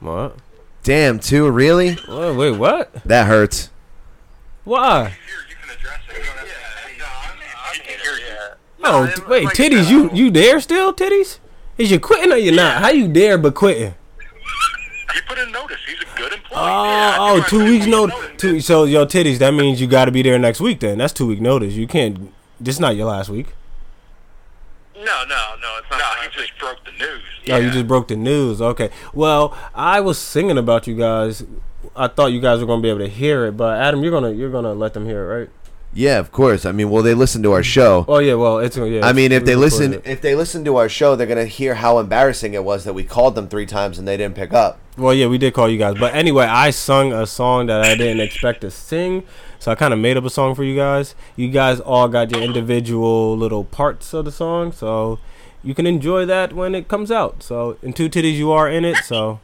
[SPEAKER 10] What?
[SPEAKER 5] Damn, too really?
[SPEAKER 10] Whoa, wait, what?
[SPEAKER 5] That hurts.
[SPEAKER 10] Why?
[SPEAKER 9] Here, you can address it. You don't have to. Yeah, I can hear you.
[SPEAKER 10] No, t- wait, titties, you you there still, titties? Is you quitting or you not? How you there but quitting?
[SPEAKER 9] You put in notice. He's a good employee.
[SPEAKER 10] Oh, oh, two weeks notice. Two, so your titties. That means you got to be there next week. Then that's two week notice. You can't. This not your last week.
[SPEAKER 9] No, no, no. It's not. No, he just broke the news.
[SPEAKER 10] Oh, you just broke the news. Okay. Well, I was singing about you guys. I thought you guys were gonna be able to hear it, but Adam, you're gonna you're gonna let them hear it, right?
[SPEAKER 5] Yeah, of course. I mean, well, they listen to our show.
[SPEAKER 10] Oh yeah. Well, it's yeah.
[SPEAKER 5] I mean, if
[SPEAKER 10] we
[SPEAKER 5] they
[SPEAKER 10] recorded
[SPEAKER 5] listen,
[SPEAKER 10] it.
[SPEAKER 5] if they listen to our show, they're gonna hear how embarrassing it was that we called them three times and they didn't pick up.
[SPEAKER 10] Well, yeah, we did call you guys, but anyway, I sung a song that I didn't expect to sing, so I kind of made up a song for you guys. You guys all got your individual little parts of the song, so you can enjoy that when it comes out. So, in two titties, you are in it. So,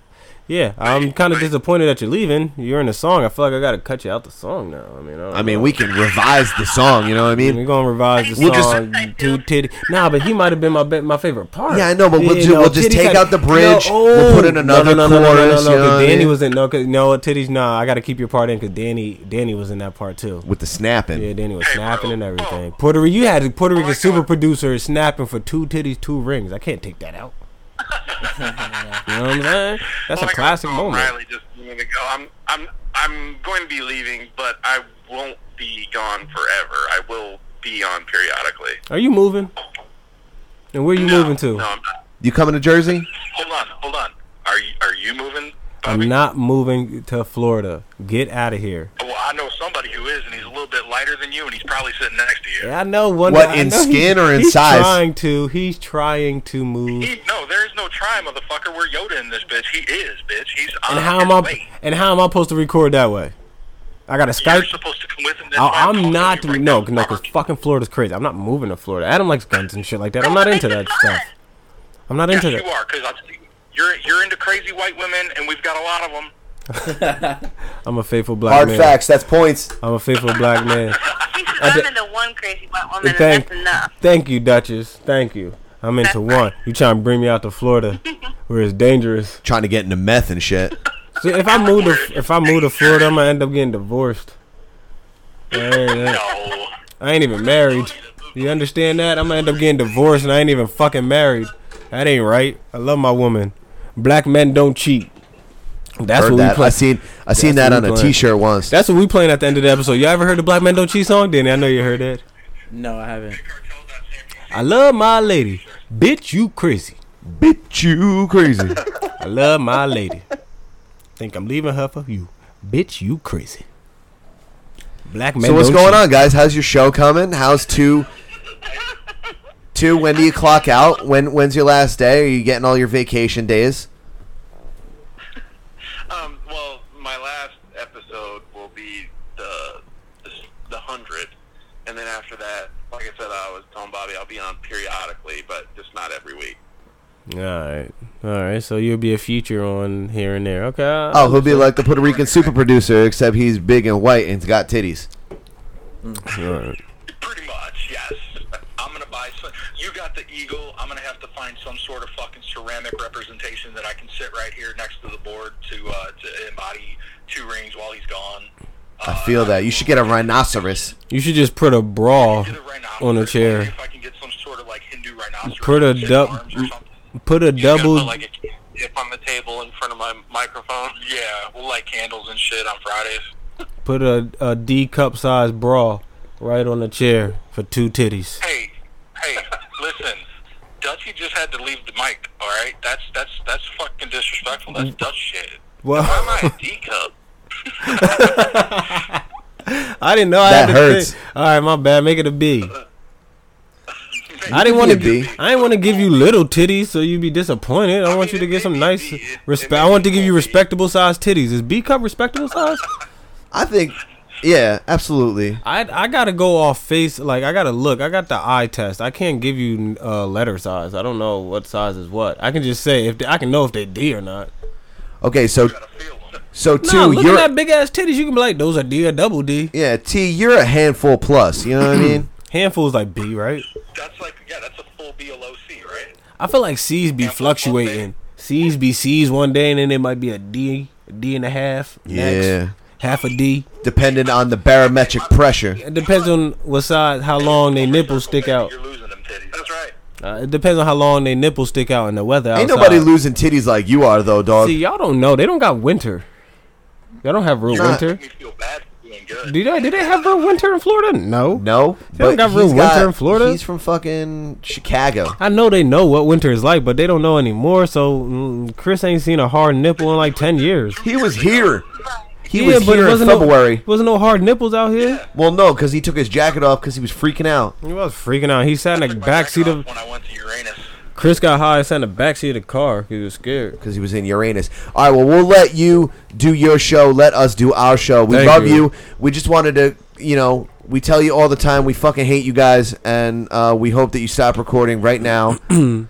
[SPEAKER 10] yeah, I'm kind of disappointed that you're leaving. You're in the song. I feel like I gotta cut you out the song now. I mean, I, don't
[SPEAKER 5] I mean,
[SPEAKER 10] know.
[SPEAKER 5] we can revise the song. You know what I
[SPEAKER 10] We're
[SPEAKER 5] mean?
[SPEAKER 10] gonna revise the
[SPEAKER 5] We'll just-
[SPEAKER 10] song. Two titty. Nah, but he might have been my be- my favorite part.
[SPEAKER 5] Yeah, I know, but we'll
[SPEAKER 10] Yeah,
[SPEAKER 5] ju- we'll just
[SPEAKER 10] titties
[SPEAKER 5] take
[SPEAKER 10] had-
[SPEAKER 5] out the bridge,
[SPEAKER 10] No,
[SPEAKER 5] we'll put in
[SPEAKER 10] oh,
[SPEAKER 5] another
[SPEAKER 10] no, no, no, no,
[SPEAKER 5] chorus,
[SPEAKER 10] No, no,
[SPEAKER 5] you
[SPEAKER 10] no,
[SPEAKER 5] know
[SPEAKER 10] 'cause
[SPEAKER 5] what I
[SPEAKER 10] Danny
[SPEAKER 5] mean?
[SPEAKER 10] was in. No, 'cause- no titties. Nah, I gotta keep your part in because Danny Danny was in that part too.
[SPEAKER 5] With the snapping.
[SPEAKER 10] Yeah, Danny was snapping and everything. Puerto Rico, you had Puerto
[SPEAKER 5] Oh
[SPEAKER 10] Rican super producer snapping for two titties, two rings. I can't
[SPEAKER 5] *laughs*
[SPEAKER 10] take that out. you know what I'm saying? That's a
[SPEAKER 9] Like,
[SPEAKER 10] classic
[SPEAKER 9] oh,
[SPEAKER 10] moment.
[SPEAKER 9] Riley just a minute ago. I'm I'm I'm going to be leaving, but I won't be gone forever. I will be on periodically.
[SPEAKER 10] Are you moving? And where you moving to?
[SPEAKER 9] No, I'm not.
[SPEAKER 5] You coming to Jersey?
[SPEAKER 9] Hold on, hold on. Are you are you moving? Bobby?
[SPEAKER 10] I'm not moving to Florida. Get out of here.
[SPEAKER 9] Well, I know somebody who is, and he's a little bit lighter than you, and he's probably sitting next to you.
[SPEAKER 10] Yeah, I know one.
[SPEAKER 5] What,
[SPEAKER 10] I
[SPEAKER 5] in
[SPEAKER 10] know
[SPEAKER 5] skin or in
[SPEAKER 10] he's
[SPEAKER 5] size?
[SPEAKER 10] Trying to. He's trying to move.
[SPEAKER 9] He, no, there is no try, motherfucker. We're Yoda in this bitch. He is, bitch. He's uh, on
[SPEAKER 10] And how
[SPEAKER 9] his
[SPEAKER 10] am I?
[SPEAKER 9] way.
[SPEAKER 10] And how am I supposed to record that way? I got to
[SPEAKER 9] You're
[SPEAKER 10] Skype.
[SPEAKER 9] supposed to come with him. This
[SPEAKER 10] I,
[SPEAKER 9] time.
[SPEAKER 10] I'm
[SPEAKER 9] I'll
[SPEAKER 10] not.
[SPEAKER 9] tell you right
[SPEAKER 10] No,
[SPEAKER 9] now,
[SPEAKER 10] no, because
[SPEAKER 9] Robert.
[SPEAKER 10] fucking Florida's crazy. I'm not moving to Florida. Adam likes guns and shit like that. I'm not into that stuff. I'm not into
[SPEAKER 9] Yes, you
[SPEAKER 10] that.
[SPEAKER 9] are, because you're you're into crazy white women, and we've got a lot of them.
[SPEAKER 10] I'm a faithful black
[SPEAKER 5] Hard
[SPEAKER 10] man.
[SPEAKER 5] facts. That's points.
[SPEAKER 10] I'm a faithful black
[SPEAKER 9] *laughs*
[SPEAKER 10] man.
[SPEAKER 11] He's I'm into one crazy white woman, and
[SPEAKER 10] Thank,
[SPEAKER 11] that's enough.
[SPEAKER 10] thank you, Duchess. Thank you. I'm into one. You trying to bring me out to
[SPEAKER 9] *laughs*
[SPEAKER 10] Florida, where it's dangerous.
[SPEAKER 5] Trying to get into meth and shit.
[SPEAKER 10] See, if I move to if I move to Florida, I'm gonna end up getting divorced. I ain't-
[SPEAKER 9] No.
[SPEAKER 10] I ain't even married. You understand that? I'm gonna end up getting divorced and I ain't even fucking married. That ain't right. I love my woman. Black men don't cheat. That's
[SPEAKER 5] Heard
[SPEAKER 10] what we
[SPEAKER 5] that. I
[SPEAKER 10] play.
[SPEAKER 5] seen. I seen
[SPEAKER 10] That's
[SPEAKER 5] that
[SPEAKER 10] what
[SPEAKER 5] on
[SPEAKER 10] we
[SPEAKER 5] a
[SPEAKER 10] playing.
[SPEAKER 5] T-shirt once.
[SPEAKER 10] That's what we playing at the end of the episode. Y'all ever heard the Black Men Don't Cheat song? Danny, I know you heard that.
[SPEAKER 8] No, I haven't.
[SPEAKER 10] I love my lady. Bitch, you crazy.
[SPEAKER 5] Bitch, you *laughs* crazy.
[SPEAKER 10] I love my lady. Think I'm leaving her for you. Bitch, you crazy. Black men
[SPEAKER 5] so what's
[SPEAKER 10] don't
[SPEAKER 5] going
[SPEAKER 10] cheat.
[SPEAKER 5] on, guys? How's your show coming? How's two? Two. When do you clock out? When? When's your last day? Are you getting all your vacation days?
[SPEAKER 9] Um, well, my last episode will be the the, the hundred, and then after that, like I said, I was telling Bobby I'll be on periodically, but just not every week.
[SPEAKER 10] Alright. Alright, so you'll be a feature on here and there. Okay. uh,
[SPEAKER 5] Oh, he'll be like the Puerto Rican super producer, except he's big and white and's got titties.
[SPEAKER 10] Alright.
[SPEAKER 9] Pretty much, yes. I'm gonna buy some. You got the eagle. I'm gonna have to find some sort of fucking ceramic representation that I can sit right here next to the board to uh, to embody two rings while he's gone.
[SPEAKER 5] I feel that. You should get a rhinoceros.
[SPEAKER 10] You should just put a bra
[SPEAKER 9] Get a rhinoceros,
[SPEAKER 10] on a
[SPEAKER 9] maybe
[SPEAKER 10] chair.
[SPEAKER 9] If I can get some sort of like Hindu rhinoceros.
[SPEAKER 10] Put a
[SPEAKER 9] with his
[SPEAKER 10] dub-
[SPEAKER 9] arms or something.
[SPEAKER 10] Put a
[SPEAKER 9] You gotta
[SPEAKER 10] double.
[SPEAKER 9] put, like a dip on the table in front of my microphone. Yeah, we'll light candles and shit on Fridays.
[SPEAKER 10] put a, a D cup size bra right on the chair for two titties.
[SPEAKER 9] Hey, hey, listen. Dutchy just had to leave the mic. All right, that's that's that's fucking disrespectful. That's Dutch shit.
[SPEAKER 10] Mm.
[SPEAKER 9] Why
[SPEAKER 10] Well,
[SPEAKER 9] am I a D cup?
[SPEAKER 10] I didn't know I
[SPEAKER 5] That
[SPEAKER 10] had to
[SPEAKER 5] hurts.
[SPEAKER 10] Think. All right, my bad. Make it a
[SPEAKER 9] *laughs*
[SPEAKER 10] B. I didn't want
[SPEAKER 5] Give
[SPEAKER 10] to.
[SPEAKER 5] me a
[SPEAKER 10] Gi-
[SPEAKER 5] B.
[SPEAKER 10] I didn't want to give you little titties, so you'd be disappointed. I want you to get some nice respect. I want to give you respectable size titties. Is B cup respectable size?
[SPEAKER 5] I think. Yeah, absolutely.
[SPEAKER 10] I I gotta go off face. Like I gotta look. I got the eye test. I can't give you uh, letter size. I don't know what size is what. I can just say if they, I can know if they D or not.
[SPEAKER 5] Okay, so so two.
[SPEAKER 10] Nah, look
[SPEAKER 5] you're
[SPEAKER 10] at that big ass titties. You can be like, those are D or double D. *clears throat*
[SPEAKER 5] yeah T. You're a handful plus. You know what I mean?
[SPEAKER 10] Handful is like B, right?
[SPEAKER 9] That's like yeah, that's a full B, a low C, right?
[SPEAKER 10] I feel like C's be fluctuating. C's be C's one day, and then it might be a D, a D and a half. next.
[SPEAKER 5] Yeah.
[SPEAKER 10] Half a D.
[SPEAKER 5] Depending on the barometric pressure.
[SPEAKER 10] It depends on what size, how long they nipples stick out. You're losing them titties. That's right. it depends on how long they nipples stick out in the weather.
[SPEAKER 5] Ain't
[SPEAKER 10] outside.
[SPEAKER 5] nobody losing titties like you are, though, dog.
[SPEAKER 10] See, y'all don't know. They don't got winter. They don't have real winter. Do they? Do they have real winter in Florida? No.
[SPEAKER 5] No.
[SPEAKER 10] They
[SPEAKER 5] but
[SPEAKER 10] don't got real
[SPEAKER 5] he's
[SPEAKER 10] winter
[SPEAKER 5] got-
[SPEAKER 10] in Florida.
[SPEAKER 5] He's from fucking Chicago.
[SPEAKER 10] I know they know what winter is like, but they don't know anymore. So mm, Chris ain't seen a hard nipple in like ten years.
[SPEAKER 5] He was here. He was here in February.
[SPEAKER 10] No, wasn't no hard nipples out here.
[SPEAKER 5] Well, no, because he took his jacket off because he was freaking out.
[SPEAKER 10] He was freaking out. He sat in the backseat of. When I went to Uranus. Chris got high and sat in the backseat of the car. 'cause He was scared.
[SPEAKER 5] Because he was in Uranus. All right, well, we'll let you do your show. Let us do our show. We
[SPEAKER 10] Thank
[SPEAKER 5] love you.
[SPEAKER 10] you.
[SPEAKER 5] We just wanted to, you know, we tell you all the time we fucking hate you guys, and uh, we hope that you stop recording right now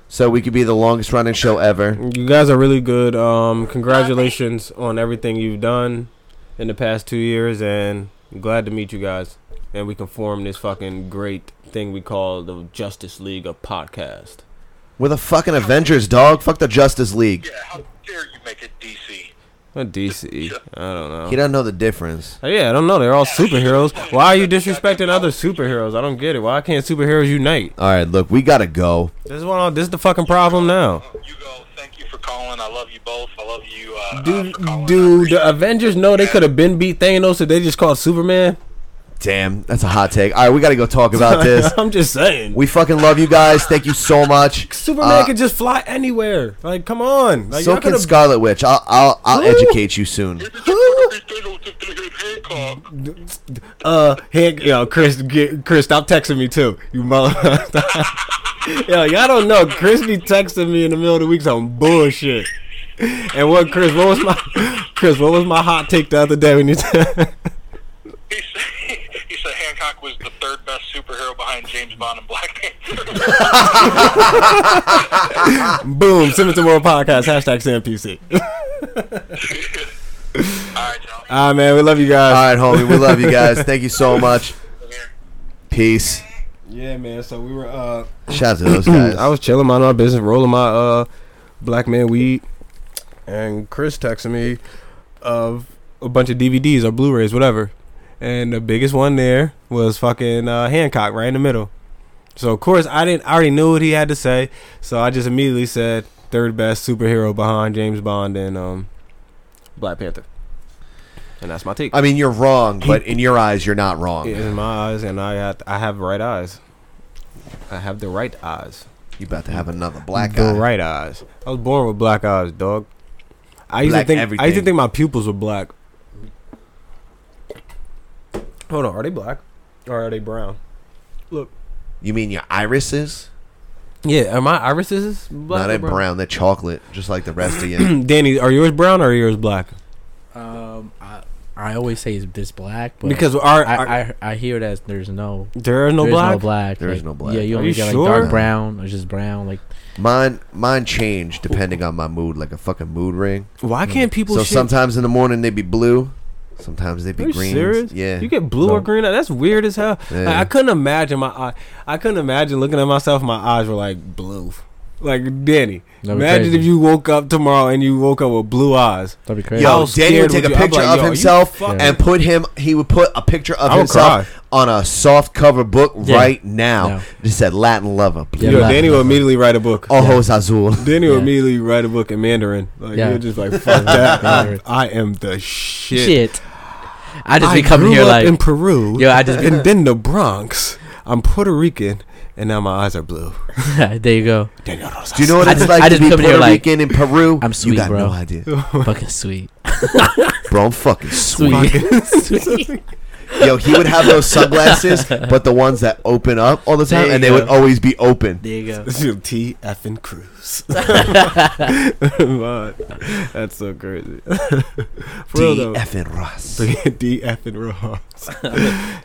[SPEAKER 5] so we could be the longest running show ever.
[SPEAKER 10] You guys are really good. Um, congratulations on everything you've done in the past two years, and I'm glad to meet you guys. And we can form this fucking great thing we call the Justice League of podcast.
[SPEAKER 5] We're the fucking Avengers, dog. Fuck the Justice League.
[SPEAKER 10] What DC? I don't know.
[SPEAKER 5] He doesn't know the difference.
[SPEAKER 10] Oh, Yeah, I don't know. They're all superheroes. Why are you disrespecting other superheroes? I don't get it. Why can't superheroes unite?
[SPEAKER 5] All right, look, we gotta go.
[SPEAKER 10] This is one. of- This is the fucking problem now. You go. Thank you for calling. I love you both. I love you. Uh, do do the Avengers know they could have been beat Thanos if they just called Superman?
[SPEAKER 5] Damn, that's a hot take. All right, we gotta go talk about
[SPEAKER 10] *laughs*
[SPEAKER 5] this.
[SPEAKER 10] I'm just saying.
[SPEAKER 5] We fucking love you guys. Thank you so much.
[SPEAKER 10] Superman
[SPEAKER 5] Uh,
[SPEAKER 10] can just fly anywhere. Like, come on. Like,
[SPEAKER 5] so
[SPEAKER 10] y'all
[SPEAKER 5] can
[SPEAKER 10] could've-
[SPEAKER 5] Scarlet Witch. I'll I'll, I'll educate you soon.
[SPEAKER 10] *laughs* Uh, hey, yo, Chris, get, Chris, stop texting me too. You mother. *laughs* yo, y'all don't know. Chris be texting me in the middle of the week some bullshit. And what, Chris? What was my, *laughs* Chris? What was my hot take the other day when you?
[SPEAKER 9] He said, *laughs* he said Hancock was the third best superhero behind James Bond and Black Panther.
[SPEAKER 10] *laughs*
[SPEAKER 9] *laughs*
[SPEAKER 10] Boom! Simpson World Podcast hashtag *laughs* SamPC.
[SPEAKER 9] All right, y'all.
[SPEAKER 10] Ah man, we love you guys.
[SPEAKER 5] All right, homie. We love you guys. Thank you so much. Peace.
[SPEAKER 10] *laughs* Yeah, man. So we were. uh
[SPEAKER 5] Shout out to those guys.
[SPEAKER 10] I was chilling, minding my business, rolling my uh black man weed, and Chris texted me of a bunch of DVDs or Blu-rays, whatever. And the biggest one there was fucking uh, Hancock, right in the middle. So of course I didn't. I already knew what he had to say, so I just immediately said third best superhero behind James Bond and um Black Panther. And that's my take.
[SPEAKER 5] I mean, you're wrong, but in your eyes, you're not wrong.
[SPEAKER 10] in my eyes, and I got, I have right eyes. I have the right eyes.
[SPEAKER 5] You about to have another black
[SPEAKER 10] The
[SPEAKER 5] guy.
[SPEAKER 10] right eyes. I was born with black eyes, dog. I used
[SPEAKER 5] Black
[SPEAKER 10] to think I used to
[SPEAKER 5] everything.
[SPEAKER 10] think my pupils were black. Hold on, are they black or are they brown?
[SPEAKER 5] You mean your irises?
[SPEAKER 10] Yeah, are my irises black?
[SPEAKER 5] Not
[SPEAKER 10] or
[SPEAKER 5] that brown. They're chocolate, just like the rest of you.
[SPEAKER 10] *clears throat* Danny, are yours brown or are yours black?
[SPEAKER 8] Um, I, I always say it's this black, but
[SPEAKER 10] Because our, our
[SPEAKER 8] I, I I hear that there's no
[SPEAKER 10] there is no
[SPEAKER 8] there's
[SPEAKER 10] black.
[SPEAKER 8] no black.
[SPEAKER 5] There is
[SPEAKER 8] like,
[SPEAKER 5] no black.
[SPEAKER 8] Yeah, you
[SPEAKER 10] Are
[SPEAKER 8] only
[SPEAKER 10] you
[SPEAKER 8] get
[SPEAKER 10] sure?
[SPEAKER 8] like dark brown or just brown. Like
[SPEAKER 5] Mine, mine change depending on my mood, like a fucking mood ring.
[SPEAKER 10] Why can't people?
[SPEAKER 5] So
[SPEAKER 10] shit-
[SPEAKER 5] sometimes in the morning they be blue, sometimes they be
[SPEAKER 10] Are you
[SPEAKER 5] green.
[SPEAKER 10] serious?
[SPEAKER 5] Yeah.
[SPEAKER 10] You get blue or green. eye- That's weird as hell. Like,
[SPEAKER 5] Yeah.
[SPEAKER 10] I couldn't imagine my eye. I couldn't imagine looking at myself. My eyes were like blue. Like Danny.
[SPEAKER 8] That'd be
[SPEAKER 10] imagine
[SPEAKER 8] crazy.
[SPEAKER 10] if you woke up tomorrow and you woke up with blue eyes.
[SPEAKER 8] that'd be crazy.
[SPEAKER 10] How
[SPEAKER 5] Yo, Danny
[SPEAKER 10] scared
[SPEAKER 5] would take a
[SPEAKER 10] would you- I'm
[SPEAKER 5] picture
[SPEAKER 10] like,
[SPEAKER 5] of
[SPEAKER 10] yo, you
[SPEAKER 5] himself
[SPEAKER 10] fucking-
[SPEAKER 5] and put him. He would put a picture of
[SPEAKER 10] I would
[SPEAKER 5] himself
[SPEAKER 10] cry.
[SPEAKER 5] on a soft cover book
[SPEAKER 8] Yeah.
[SPEAKER 5] right now.
[SPEAKER 8] No.
[SPEAKER 5] Just said Latin lover.
[SPEAKER 8] Yeah,
[SPEAKER 10] Yo,
[SPEAKER 8] black.
[SPEAKER 10] Danny will immediately write a book.
[SPEAKER 5] Ojos azul.
[SPEAKER 10] Danny will
[SPEAKER 8] Yeah.
[SPEAKER 10] immediately write a book in Mandarin. Like
[SPEAKER 8] Yeah.
[SPEAKER 10] you're just like fuck
[SPEAKER 8] *laughs*
[SPEAKER 10] that. I,
[SPEAKER 8] Mandarin.
[SPEAKER 10] I am the shit.
[SPEAKER 8] shit. I just
[SPEAKER 10] I
[SPEAKER 8] be coming
[SPEAKER 10] grew
[SPEAKER 8] here
[SPEAKER 10] up
[SPEAKER 8] like
[SPEAKER 10] in Peru.
[SPEAKER 8] Yo, I just be-
[SPEAKER 10] *laughs* and then the Bronx. I'm Puerto Rican, and now my eyes are blue.
[SPEAKER 8] *laughs* there
[SPEAKER 10] *laughs*
[SPEAKER 8] you go.
[SPEAKER 10] Daniel Rosas.
[SPEAKER 5] Do you know what
[SPEAKER 8] I
[SPEAKER 5] it's
[SPEAKER 8] just-
[SPEAKER 5] like
[SPEAKER 8] I
[SPEAKER 5] to
[SPEAKER 8] just
[SPEAKER 5] be
[SPEAKER 8] come here
[SPEAKER 5] Puerto
[SPEAKER 8] like,
[SPEAKER 5] Rican in Peru?
[SPEAKER 8] I'm
[SPEAKER 5] you
[SPEAKER 8] sweet,
[SPEAKER 5] got
[SPEAKER 8] bro.
[SPEAKER 5] no idea,
[SPEAKER 8] *laughs* Fucking sweet,
[SPEAKER 5] bro. I'm fucking sweet.
[SPEAKER 8] sweet, sweet.
[SPEAKER 5] Yo, he would have
[SPEAKER 8] *laughs*
[SPEAKER 5] those sunglasses, but the ones that open up all the time,
[SPEAKER 8] There
[SPEAKER 5] and
[SPEAKER 8] you
[SPEAKER 5] they would
[SPEAKER 8] go.
[SPEAKER 5] always be open.
[SPEAKER 8] There you go.
[SPEAKER 10] T F and
[SPEAKER 8] *laughs*
[SPEAKER 10] Cruz. *laughs* That's so crazy. *laughs* For real
[SPEAKER 5] D
[SPEAKER 10] though. *laughs*
[SPEAKER 5] F and Ross.
[SPEAKER 10] D F and *laughs* Ross.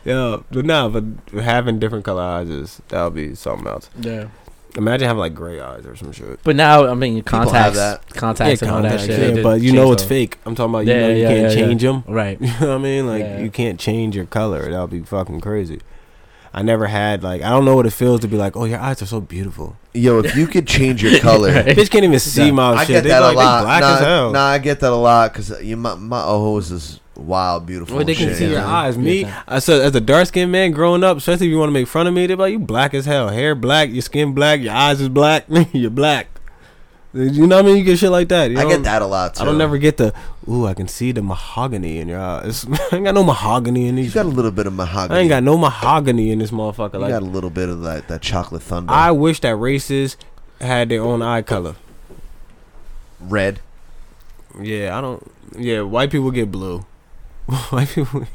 [SPEAKER 10] yeah, but nah, but having different color eyes is that would be something else.
[SPEAKER 8] Yeah.
[SPEAKER 10] Imagine having like gray eyes or some shit.
[SPEAKER 8] But now I mean
[SPEAKER 5] have
[SPEAKER 8] contacts,
[SPEAKER 5] that.
[SPEAKER 8] contacts, and all that
[SPEAKER 10] contacts,
[SPEAKER 8] shit.
[SPEAKER 10] yeah,
[SPEAKER 8] They
[SPEAKER 10] but you
[SPEAKER 8] change
[SPEAKER 10] know it's
[SPEAKER 8] them.
[SPEAKER 10] fake. I'm talking about you
[SPEAKER 8] Yeah,
[SPEAKER 10] know you
[SPEAKER 8] yeah,
[SPEAKER 10] can't *laughs*
[SPEAKER 8] yeah,
[SPEAKER 10] change
[SPEAKER 8] yeah.
[SPEAKER 10] them.
[SPEAKER 8] Right.
[SPEAKER 10] You know what I mean? Like
[SPEAKER 8] Yeah.
[SPEAKER 10] you can't change your color. That would be fucking crazy. I never had like I don't know what it feels to be like. Oh, your eyes are so *laughs* beautiful.
[SPEAKER 5] Yo, if you could change your
[SPEAKER 8] *laughs*
[SPEAKER 5] color,
[SPEAKER 10] bitch can't even see my
[SPEAKER 5] I
[SPEAKER 10] Oh, shit.
[SPEAKER 5] get
[SPEAKER 10] They
[SPEAKER 5] that
[SPEAKER 10] like-
[SPEAKER 5] a
[SPEAKER 10] they
[SPEAKER 5] lot.
[SPEAKER 10] black
[SPEAKER 5] nah,
[SPEAKER 10] as hell.
[SPEAKER 5] nah, I get that a lot because my my ojos is wild, beautiful.
[SPEAKER 10] Well, they
[SPEAKER 5] and
[SPEAKER 10] can
[SPEAKER 5] shit,
[SPEAKER 10] see
[SPEAKER 5] you
[SPEAKER 10] your
[SPEAKER 5] know?
[SPEAKER 10] eyes. Me, I said, as a dark skinned man growing up, especially if you want to make fun of me, they're like, you black as hell. Hair black, your skin black, your eyes is black, *laughs* you're black. You know what I mean? You get shit like that. you
[SPEAKER 5] I
[SPEAKER 10] know?
[SPEAKER 5] get that a lot,
[SPEAKER 10] I don't
[SPEAKER 5] too.
[SPEAKER 10] never get the, ooh, I can see the mahogany in your eyes. *laughs* I ain't got no mahogany in these. You
[SPEAKER 5] got a little bit of mahogany.
[SPEAKER 10] I ain't got no mahogany in this motherfucker.
[SPEAKER 5] You
[SPEAKER 10] like,
[SPEAKER 5] got a little bit of that, that chocolate thunder.
[SPEAKER 10] I wish that races had their own eye color.
[SPEAKER 5] Red.
[SPEAKER 10] Yeah, I don't. Yeah, white people get blue. *laughs* white people, *laughs*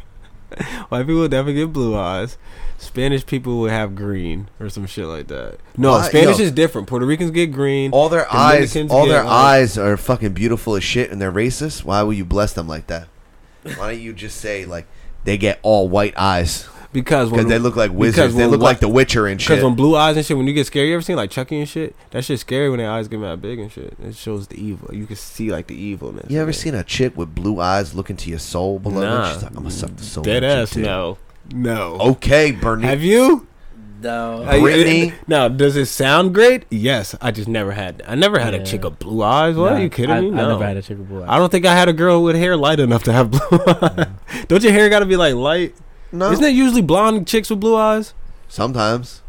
[SPEAKER 10] white people definitely get blue eyes. Spanish people would have green or some shit like that. No,
[SPEAKER 5] Why-
[SPEAKER 10] Spanish
[SPEAKER 5] yo. Oh,
[SPEAKER 10] is different. Puerto Ricans get green.
[SPEAKER 5] all their eyes,
[SPEAKER 10] Dominicans
[SPEAKER 5] all
[SPEAKER 10] get,
[SPEAKER 5] their
[SPEAKER 10] like-
[SPEAKER 5] eyes are fucking beautiful as shit, and they're racist. Why will you bless them like that? Why don't you just say like they get all white eyes
[SPEAKER 10] because
[SPEAKER 5] because
[SPEAKER 10] when-
[SPEAKER 5] they look like
[SPEAKER 10] because
[SPEAKER 5] wizards, they
[SPEAKER 10] when
[SPEAKER 5] look
[SPEAKER 10] whi-
[SPEAKER 5] like the Witcher and shit.
[SPEAKER 10] Because when blue eyes and shit, when you get scared, you ever seen like Chucky and shit? That shit's scary when their eyes get mad big and shit. It shows the evil. You can see like the evilness.
[SPEAKER 5] You ever
[SPEAKER 10] Yeah.
[SPEAKER 5] seen a chick with blue eyes look into your soul, beloved?
[SPEAKER 10] Nah.
[SPEAKER 5] She's like, I'm gonna suck the soul.
[SPEAKER 10] Dead
[SPEAKER 5] out your
[SPEAKER 10] ass,
[SPEAKER 5] dick."
[SPEAKER 10] no. No.
[SPEAKER 5] Okay, Bernie.
[SPEAKER 10] Have you?
[SPEAKER 8] No.
[SPEAKER 10] Are you-
[SPEAKER 5] Britney?
[SPEAKER 10] *laughs* Now, does it sound great? Yes. I just never had. I never had
[SPEAKER 8] Yeah.
[SPEAKER 10] a chick with blue eyes. What
[SPEAKER 8] Nah,
[SPEAKER 10] are you kidding
[SPEAKER 8] I-
[SPEAKER 10] me?
[SPEAKER 8] I
[SPEAKER 10] No.
[SPEAKER 8] never had a chick with blue eyes.
[SPEAKER 10] I don't think I had a girl with hair light enough to have blue *laughs* eyes. Don't your hair got to be like light?
[SPEAKER 5] No.
[SPEAKER 10] Isn't it usually blonde chicks with blue eyes?
[SPEAKER 5] Sometimes.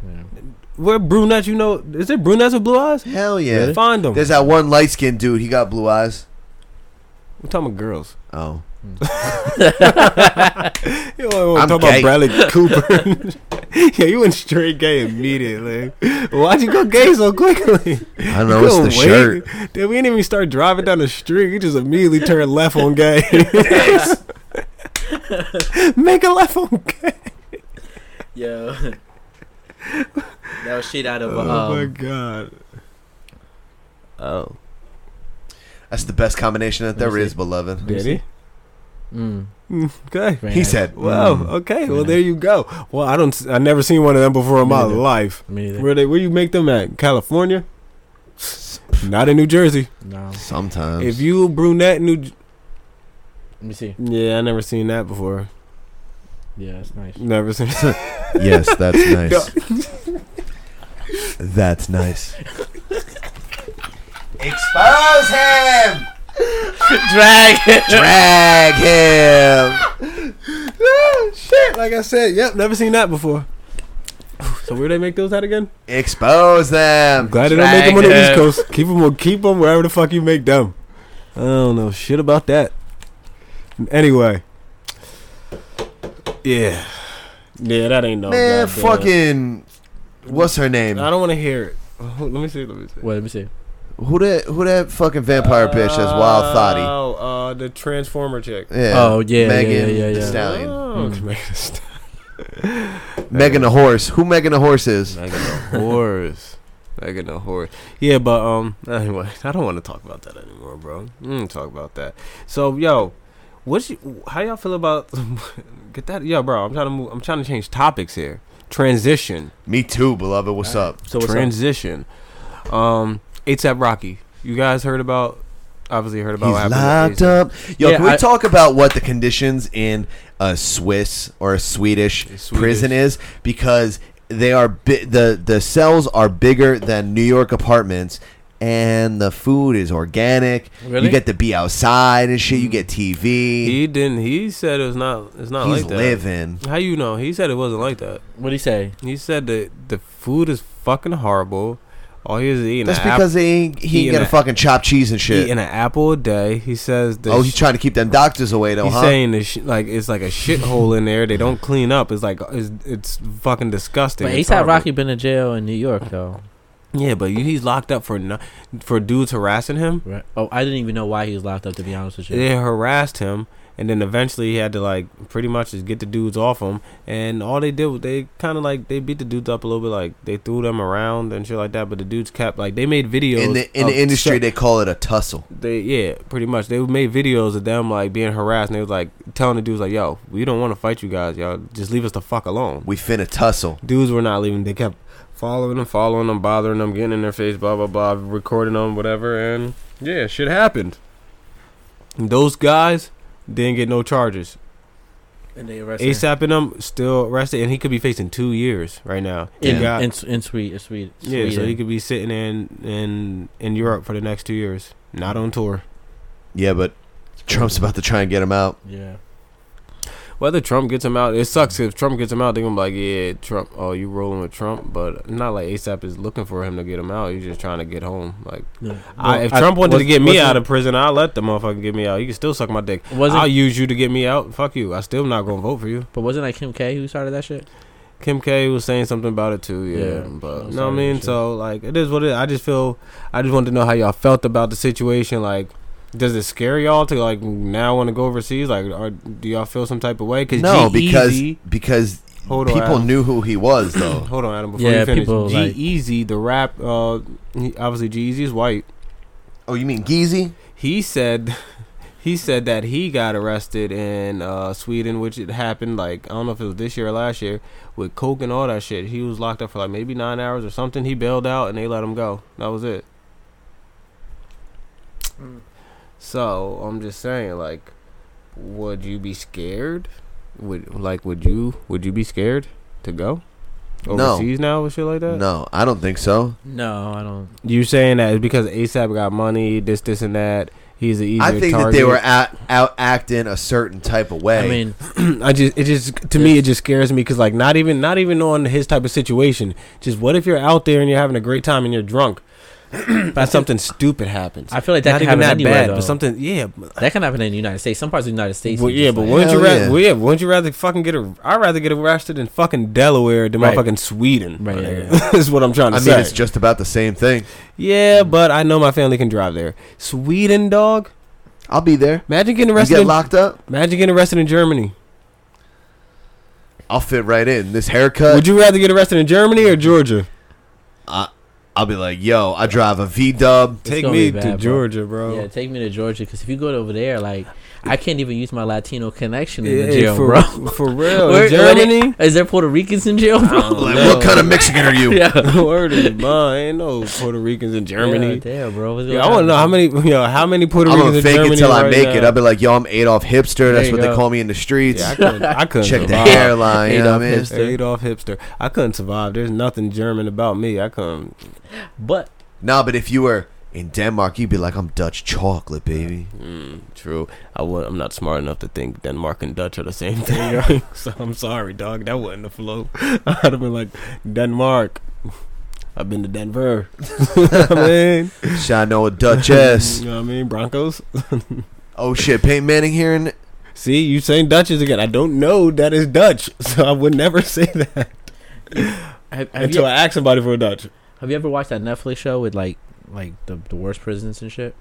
[SPEAKER 10] Where brunettes? You know, is there brunettes with blue eyes?
[SPEAKER 5] Hell yeah.
[SPEAKER 10] Find them.
[SPEAKER 5] There's that one light skinned dude. He got blue eyes.
[SPEAKER 10] We're talking about girls.
[SPEAKER 5] Oh.
[SPEAKER 10] *laughs* You don't want
[SPEAKER 5] I'm
[SPEAKER 10] to talk about
[SPEAKER 5] gay. *laughs*
[SPEAKER 10] Bradley Cooper. *laughs* yeah, you went straight gay immediately. Why'd you go gay so quickly?
[SPEAKER 5] I don't know. It's the
[SPEAKER 10] Couldn't
[SPEAKER 5] shirt.
[SPEAKER 10] wait. Dude, we didn't even start driving down the street. We just immediately turned left on gay.
[SPEAKER 8] *laughs*
[SPEAKER 10] *laughs* Make a left on gay.
[SPEAKER 8] Yo.
[SPEAKER 10] *laughs*
[SPEAKER 8] that was shit out of. Um,
[SPEAKER 10] Oh my god. Oh.
[SPEAKER 5] That's the best combination that
[SPEAKER 8] Let me
[SPEAKER 5] there is,
[SPEAKER 8] see.
[SPEAKER 5] beloved.
[SPEAKER 10] Did he?
[SPEAKER 8] Mm.
[SPEAKER 10] Mm, Okay.
[SPEAKER 8] Very
[SPEAKER 5] He
[SPEAKER 8] nice.
[SPEAKER 5] said, mm,
[SPEAKER 10] Wow.
[SPEAKER 8] Mm.
[SPEAKER 10] Okay. Well, there you go. Well, I don't. s- I never seen one of them before in my
[SPEAKER 8] Me neither.
[SPEAKER 10] life.
[SPEAKER 8] Me neither.
[SPEAKER 10] Where they? Where you make them at? California? Not in New Jersey.
[SPEAKER 8] No.
[SPEAKER 5] Sometimes.
[SPEAKER 10] If you brunette, in New. J-
[SPEAKER 8] Let me see.
[SPEAKER 10] Yeah, I never seen that before.
[SPEAKER 8] Yeah, that's nice.
[SPEAKER 10] Never *laughs* seen.
[SPEAKER 5] yes,
[SPEAKER 10] *laughs*
[SPEAKER 5] that's nice. that's
[SPEAKER 10] *laughs*
[SPEAKER 5] nice. Expose him!
[SPEAKER 8] Drag.
[SPEAKER 5] Drag him!
[SPEAKER 10] *laughs* Shit. Like I said, yep. Never seen that before. *sighs* So where they make those at again?
[SPEAKER 5] Expose them!
[SPEAKER 10] I'm glad they don't make them on the East Coast. Keep them, keep them wherever the fuck you make them. I don't know shit about that. Anyway, yeah, yeah, that ain't no
[SPEAKER 5] Man,
[SPEAKER 10] Oh, goddamn-
[SPEAKER 5] fucking. What's her name?
[SPEAKER 10] I don't want to hear it. *laughs* Oh, Let me see. Let me see.
[SPEAKER 8] Wait, let me see.
[SPEAKER 5] Who that? Who that fucking vampire bitch? That's wild thotty.
[SPEAKER 10] Oh, uh, the Transformer chick.
[SPEAKER 5] Yeah.
[SPEAKER 8] Oh, yeah, yeah,
[SPEAKER 5] Megan
[SPEAKER 8] yeah, yeah,
[SPEAKER 5] Thee
[SPEAKER 8] yeah.
[SPEAKER 5] Stallion.
[SPEAKER 10] Oh, Megan Thee Stallion.
[SPEAKER 5] Megan the horse. Who Megan the horse is?
[SPEAKER 10] Megan the *laughs* horse. Megan the horse. Yeah, but um. Anyway, *laughs* I don't want to talk about that anymore, bro. Mm, talk about that. So yo, what? You, how y'all feel about? *laughs* get that, yo, bro. I'm trying to move. I'm trying to change topics here. Transition.
[SPEAKER 5] Me too, beloved. What's up?
[SPEAKER 8] So what's up?
[SPEAKER 10] transition. Um, ASAP Rocky. You guys heard about? Obviously heard about. what
[SPEAKER 5] He's
[SPEAKER 10] happened with
[SPEAKER 5] locked up. Yo,
[SPEAKER 8] Yeah,
[SPEAKER 5] can we
[SPEAKER 8] I-
[SPEAKER 5] talk about what the conditions in a Swiss or a Swedish,
[SPEAKER 10] Swedish.
[SPEAKER 5] prison is? Because they are bi- the the cells are bigger than New York apartments, and the food is organic.
[SPEAKER 8] Really?
[SPEAKER 5] You get to be outside and shit. You get TV.
[SPEAKER 10] He didn't. He said it was not. It's not
[SPEAKER 5] He's
[SPEAKER 10] like that.
[SPEAKER 5] living.
[SPEAKER 10] How you know? He said it wasn't like that.
[SPEAKER 8] What'd he say?
[SPEAKER 10] He said that the food is fucking horrible. All he is eating.
[SPEAKER 5] That's
[SPEAKER 10] an apple-
[SPEAKER 5] because he ain't, he
[SPEAKER 10] eating
[SPEAKER 5] ain't get a
[SPEAKER 10] a-
[SPEAKER 5] fucking chopped cheese and shit.
[SPEAKER 10] eating an apple a day. He says the
[SPEAKER 5] oh,
[SPEAKER 10] sh-
[SPEAKER 5] he's trying to keep them doctors away though,
[SPEAKER 10] he's
[SPEAKER 5] huh?
[SPEAKER 10] saying the sh- like it's like a shithole in there. They don't clean up. It's like it's, it's fucking disgusting.
[SPEAKER 8] But
[SPEAKER 10] It's
[SPEAKER 8] ASAP
[SPEAKER 10] horrible.
[SPEAKER 8] Rocky been in jail in New York though.
[SPEAKER 10] yeah, but you- he's locked up for no- for dudes harassing him.
[SPEAKER 8] Right. Oh, I didn't even know why he was locked up. To be honest with you.
[SPEAKER 10] They harassed him, and then eventually he had to like pretty much just get the dudes off him. And all they did was they kind of like they beat the dudes up a little bit, like they threw them around and shit like that. But the dudes kept like they made videos
[SPEAKER 5] in the in
[SPEAKER 10] of
[SPEAKER 5] the industry,
[SPEAKER 10] cer-
[SPEAKER 5] they call it a tussle.
[SPEAKER 10] they yeah, pretty much. They made videos of them like being harassed, and they was like telling the dudes like, "Yo, we don't want to fight you guys, y'all. Just leave us the fuck alone."
[SPEAKER 5] We finna tussle.
[SPEAKER 10] dudes were not leaving. They kept following them, following them, bothering them, getting in their face, blah blah blah, recording them, whatever, and yeah, shit happened. And those guys didn't get no charges.
[SPEAKER 8] And they arrested him.
[SPEAKER 10] ASAP and them still arrested, and he could be facing two years right now. He
[SPEAKER 8] In-
[SPEAKER 10] got-
[SPEAKER 8] in S- in Swe- in Sweden.
[SPEAKER 10] Yeah, so he
[SPEAKER 8] Sweden.
[SPEAKER 10] could be sitting in in in Europe for the next two years, not on tour.
[SPEAKER 5] Yeah, but Trump's about to try and get him out.
[SPEAKER 8] Yeah.
[SPEAKER 10] Whether Trump gets him out, it sucks. If Trump gets him out, they're gonna be like, "Yeah, Trump. Oh, you rolling with Trump?" But not like ASAP is looking for him to get him out. He's just trying to get home. Like,
[SPEAKER 8] Yeah.
[SPEAKER 10] I, if
[SPEAKER 8] Well, I-
[SPEAKER 10] Trump wanted to
[SPEAKER 8] was-
[SPEAKER 10] get me
[SPEAKER 8] wasn't-
[SPEAKER 10] out of prison, I'll let the motherfucker get me out. You can still suck my dick.
[SPEAKER 8] Wasn't-
[SPEAKER 10] I'll use you to get me out. Fuck you. I still not gonna vote for you.
[SPEAKER 8] But wasn't that Kim K who started that shit?
[SPEAKER 10] Kim K was saying something about it too. Yeah,
[SPEAKER 8] Yeah,
[SPEAKER 10] but
[SPEAKER 8] I'm
[SPEAKER 10] no, I
[SPEAKER 8] sorry,
[SPEAKER 10] mean,
[SPEAKER 8] shit.
[SPEAKER 10] so like, it is what it is. I just feel, I just wanted to know how y'all felt about the situation. Like, does it scare y'all to like now want to go overseas? Like, are, do y'all feel some type of way?
[SPEAKER 5] No, because
[SPEAKER 10] G-Eazy-
[SPEAKER 5] because
[SPEAKER 10] Hold on,
[SPEAKER 5] people
[SPEAKER 10] Adam.
[SPEAKER 5] knew who he was
[SPEAKER 10] *coughs*
[SPEAKER 5] though.
[SPEAKER 10] *clears throat* Hold on, Adam. Before
[SPEAKER 8] Yeah,
[SPEAKER 10] you finish,
[SPEAKER 8] people,
[SPEAKER 10] G
[SPEAKER 8] like-
[SPEAKER 10] Easy, the rap, uh, he, obviously G Easy is white.
[SPEAKER 5] Oh, you mean Geezy?
[SPEAKER 10] He said, *laughs* he said that he got arrested in uh, Sweden, which it happened like I don't know if it was this year or last year with coke and all that shit. He was locked up for like maybe nine hours or something. He bailed out and they let him go. That was it. So I'm just saying, like, would you be scared? Would like would you would you be scared to go
[SPEAKER 5] No.
[SPEAKER 10] overseas now with shit like that?
[SPEAKER 5] No, I don't think so.
[SPEAKER 8] No, I don't.
[SPEAKER 10] You saying that is because ASAP got money, this, this, and that. He's an easier
[SPEAKER 5] I think
[SPEAKER 10] target.
[SPEAKER 5] that they were out, out acting a certain type of way.
[SPEAKER 8] I mean,
[SPEAKER 10] *clears throat* I just, it just, to me, it just scares me because, like, not even, not even on his type of situation. Just what if you're out there and you're having a great time and you're drunk, *clears throat* but something stupid happens.
[SPEAKER 8] I feel like that
[SPEAKER 10] not
[SPEAKER 8] can
[SPEAKER 10] even
[SPEAKER 8] happen
[SPEAKER 10] that
[SPEAKER 8] anywhere,
[SPEAKER 10] bad,
[SPEAKER 8] though.
[SPEAKER 10] but something, yeah.
[SPEAKER 8] that can happen in the United States. Some parts of the United States.
[SPEAKER 10] Well,
[SPEAKER 8] it's
[SPEAKER 10] yeah,
[SPEAKER 8] just
[SPEAKER 10] but
[SPEAKER 8] like-
[SPEAKER 10] wouldn't you
[SPEAKER 5] Hell
[SPEAKER 10] rather?
[SPEAKER 5] yeah.
[SPEAKER 10] Well, yeah, wouldn't you rather fucking get a? I'd rather get arrested in fucking Delaware than
[SPEAKER 8] Right.
[SPEAKER 10] motherfucking Sweden.
[SPEAKER 8] Right,
[SPEAKER 10] *laughs*
[SPEAKER 8] yeah,
[SPEAKER 10] is what I'm trying to
[SPEAKER 5] I
[SPEAKER 10] say.
[SPEAKER 5] mean, it's just about the same thing.
[SPEAKER 10] yeah, but I know my family can drive there. Sweden, dog.
[SPEAKER 5] I'll be there.
[SPEAKER 10] Imagine getting
[SPEAKER 5] You
[SPEAKER 10] arrested.
[SPEAKER 5] get
[SPEAKER 10] in-
[SPEAKER 5] locked up,
[SPEAKER 10] Imagine getting arrested in Germany.
[SPEAKER 5] I'll fit right in. This haircut,
[SPEAKER 10] Would you rather get arrested in Germany or Georgia?
[SPEAKER 5] I'll be like, yo, I drive a V Dub.
[SPEAKER 8] It's gonna be bad, bro.
[SPEAKER 10] bro.
[SPEAKER 8] Yeah, take me to Georgia because if you go over there, like I can't even use my Latino connection in
[SPEAKER 10] Yeah,
[SPEAKER 8] the jail,
[SPEAKER 10] for,
[SPEAKER 8] bro.
[SPEAKER 10] *laughs* for real.
[SPEAKER 8] Where-
[SPEAKER 10] in Germany?
[SPEAKER 8] *laughs* Is there Puerto Ricans in jail, bro?
[SPEAKER 10] Oh,
[SPEAKER 5] Like,
[SPEAKER 10] no.
[SPEAKER 5] what kind of Mexican are *laughs* you?
[SPEAKER 8] *laughs*
[SPEAKER 10] *laughs*
[SPEAKER 8] yeah,
[SPEAKER 10] Word is mine. Ain't no Puerto Ricans in Germany.
[SPEAKER 8] Yeah, damn, bro. What's
[SPEAKER 10] Yo,
[SPEAKER 8] going
[SPEAKER 10] I want to
[SPEAKER 8] on?
[SPEAKER 10] know how many, yo, how many Puerto
[SPEAKER 5] I'm
[SPEAKER 10] Ricans
[SPEAKER 5] gonna
[SPEAKER 10] in
[SPEAKER 5] fake
[SPEAKER 10] Germany
[SPEAKER 5] it till I
[SPEAKER 10] right
[SPEAKER 5] make it.
[SPEAKER 10] now?
[SPEAKER 5] I'll be like, yo, I'm Adolf Hipster. That's
[SPEAKER 8] you
[SPEAKER 5] what they
[SPEAKER 8] go.
[SPEAKER 5] call me in the streets.
[SPEAKER 10] Yeah, I couldn't, I couldn't
[SPEAKER 5] Check the
[SPEAKER 10] survive.
[SPEAKER 5] hairline. You know
[SPEAKER 8] Adolf
[SPEAKER 5] what I mean?
[SPEAKER 8] Hipster.
[SPEAKER 10] Adolf hipster. I couldn't survive. There's nothing German about me. I couldn't.
[SPEAKER 8] But
[SPEAKER 5] Nah, but if you were in Denmark, you'd be like, I'm Dutch chocolate, baby.
[SPEAKER 10] Mm, True. I would, I'm not smart enough to think Denmark and Dutch are the same thing. yo. *laughs* so I'm sorry, dog. That wasn't the *laughs* flow. I'd have been like Denmark. I've been to Denver. *laughs* I mean,
[SPEAKER 5] Shall I know a Duchess?
[SPEAKER 10] you know what I mean? Broncos.
[SPEAKER 5] oh shit, Peyton Manning here in
[SPEAKER 10] See, you saying Dutchess again. I don't know that is Dutch, *laughs* so I would never say that
[SPEAKER 8] have, have,
[SPEAKER 10] until
[SPEAKER 8] you,
[SPEAKER 10] I ask somebody for a Dutch.
[SPEAKER 8] have you ever watched that Netflix show with like like the, the worst prisons and shit?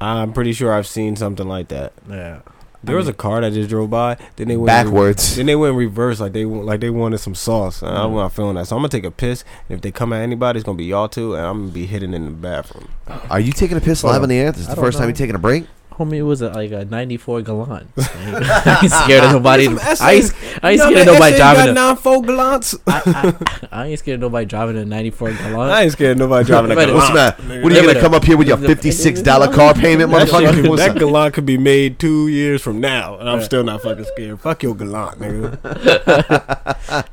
[SPEAKER 10] I'm pretty sure I've seen something like that.
[SPEAKER 8] Yeah.
[SPEAKER 10] There was a car that just drove by. Then they went in re-
[SPEAKER 5] backwards. Mm.
[SPEAKER 10] Then they went reverse, like they wa- like they wanted some sauce. And I'm
[SPEAKER 8] Mhm.
[SPEAKER 10] not feeling that, so I'm gonna take a piss. And if they come at anybody, it's gonna be y'all too, and I'm gonna be hidden in the bathroom.
[SPEAKER 5] Are you taking a piss
[SPEAKER 10] Hold
[SPEAKER 5] live
[SPEAKER 10] on.
[SPEAKER 5] on the air? This is
[SPEAKER 8] I
[SPEAKER 5] the
[SPEAKER 8] don't
[SPEAKER 5] first time
[SPEAKER 8] know.
[SPEAKER 5] you're taking a break.
[SPEAKER 8] Homie, it was a, like a
[SPEAKER 10] *laughs*
[SPEAKER 8] '94 *laughs* Galant. I ain't scared of nobody.
[SPEAKER 10] Some
[SPEAKER 8] I ain't, I ain't
[SPEAKER 10] You know
[SPEAKER 8] scared of
[SPEAKER 10] that
[SPEAKER 8] nobody
[SPEAKER 10] SA got
[SPEAKER 8] driving. A,
[SPEAKER 10] nine four glance.
[SPEAKER 8] I,
[SPEAKER 10] *laughs*
[SPEAKER 8] I, I ain't scared of nobody driving a '94 Galant.
[SPEAKER 10] I ain't scared of nobody driving a
[SPEAKER 8] Uh, Wait a
[SPEAKER 10] Galant.
[SPEAKER 5] What's the matter? What are you
[SPEAKER 8] Nigga.
[SPEAKER 5] gonna come up here with your fifty-six dollar car payment,
[SPEAKER 10] That, shit,
[SPEAKER 5] motherfucker?
[SPEAKER 10] could-
[SPEAKER 5] What's
[SPEAKER 10] that
[SPEAKER 5] up?
[SPEAKER 10] galant could be made two years from now, and I'm still not fucking scared. Fuck your galant, nigga.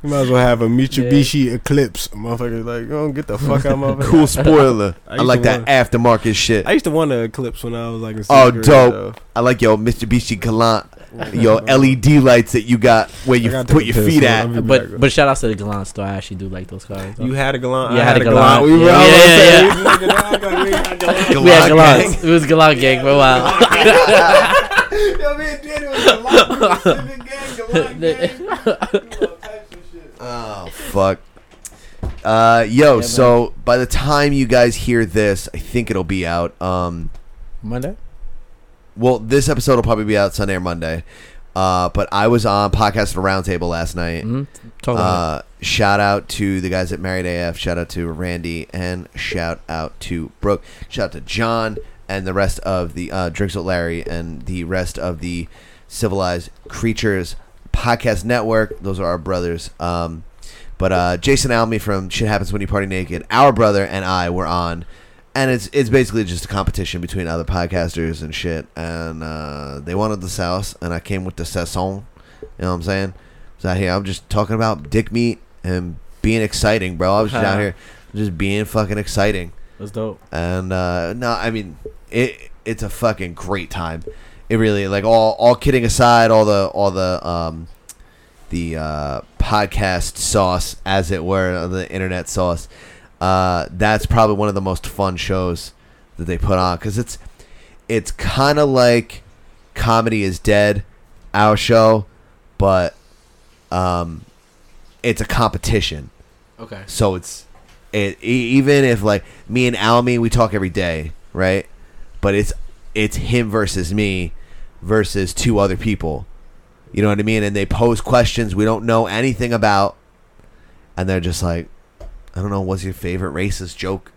[SPEAKER 8] *laughs*
[SPEAKER 10] you might as well have a Mitsubishi Eclipse. Motherfucker, like, oh, get the fuck
[SPEAKER 5] *laughs*
[SPEAKER 10] out of my
[SPEAKER 5] Cool spoiler.
[SPEAKER 10] I
[SPEAKER 5] I
[SPEAKER 10] used
[SPEAKER 5] like
[SPEAKER 10] to
[SPEAKER 5] that aftermarket shit.
[SPEAKER 10] I used to want an Eclipse when I was like, in sixth
[SPEAKER 5] Oh,
[SPEAKER 10] grade,
[SPEAKER 5] dope.
[SPEAKER 10] though.
[SPEAKER 5] I like your Mitsubishi Galant, your LED lights that you got where
[SPEAKER 10] I
[SPEAKER 5] E you
[SPEAKER 10] gotta
[SPEAKER 5] put
[SPEAKER 10] take
[SPEAKER 5] your
[SPEAKER 10] a piss,
[SPEAKER 5] feet
[SPEAKER 10] man.
[SPEAKER 5] at.
[SPEAKER 10] I'll be back.
[SPEAKER 8] But but shout out to the Galant store. I actually do like those cars. though.
[SPEAKER 10] You had a galant.
[SPEAKER 8] Yeah,
[SPEAKER 10] I
[SPEAKER 8] I
[SPEAKER 10] had a
[SPEAKER 8] had a
[SPEAKER 10] galant.
[SPEAKER 8] Galant.
[SPEAKER 10] We were
[SPEAKER 8] Yeah,
[SPEAKER 10] all
[SPEAKER 5] *laughs*
[SPEAKER 8] yeah,
[SPEAKER 10] yeah, yeah.
[SPEAKER 8] we had
[SPEAKER 5] Galant
[SPEAKER 8] Galants. It was Galant gang for a while.
[SPEAKER 10] *laughs*
[SPEAKER 5] *laughs* Oh fuck. Uh, yo. so by the time you guys hear this, I think it'll be out. Um,
[SPEAKER 8] Monday.
[SPEAKER 5] well, this episode will probably be out Sunday or Monday. Uh, but I was on podcast at a roundtable last night.
[SPEAKER 8] Mm-hmm. Talk about
[SPEAKER 5] Uh, shout out to the guys at Married AF. Shout out to Randy and shout out to Brooke. Shout out to John and the rest of the uh, Drinks with Larry and the rest of the Civilized Creatures Podcast Network. Those are our brothers. Um, but uh, Jason Alme from Shit Happens When You Party Naked, our brother and I were on. And it's it's basically just a competition between other podcasters and shit. And uh, they wanted the sauce, and I came with the sasson You know what I'm saying? So out here, I'm just talking about dick meat and being exciting, bro. I was just out here just being fucking exciting.
[SPEAKER 8] That's dope.
[SPEAKER 5] And uh, no, I mean it. It's a fucking great time. It really like all all kidding aside, all the all the um the uh, podcast sauce, as it were, or the internet sauce. Uh, that's probably one of the most fun shows that they put on because it's it's kind of like comedy is dead, our show, but um, it's a competition.
[SPEAKER 8] Okay.
[SPEAKER 5] So it's it e- even if like me and Almy we talk every day, right? But it's it's him versus me versus two other people. You know what I mean? And they pose questions we don't know anything about, and they're just like, I don't know, what's your favorite racist joke?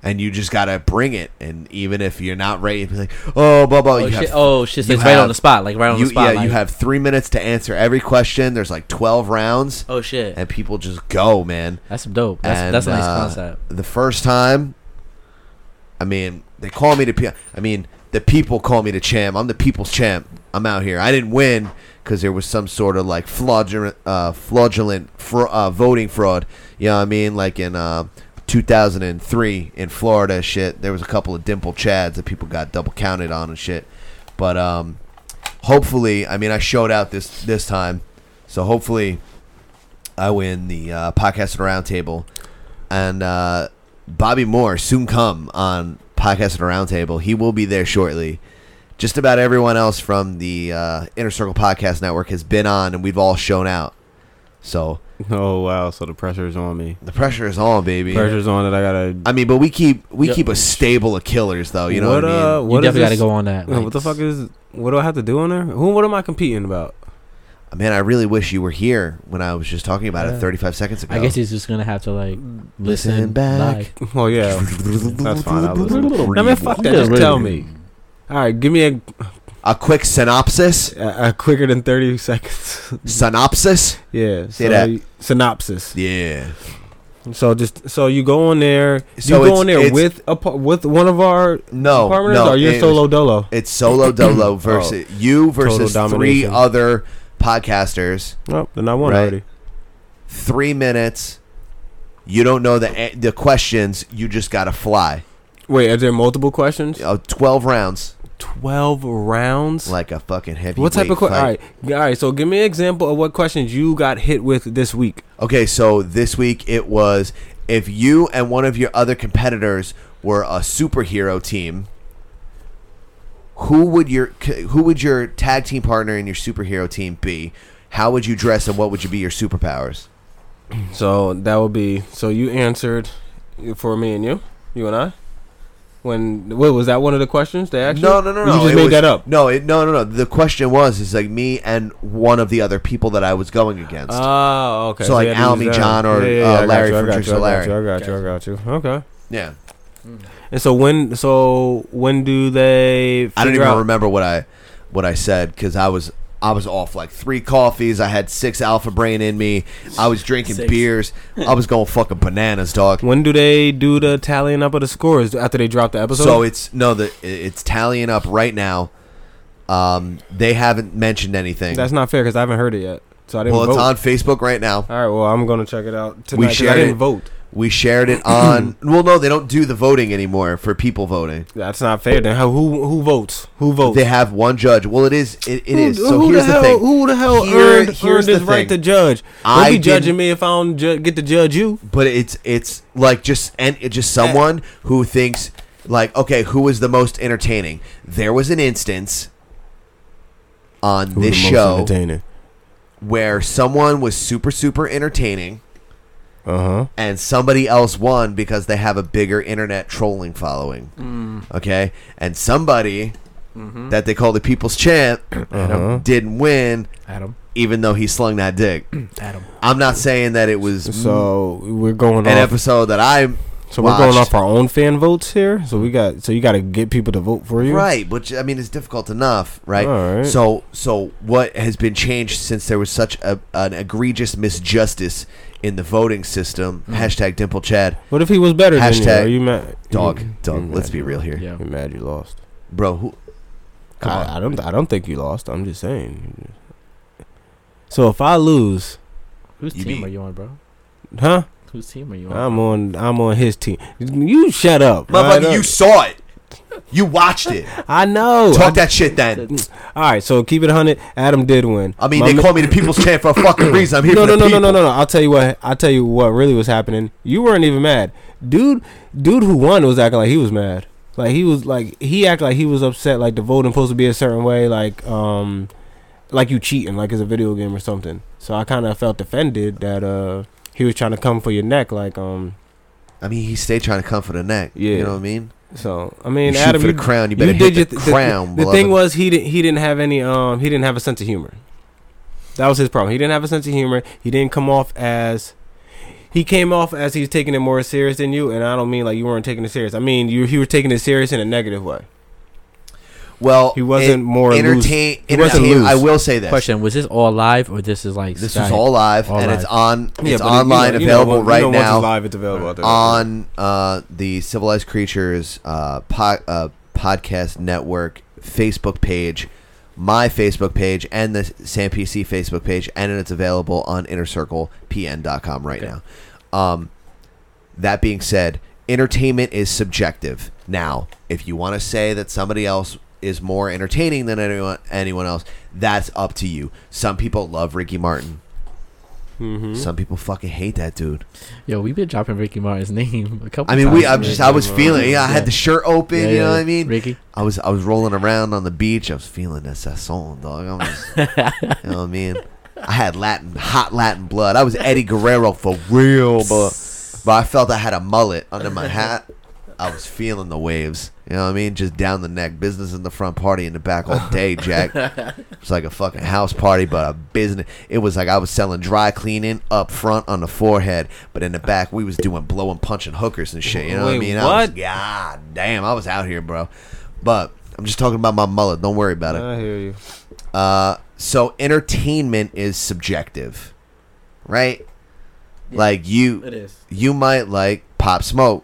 [SPEAKER 5] And you just gotta bring it, and even if you're not ready, be like, oh, blah blah.
[SPEAKER 8] Oh,
[SPEAKER 5] you
[SPEAKER 8] shit. Oh, shit. So it's right on the spot, like, right on the
[SPEAKER 5] you-
[SPEAKER 8] spot,
[SPEAKER 5] Yeah,
[SPEAKER 8] like-
[SPEAKER 5] you have three minutes to answer every question. There's like twelve rounds.
[SPEAKER 8] Oh, shit.
[SPEAKER 5] And people just go, man.
[SPEAKER 8] That's dope. That's- that's a nice
[SPEAKER 10] uh,
[SPEAKER 8] concept.
[SPEAKER 5] The first time, I mean, they call me to. P- I mean, the people call me the champ. I'm the people's champ. I'm out here. I didn't win because there was some sort of like fraudulent, uh, fraudulent fr- uh, voting fraud. You know what I mean? Like in uh, 2003 in Florida, shit. There was a couple of dimple chads that people got double counted on and shit. But um, hopefully, I mean, I showed out this this time, so hopefully, I win the uh, podcasting roundtable, and uh, Bobby Moore soon come on podcasting roundtable. He will be there shortly. Just about everyone else from the uh, Inner Circle Podcast Network has been on, and we've all shown out. So
[SPEAKER 10] Oh wow! So the pressure is on me.
[SPEAKER 5] The pressure is on, baby.
[SPEAKER 10] Pressure's on that I gotta.
[SPEAKER 5] I mean, but we keep we
[SPEAKER 10] Yep.
[SPEAKER 5] keep a stable of killers, though. You know what, I mean?
[SPEAKER 10] Yeah, *laughs* What the fuck is? What do I have to do on there? Who? What am I competing about? *laughs*
[SPEAKER 5] Uh, Man, I really wish you were here when I was just talking about
[SPEAKER 8] Yeah.
[SPEAKER 5] it 35 seconds ago.
[SPEAKER 8] I guess he's just gonna have to like listen,
[SPEAKER 5] Listen back.
[SPEAKER 8] live.
[SPEAKER 5] *laughs*
[SPEAKER 10] Oh yeah, that's fine. I'll listen.
[SPEAKER 5] Free
[SPEAKER 10] I mean, fuck that. Just
[SPEAKER 5] will.
[SPEAKER 10] tell me. All right, give me a
[SPEAKER 5] a quick synopsis.
[SPEAKER 10] A, quicker than thirty seconds. *laughs*
[SPEAKER 5] synopsis.
[SPEAKER 10] Yeah.
[SPEAKER 5] Say that.
[SPEAKER 10] you- synopsis.
[SPEAKER 5] Yeah.
[SPEAKER 10] So just so you go in there.
[SPEAKER 5] So
[SPEAKER 10] you
[SPEAKER 5] it's-
[SPEAKER 10] go in there
[SPEAKER 5] it's- Oh,
[SPEAKER 10] with a par- with one of our
[SPEAKER 5] No,
[SPEAKER 10] partners,
[SPEAKER 5] no,
[SPEAKER 10] or you're
[SPEAKER 5] it
[SPEAKER 10] solo
[SPEAKER 5] was-
[SPEAKER 10] dolo.
[SPEAKER 5] It's
[SPEAKER 10] *clears throat*
[SPEAKER 5] solo dolo versus
[SPEAKER 10] Oh.
[SPEAKER 5] you versus
[SPEAKER 10] Total
[SPEAKER 5] three
[SPEAKER 10] domination.
[SPEAKER 5] other podcasters.
[SPEAKER 10] Well, Oh, then I won already.
[SPEAKER 5] Three minutes. You don't know the a- the questions. You just gotta fly.
[SPEAKER 10] Wait, are there multiple questions?
[SPEAKER 5] Uh, Twelve rounds.
[SPEAKER 10] Twelve rounds.
[SPEAKER 5] Like a fucking heavy.
[SPEAKER 10] What type of question? All right, all right. So give me an example of what questions you got hit with this week.
[SPEAKER 5] Okay, so this week it was if you and one of your other competitors were a superhero team, who would your who would your tag team partner and your superhero team be? How would you dress and what would you be your superpowers?
[SPEAKER 10] So that would be. So you answered for me and you, you and I. When what was that one of the questions they asked?
[SPEAKER 5] No,
[SPEAKER 10] you?
[SPEAKER 5] no, no,
[SPEAKER 10] Or
[SPEAKER 5] no.
[SPEAKER 10] You just
[SPEAKER 5] it
[SPEAKER 10] made
[SPEAKER 5] was-
[SPEAKER 10] that up.
[SPEAKER 5] No, it, no, no, no. The question was is like me and one of the other people that I was going against.
[SPEAKER 10] Oh, okay.
[SPEAKER 5] So, like
[SPEAKER 10] you had to
[SPEAKER 5] Almy,
[SPEAKER 10] use that.
[SPEAKER 5] John, or
[SPEAKER 10] Yeah, yeah, yeah, I
[SPEAKER 5] uh,
[SPEAKER 10] got
[SPEAKER 5] Larry
[SPEAKER 10] you, I
[SPEAKER 5] from
[SPEAKER 10] got
[SPEAKER 5] Tricks
[SPEAKER 10] you,
[SPEAKER 5] or
[SPEAKER 10] I got
[SPEAKER 5] Larry.
[SPEAKER 10] you, I got you. I got you. Okay.
[SPEAKER 5] Yeah.
[SPEAKER 10] And so when? So when do they?
[SPEAKER 5] I don't
[SPEAKER 10] figure
[SPEAKER 5] even
[SPEAKER 10] out-
[SPEAKER 5] remember what I what I said because I was I was off like three coffees. I had six Alpha Brain in me. I was drinking
[SPEAKER 10] Six. *laughs*
[SPEAKER 5] beers. I was going fucking bananas, dog.
[SPEAKER 10] When do they do the tallying up of the scores after they drop the episode?
[SPEAKER 5] So it's no, the it- it's tallying up right now. Um, they haven't mentioned anything.
[SPEAKER 10] that's not fair because I haven't heard it yet. So I didn't.
[SPEAKER 5] well, it's
[SPEAKER 10] vote.
[SPEAKER 5] on Facebook right now.
[SPEAKER 10] All right. Well, I'm gonna check it out tonight. 'cause I didn't
[SPEAKER 5] it.
[SPEAKER 10] vote.
[SPEAKER 5] We shared it
[SPEAKER 10] *clears throat*
[SPEAKER 5] on. well, no, they don't do the voting anymore for people voting.
[SPEAKER 10] That's not fair. Then how, who who votes? Who votes?
[SPEAKER 5] They have one judge. Well, it is. It, it
[SPEAKER 10] Who-
[SPEAKER 5] is. So
[SPEAKER 10] who
[SPEAKER 5] here's
[SPEAKER 10] the
[SPEAKER 5] the,
[SPEAKER 10] hell,
[SPEAKER 5] thing.
[SPEAKER 10] Who the hell
[SPEAKER 5] Here-
[SPEAKER 10] earned,
[SPEAKER 5] here's
[SPEAKER 10] earned this
[SPEAKER 5] the
[SPEAKER 10] right to
[SPEAKER 5] thing.
[SPEAKER 10] judge? Don't
[SPEAKER 5] I
[SPEAKER 10] be judging
[SPEAKER 5] didn't-
[SPEAKER 10] me if I don't ju- get to judge you.
[SPEAKER 5] but it's it's like just and it's just someone who thinks like okay who was the most entertaining there was an instance on
[SPEAKER 10] Who
[SPEAKER 5] this
[SPEAKER 10] the most
[SPEAKER 5] show
[SPEAKER 10] entertaining?
[SPEAKER 5] where someone was super super entertaining
[SPEAKER 10] uh-huh
[SPEAKER 5] and somebody else won because they have a bigger internet trolling following
[SPEAKER 10] Mm.
[SPEAKER 5] okay and somebody
[SPEAKER 10] Mhm.
[SPEAKER 5] that they call the people's champ
[SPEAKER 10] Uh-huh.
[SPEAKER 5] didn't win
[SPEAKER 10] Adam.
[SPEAKER 5] even though he slung that dick
[SPEAKER 10] Adam.
[SPEAKER 5] i'm not saying that it was
[SPEAKER 10] So we're going
[SPEAKER 5] an
[SPEAKER 10] off-
[SPEAKER 5] episode that i
[SPEAKER 10] So we're going off our own fan votes here. So we got. So you got to get people to vote for you.
[SPEAKER 5] Right, which I mean is difficult enough, right?
[SPEAKER 10] All right.
[SPEAKER 5] So so what has been changed since there was such a, an egregious misjustice in the voting system?
[SPEAKER 10] Hmm.
[SPEAKER 5] Hashtag Dimple Chad.
[SPEAKER 10] What if he was better than you?
[SPEAKER 5] Hashtag
[SPEAKER 10] Are you mad-
[SPEAKER 5] Dog,
[SPEAKER 10] you-
[SPEAKER 5] dog.
[SPEAKER 10] you
[SPEAKER 5] let's
[SPEAKER 10] mad
[SPEAKER 5] be
[SPEAKER 10] you-
[SPEAKER 5] real here,
[SPEAKER 10] I'm mad you lost,
[SPEAKER 5] bro. Who? Come
[SPEAKER 10] I, I don't. I don't think you lost. I'm just saying. So if I lose,
[SPEAKER 8] Whose team are you on, bro?
[SPEAKER 10] huh?
[SPEAKER 8] Whose team are you on?
[SPEAKER 10] I'm on. I'm on his team. You shut up,
[SPEAKER 5] Motherfucker,
[SPEAKER 10] Right
[SPEAKER 5] you
[SPEAKER 10] up.
[SPEAKER 5] saw it. You watched
[SPEAKER 10] *laughs*
[SPEAKER 5] it.
[SPEAKER 10] I know.
[SPEAKER 5] Talk
[SPEAKER 10] I- mm.
[SPEAKER 5] that shit then.
[SPEAKER 10] All right, so keep it hundred. Adam did win.
[SPEAKER 5] I mean,
[SPEAKER 10] My
[SPEAKER 5] they
[SPEAKER 10] ma-
[SPEAKER 5] call me the people's champ for a
[SPEAKER 10] *clears throat*
[SPEAKER 5] fucking reason. I'm here
[SPEAKER 10] no,
[SPEAKER 5] for
[SPEAKER 10] no,
[SPEAKER 5] the
[SPEAKER 10] no,
[SPEAKER 5] people.
[SPEAKER 10] no, no, no, no. I'll tell you what. I'll tell you what really was happening. You weren't even mad, dude. Dude who won was acting like he was mad. Like he was like he acted like he was upset. Like the voting supposed to be a certain way. Like um, like you cheating. Like it's a video game or something. So I kind of felt offended that uh he was trying to come for your neck. Like um
[SPEAKER 5] I mean, he stayed trying to come for the neck.
[SPEAKER 10] Yeah.
[SPEAKER 5] You know what I mean?
[SPEAKER 10] So I
[SPEAKER 5] You
[SPEAKER 10] mean
[SPEAKER 5] shoot
[SPEAKER 10] Adam
[SPEAKER 5] for the
[SPEAKER 10] you-
[SPEAKER 5] crown, you better hit the crown,
[SPEAKER 10] The, thing
[SPEAKER 5] beloved.
[SPEAKER 10] was he didn't he didn't have any um he didn't have a sense of humor. That was his problem. He didn't have a sense of humor. He didn't come off as he came off as he was taking it more serious than you, and I don't mean like you weren't taking it serious. I mean you he was taking it serious in a negative way.
[SPEAKER 5] Well,
[SPEAKER 10] He wasn't
[SPEAKER 5] en-
[SPEAKER 10] more loose.
[SPEAKER 5] Oh, entertain.
[SPEAKER 10] He wasn't
[SPEAKER 5] entertain-
[SPEAKER 10] loose.
[SPEAKER 5] I will say this.
[SPEAKER 8] Question: Was this all live or this is like
[SPEAKER 5] This is all live, and it's on.
[SPEAKER 10] Yeah,
[SPEAKER 5] it's
[SPEAKER 10] but you know-
[SPEAKER 5] online,
[SPEAKER 10] you know
[SPEAKER 5] available
[SPEAKER 10] what- you
[SPEAKER 5] right
[SPEAKER 10] know once it's
[SPEAKER 5] now.
[SPEAKER 10] live, it's available out there.
[SPEAKER 5] on uh, the Civilized Creatures uh, po- uh, podcast network Facebook page, my Facebook page, and the SamPC Facebook page, and it's available on InnerCirclePN.com right now. Um, that being said, entertainment is subjective. Now, if you want to say that somebody else is more entertaining than anyone anyone else, that's up to you. Some people love Ricky Martin.
[SPEAKER 10] Mm-hmm.
[SPEAKER 8] Hmm?
[SPEAKER 5] Some people fucking hate that dude.
[SPEAKER 8] Yo, we've been dropping Ricky Martin's *laughs* name a couple.
[SPEAKER 5] I mean, we.
[SPEAKER 8] times
[SPEAKER 5] I'm
[SPEAKER 8] already.
[SPEAKER 5] just. I was feeling. Yeah, I
[SPEAKER 8] Yeah.
[SPEAKER 5] had the shirt open.
[SPEAKER 8] Yeah,
[SPEAKER 5] you know
[SPEAKER 8] yeah,
[SPEAKER 5] what I mean?
[SPEAKER 8] Ricky.
[SPEAKER 5] I was. I was rolling around on the beach. I was feeling that sazon, dog. I
[SPEAKER 10] *laughs*
[SPEAKER 5] was. you know what I mean? I had Latin, hot Latin blood. I was Eddie Guerrero for real, but but I felt I had a mullet under my hat. I was feeling the waves. You know what I mean? Just down the neck, business in the front, party in the back all day,
[SPEAKER 10] *laughs*
[SPEAKER 5] Jack. It's like a fucking house party, but a business. It was like I was selling dry cleaning up front on the forehead, but in the back we was doing blowing, punching hookers and shit. You know what I
[SPEAKER 10] Wait,
[SPEAKER 5] mean? I was-
[SPEAKER 10] what?
[SPEAKER 5] God damn, I was out here, bro. But I'm just talking about my mullet. Don't worry about it.
[SPEAKER 10] I hear you.
[SPEAKER 5] Uh, so entertainment is subjective, right? like you,
[SPEAKER 8] it is.
[SPEAKER 5] You might like Pop Smoke.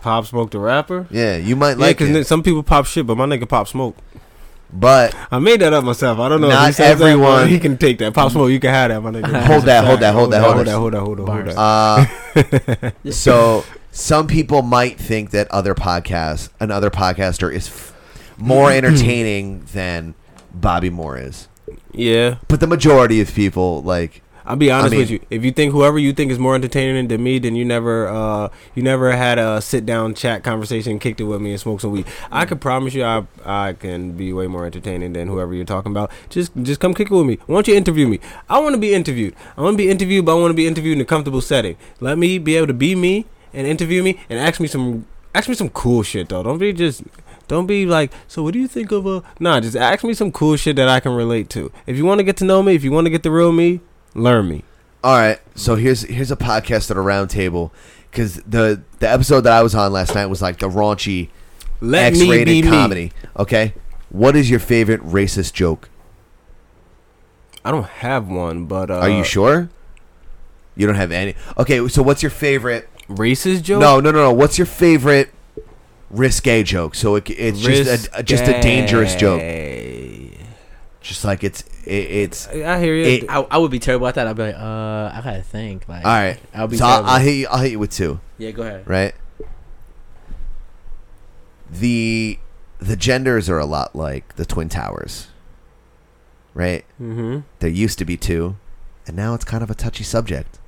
[SPEAKER 10] Pop Smoke the rapper.
[SPEAKER 5] Yeah, you might
[SPEAKER 10] Yeah,
[SPEAKER 5] like
[SPEAKER 10] because
[SPEAKER 5] it,
[SPEAKER 10] some people pop shit, but my nigga pop smoke.
[SPEAKER 5] but
[SPEAKER 10] I made that up myself. I don't know. if
[SPEAKER 5] Not
[SPEAKER 10] he says that,
[SPEAKER 5] everyone-
[SPEAKER 10] but he can take that pop smoke. You can have that, my nigga.
[SPEAKER 5] Hold that, hold that, hold that, hold
[SPEAKER 10] hold
[SPEAKER 5] that.
[SPEAKER 10] that, hold that, hold that, hold that.
[SPEAKER 5] uh, so some people might think that other podcasts, another podcaster is f- more entertaining than Bobby Moore is,
[SPEAKER 10] Yeah,
[SPEAKER 5] but the majority of people like.
[SPEAKER 10] I'll be honest
[SPEAKER 5] mean-
[SPEAKER 10] with you. If you think whoever you think is more entertaining than me, then you never, uh, you never had a sit down chat conversation, kicked it with me, and smoked some weed. I could promise you, I, I can be way more entertaining than whoever you're talking about. Just, just come kick it with me. Why don't you interview me? I want to be interviewed. I want to be interviewed, but I want to be interviewed in a comfortable setting. Let me be able to be me and interview me and ask me some, ask me some cool shit though. Don't be just. Don't be like, so what do you think of a nah, just ask me some cool shit that I can relate to. If you want to get to know me, if you want to get the real me, learn me.
[SPEAKER 5] All right, so here's here's a podcast at a round table because the the episode that I was on last night was like the raunchy
[SPEAKER 10] Let me be
[SPEAKER 5] X-rated
[SPEAKER 10] me.
[SPEAKER 5] comedy. Okay, what is your favorite racist joke?
[SPEAKER 10] I don't have one, but uh,
[SPEAKER 5] Are you sure? You don't have any. Okay, so what's your favorite?
[SPEAKER 10] Racist joke?
[SPEAKER 5] No, no, no, no. What's your favorite risque joke? So it, it's just a, a- Uh, just a dangerous joke.
[SPEAKER 10] Risque.
[SPEAKER 5] Just like it's it, it's. All
[SPEAKER 10] I hear you.
[SPEAKER 5] It-
[SPEAKER 8] I, I would be terrible at that. I'd be like, uh, I gotta think. Like,
[SPEAKER 5] right,
[SPEAKER 8] I'll be
[SPEAKER 5] so I'll,
[SPEAKER 8] terrible.
[SPEAKER 5] I'll hit you. I'll hit you with two.
[SPEAKER 8] yeah, go ahead.
[SPEAKER 5] Right. The the genders are a lot like the twin towers. Right.
[SPEAKER 10] mm-hmm.
[SPEAKER 5] There used to be two, and now it's kind of a touchy subject.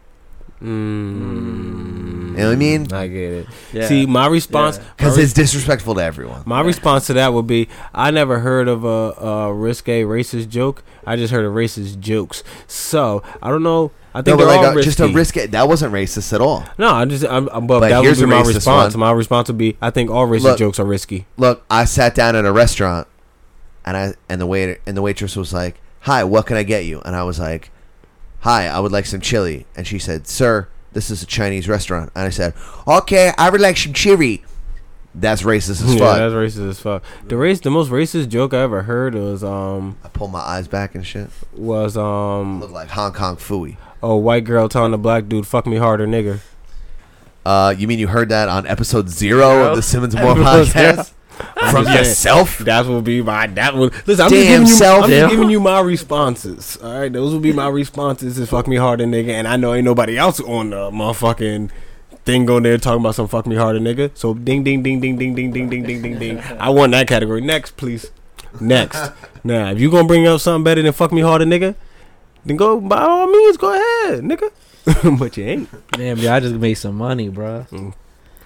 [SPEAKER 10] Mm,
[SPEAKER 5] You know what I mean?
[SPEAKER 10] I get it.
[SPEAKER 8] Yeah.
[SPEAKER 10] See, my response
[SPEAKER 8] Yeah.
[SPEAKER 5] Because
[SPEAKER 10] my
[SPEAKER 5] it's disrespectful to everyone.
[SPEAKER 10] My response to that would be, I never heard of a, a risque racist joke. I just heard of racist jokes. So I don't know. I
[SPEAKER 5] No,
[SPEAKER 10] think
[SPEAKER 5] but
[SPEAKER 10] they're
[SPEAKER 5] like
[SPEAKER 10] all
[SPEAKER 5] a, just a
[SPEAKER 10] risky.
[SPEAKER 5] risque. That wasn't racist at all.
[SPEAKER 10] No, I just I'm, I'm but,
[SPEAKER 5] But
[SPEAKER 10] that would
[SPEAKER 5] here's
[SPEAKER 10] be
[SPEAKER 5] a
[SPEAKER 10] my
[SPEAKER 5] racist
[SPEAKER 10] response.
[SPEAKER 5] one.
[SPEAKER 10] My response would be, I think all racist
[SPEAKER 5] Look.
[SPEAKER 10] jokes are risky.
[SPEAKER 5] Look, I sat down at a restaurant, and I and the waiter and the waitress was like, "Hi, what can I get you?" And I was like, "Hi, I would like some chili." And she said, "Sir, this is a Chinese restaurant." And I said, "Okay, I would like some chili." That's racist as
[SPEAKER 10] *laughs* yeah,
[SPEAKER 5] fuck.
[SPEAKER 10] that's racist as fuck. The race, the most racist joke I ever heard was um
[SPEAKER 5] I pulled my eyes back and shit.
[SPEAKER 10] was
[SPEAKER 5] I
[SPEAKER 10] um
[SPEAKER 5] look like Hong Kong fooey.
[SPEAKER 10] a white girl telling a black dude, "Fuck me harder, nigger." *laughs*
[SPEAKER 5] Uh, you mean you heard that on episode zero of the Simmons Moore
[SPEAKER 10] Episode
[SPEAKER 5] podcast?
[SPEAKER 10] I'm
[SPEAKER 5] From
[SPEAKER 10] just saying,
[SPEAKER 5] yourself?
[SPEAKER 10] That will be my. That will listen.
[SPEAKER 5] Damn
[SPEAKER 10] I'm just giving you.
[SPEAKER 5] self.
[SPEAKER 10] I'm
[SPEAKER 5] Yeah.
[SPEAKER 10] just giving you my responses. All right, those will be my responses. to fuck me harder, nigga. And I know ain't nobody else on the motherfucking thing on there talking about some fuck me harder, nigga. So ding, ding, ding, ding, ding, ding, ding, ding, ding, ding, ding. I want that category next, please. Next. now, if you gonna bring up something better than fuck me harder, nigga, then go by all means, go ahead, nigga. *laughs* but you ain't.
[SPEAKER 8] Damn, y'all just made some money, bro.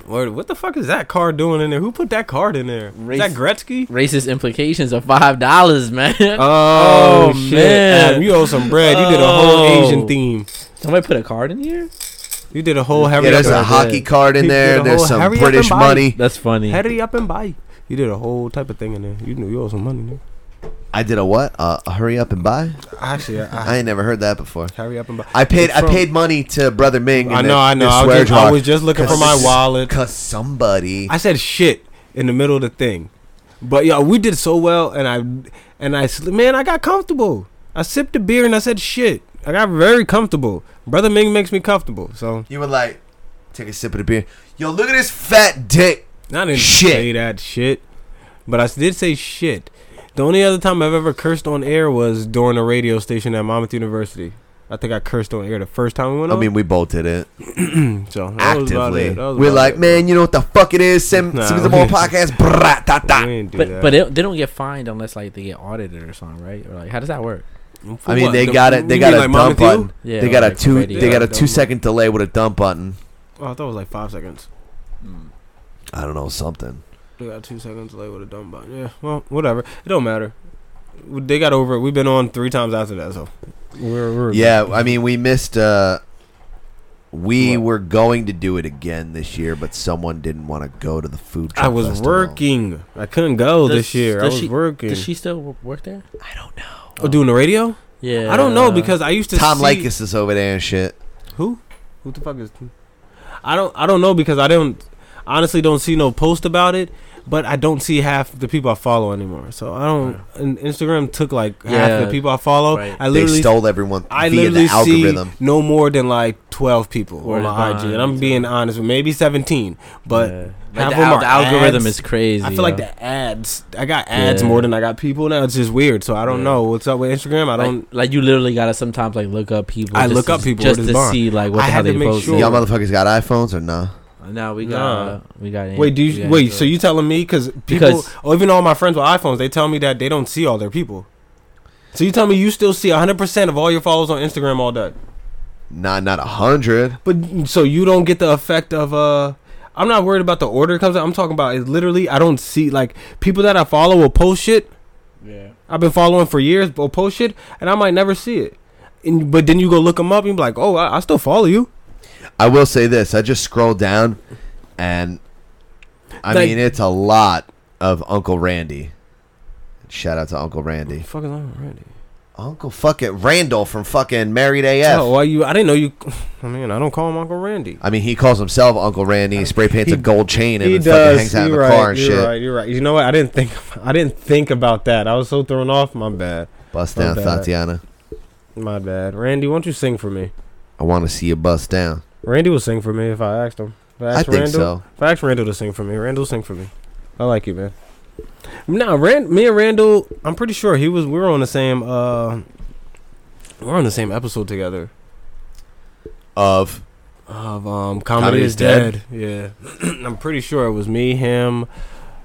[SPEAKER 10] Word, what the fuck is that card doing in there? Who put that card in there? Is that Gretzky?
[SPEAKER 8] Racist implications of five dollars, *laughs* man.
[SPEAKER 10] Oh, shit. Adam, you owe some bread. You did a whole
[SPEAKER 8] Oh.
[SPEAKER 10] Asian theme.
[SPEAKER 8] Somebody put a card in here.
[SPEAKER 10] You did a whole Harry
[SPEAKER 5] yeah,
[SPEAKER 10] up
[SPEAKER 5] there's
[SPEAKER 10] and
[SPEAKER 5] a
[SPEAKER 10] Bye.
[SPEAKER 5] hockey card in
[SPEAKER 10] You did
[SPEAKER 5] there.
[SPEAKER 10] a
[SPEAKER 5] There's
[SPEAKER 10] whole
[SPEAKER 5] some
[SPEAKER 10] Harry up
[SPEAKER 5] British
[SPEAKER 10] and Bye.
[SPEAKER 5] money.
[SPEAKER 8] That's funny.
[SPEAKER 10] Harry up and buy. You did a whole type of thing in there. You knew you owe some money, nigga.
[SPEAKER 5] I did a what? Uh, a hurry up and buy?
[SPEAKER 10] Actually,
[SPEAKER 5] I
[SPEAKER 10] I,
[SPEAKER 5] ain't never heard that before.
[SPEAKER 10] Harry up and buy.
[SPEAKER 5] I paid.
[SPEAKER 10] It's
[SPEAKER 5] I
[SPEAKER 10] from-
[SPEAKER 5] paid money to brother Ming.
[SPEAKER 10] I
[SPEAKER 5] and
[SPEAKER 10] know,
[SPEAKER 5] the-
[SPEAKER 10] I know.
[SPEAKER 5] the
[SPEAKER 10] I was
[SPEAKER 5] swear
[SPEAKER 10] just- I
[SPEAKER 5] jar.
[SPEAKER 10] was just looking for
[SPEAKER 5] 'Cause
[SPEAKER 10] my
[SPEAKER 5] it's-
[SPEAKER 10] wallet.
[SPEAKER 5] Cause somebody.
[SPEAKER 10] I said shit in the middle of the thing, but yo, we did so well, and I, and I, sl- man, I got comfortable. I sipped the beer and I said shit. I got very comfortable. Brother Ming makes me comfortable, so
[SPEAKER 5] you were like, take a sip of the beer. Yo, look at this fat dick.
[SPEAKER 10] I didn't
[SPEAKER 5] Shit.
[SPEAKER 10] say that shit, but I s- did say shit. The only other time I've ever cursed on air was during a radio station at Monmouth University. I think I cursed on air the first time we went
[SPEAKER 5] I
[SPEAKER 10] on.
[SPEAKER 5] mean, we both did it
[SPEAKER 10] so that was about
[SPEAKER 5] actively.
[SPEAKER 10] it. That was
[SPEAKER 5] We're
[SPEAKER 10] about
[SPEAKER 5] like,
[SPEAKER 10] it.
[SPEAKER 5] man, you know what the fuck it is? Send,
[SPEAKER 10] Nah,
[SPEAKER 5] send me the
[SPEAKER 10] we
[SPEAKER 5] more
[SPEAKER 10] didn't- *laughs*
[SPEAKER 5] podcast. Brah, da, da.
[SPEAKER 10] we didn't do
[SPEAKER 8] But
[SPEAKER 10] that.
[SPEAKER 8] but it, they don't get fined unless like they get audited or something, right? Or like how does that work?
[SPEAKER 10] For
[SPEAKER 5] I mean,
[SPEAKER 10] what?
[SPEAKER 5] they
[SPEAKER 10] The-
[SPEAKER 5] got it. They
[SPEAKER 10] you
[SPEAKER 5] got
[SPEAKER 10] mean
[SPEAKER 5] a
[SPEAKER 10] like
[SPEAKER 5] dump
[SPEAKER 10] Monmouth U?
[SPEAKER 5] button.
[SPEAKER 8] Yeah,
[SPEAKER 5] They got a
[SPEAKER 8] like
[SPEAKER 5] two.
[SPEAKER 8] radio.
[SPEAKER 5] They got a
[SPEAKER 10] Dumb
[SPEAKER 5] two second delay with a dump button.
[SPEAKER 10] Oh, I thought it was like five seconds.
[SPEAKER 5] I don't know something.
[SPEAKER 10] They got two seconds late with a dumb button. Yeah, well, whatever. It don't matter. They got over it. We've been on three times after that, so
[SPEAKER 1] We're, we're
[SPEAKER 5] Yeah, I mean, we missed. uh We
[SPEAKER 10] What?
[SPEAKER 5] were going to do it again this year, but someone didn't want to go to the food. Truck
[SPEAKER 10] I was
[SPEAKER 5] Festival.
[SPEAKER 10] working. I couldn't go
[SPEAKER 8] Does-
[SPEAKER 10] this year. I
[SPEAKER 8] does
[SPEAKER 10] was
[SPEAKER 8] she-
[SPEAKER 10] working.
[SPEAKER 8] Does she still w- work there?
[SPEAKER 10] oh, doing the radio?
[SPEAKER 8] Yeah,
[SPEAKER 10] I don't know because I used to
[SPEAKER 5] Tom
[SPEAKER 10] see-
[SPEAKER 5] Likas is over there and shit.
[SPEAKER 10] Who? Who the fuck is? I don't. I don't know because I don't. Honestly, don't see no post about it. But I don't see half the people I follow anymore. So I don't. And Instagram took like half
[SPEAKER 8] Hmm. Yeah.
[SPEAKER 10] the people I follow.
[SPEAKER 8] Right.
[SPEAKER 10] I
[SPEAKER 5] They
[SPEAKER 10] literally
[SPEAKER 5] stole everyone
[SPEAKER 10] I
[SPEAKER 5] via the
[SPEAKER 10] literally
[SPEAKER 5] algorithm.
[SPEAKER 10] see no more than like twelve people
[SPEAKER 8] Or
[SPEAKER 10] on my
[SPEAKER 8] behind,
[SPEAKER 10] IG, and I'm being honest, with maybe seventeen. But
[SPEAKER 8] Yeah.
[SPEAKER 10] half
[SPEAKER 8] Like, the,
[SPEAKER 10] of them
[SPEAKER 8] al-
[SPEAKER 10] are
[SPEAKER 8] the algorithm
[SPEAKER 10] ads.
[SPEAKER 8] is crazy.
[SPEAKER 10] I feel like
[SPEAKER 8] yo.
[SPEAKER 10] the ads. I got ads
[SPEAKER 8] Yeah.
[SPEAKER 10] more than I got people now. It's just weird. So I don't
[SPEAKER 8] Yeah.
[SPEAKER 10] know what's up with Instagram. I
[SPEAKER 8] Like-
[SPEAKER 10] don't.
[SPEAKER 8] like, you literally gotta sometimes like look up people.
[SPEAKER 10] I
[SPEAKER 8] just
[SPEAKER 10] look
[SPEAKER 8] to-
[SPEAKER 10] up people,
[SPEAKER 8] just
[SPEAKER 10] what is
[SPEAKER 8] to
[SPEAKER 10] bond.
[SPEAKER 8] see like what
[SPEAKER 10] I
[SPEAKER 8] the hell
[SPEAKER 10] had to
[SPEAKER 8] they
[SPEAKER 10] make
[SPEAKER 8] posted.
[SPEAKER 10] sure.
[SPEAKER 5] Y'all motherfuckers got iPhones or nah?
[SPEAKER 8] Now we got
[SPEAKER 10] Nah.
[SPEAKER 8] uh, we got
[SPEAKER 10] wait, do
[SPEAKER 8] we
[SPEAKER 10] you
[SPEAKER 8] got
[SPEAKER 10] wait?
[SPEAKER 8] Android.
[SPEAKER 10] So you telling me because people,
[SPEAKER 8] Because-
[SPEAKER 10] or even all my friends with iPhones, they tell me that they don't see all their people. So you tell me you still see 100 percent of all your followers on Instagram all day,
[SPEAKER 5] Not not a hundred.
[SPEAKER 10] but so you don't get the effect of uh. I'm not worried about the order it comes out. I'm talking about is literally I don't see like people that I follow will post shit
[SPEAKER 8] yeah.
[SPEAKER 10] I've been following for years, but post shit, and I might never see it. And, but then you go look them up, and you be like, oh, I, I still follow you.
[SPEAKER 5] I will say this: I just scrolled down, and I
[SPEAKER 10] Like-
[SPEAKER 5] mean it's a lot of Uncle Randy. Shout out to Uncle Randy.
[SPEAKER 10] Fuck is on Randy?
[SPEAKER 5] Uncle fucking Randall from fucking Married AF.
[SPEAKER 10] Oh, why you? I didn't know you. *laughs* I mean, I don't call him Uncle Randy.
[SPEAKER 5] I mean, he calls himself Uncle Randy. He spray paints a
[SPEAKER 10] He-
[SPEAKER 5] gold chain and then fucking hangs out in the
[SPEAKER 10] You're
[SPEAKER 5] car
[SPEAKER 10] right,
[SPEAKER 5] and
[SPEAKER 10] you're
[SPEAKER 5] shit.
[SPEAKER 10] right. You're right. You know what? I didn't think. *laughs* I didn't think about that. I was so thrown off. My bad.
[SPEAKER 5] Bust
[SPEAKER 10] My
[SPEAKER 5] down,
[SPEAKER 10] bad.
[SPEAKER 5] Tatiana.
[SPEAKER 10] My bad. Randy, won't you sing for me?
[SPEAKER 5] I want to see you bust down.
[SPEAKER 10] Randy will sing for me if I asked him. If
[SPEAKER 5] I
[SPEAKER 10] asked
[SPEAKER 5] think
[SPEAKER 10] Randall,
[SPEAKER 5] so.
[SPEAKER 10] If I ask Randall to sing for me, Randall sing for me. I like you, man. Now, Rand, me and Randall, I'm pretty sure he was. We were on the same. uh we We're on the same episode together
[SPEAKER 5] Of
[SPEAKER 10] of um, comedy
[SPEAKER 5] Comedy
[SPEAKER 10] is
[SPEAKER 5] is Dead?
[SPEAKER 10] dead. Yeah, *clears throat* I'm pretty sure it was me, him,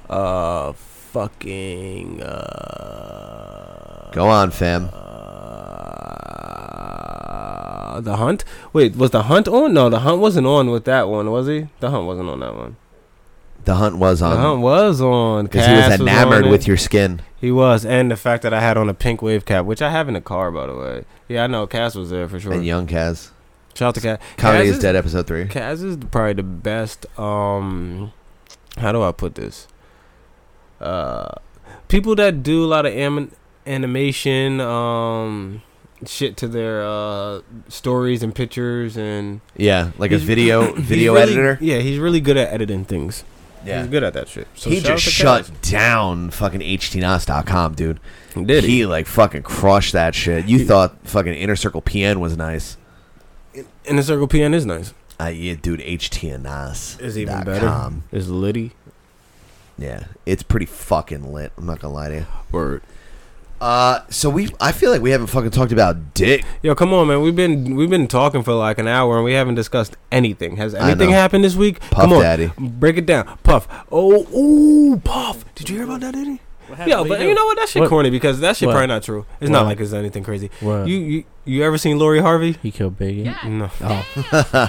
[SPEAKER 10] uh, fucking. Uh,
[SPEAKER 5] go on, fam.
[SPEAKER 10] uh, the hunt. Wait, was the hunt on? No, the hunt wasn't on with that one, was he? The hunt wasn't on that one.
[SPEAKER 5] The hunt was
[SPEAKER 10] The hunt
[SPEAKER 5] on
[SPEAKER 10] was on
[SPEAKER 5] because he was
[SPEAKER 10] Oh, Cass
[SPEAKER 5] enamored
[SPEAKER 10] on
[SPEAKER 5] with
[SPEAKER 10] it.
[SPEAKER 5] your skin.
[SPEAKER 10] He was, and the fact that I had on a pink wave cap, which I have in the car, by the way. Yeah, I know Cass was there for sure.
[SPEAKER 5] And young Kaz.
[SPEAKER 10] Shout out to Cass.
[SPEAKER 5] Comedy
[SPEAKER 10] Kaz
[SPEAKER 5] is dead, episode three.
[SPEAKER 10] Kaz is probably the best. Um, how do I put this? Uh, people that do a lot of anim- animation, um, shit to their uh stories and pictures and
[SPEAKER 5] Yeah, like a
[SPEAKER 10] He's-
[SPEAKER 5] video
[SPEAKER 10] *clears throat* *coughs* he's
[SPEAKER 5] video
[SPEAKER 10] really-
[SPEAKER 5] editor.
[SPEAKER 10] Yeah, he's really good at editing things.
[SPEAKER 5] Yeah,
[SPEAKER 10] he's good at that shit. So
[SPEAKER 5] he
[SPEAKER 10] shout out
[SPEAKER 5] just
[SPEAKER 10] to
[SPEAKER 5] shut
[SPEAKER 10] Kaz.
[SPEAKER 5] down fucking htnos.com, dude.
[SPEAKER 10] Did
[SPEAKER 5] he like fucking crushed that shit. You thought fucking Inner Circle PN was nice.
[SPEAKER 10] Inner Circle PN is nice.
[SPEAKER 5] Uh, yeah, dude, htnos
[SPEAKER 10] Is even better. Is Liddy.
[SPEAKER 5] Yeah, it's pretty fucking lit. I'm not gonna lie to you.
[SPEAKER 10] Word.
[SPEAKER 5] Uh, so we, I feel like we haven't fucking talked about dick.
[SPEAKER 10] Yo, come on, man. We've been we've been talking for like an hour and we haven't discussed anything. Has
[SPEAKER 5] I
[SPEAKER 10] anything
[SPEAKER 5] know.
[SPEAKER 10] happened this week?
[SPEAKER 5] Puff
[SPEAKER 10] come on,
[SPEAKER 5] Daddy.
[SPEAKER 10] break it down. Puff. Oh, ooh, Puff. Did you hear about that, Eddie? Yo,
[SPEAKER 8] What
[SPEAKER 10] but
[SPEAKER 8] you
[SPEAKER 10] you
[SPEAKER 8] do?
[SPEAKER 10] know what? That shit
[SPEAKER 8] What?
[SPEAKER 10] corny because that shit
[SPEAKER 8] What?
[SPEAKER 10] probably not true. It's not
[SPEAKER 8] What?
[SPEAKER 10] like it's anything crazy.
[SPEAKER 8] What?
[SPEAKER 10] You you you ever seen Lori Harvey?
[SPEAKER 8] He killed Biggie.
[SPEAKER 10] No. *laughs*
[SPEAKER 8] Oh.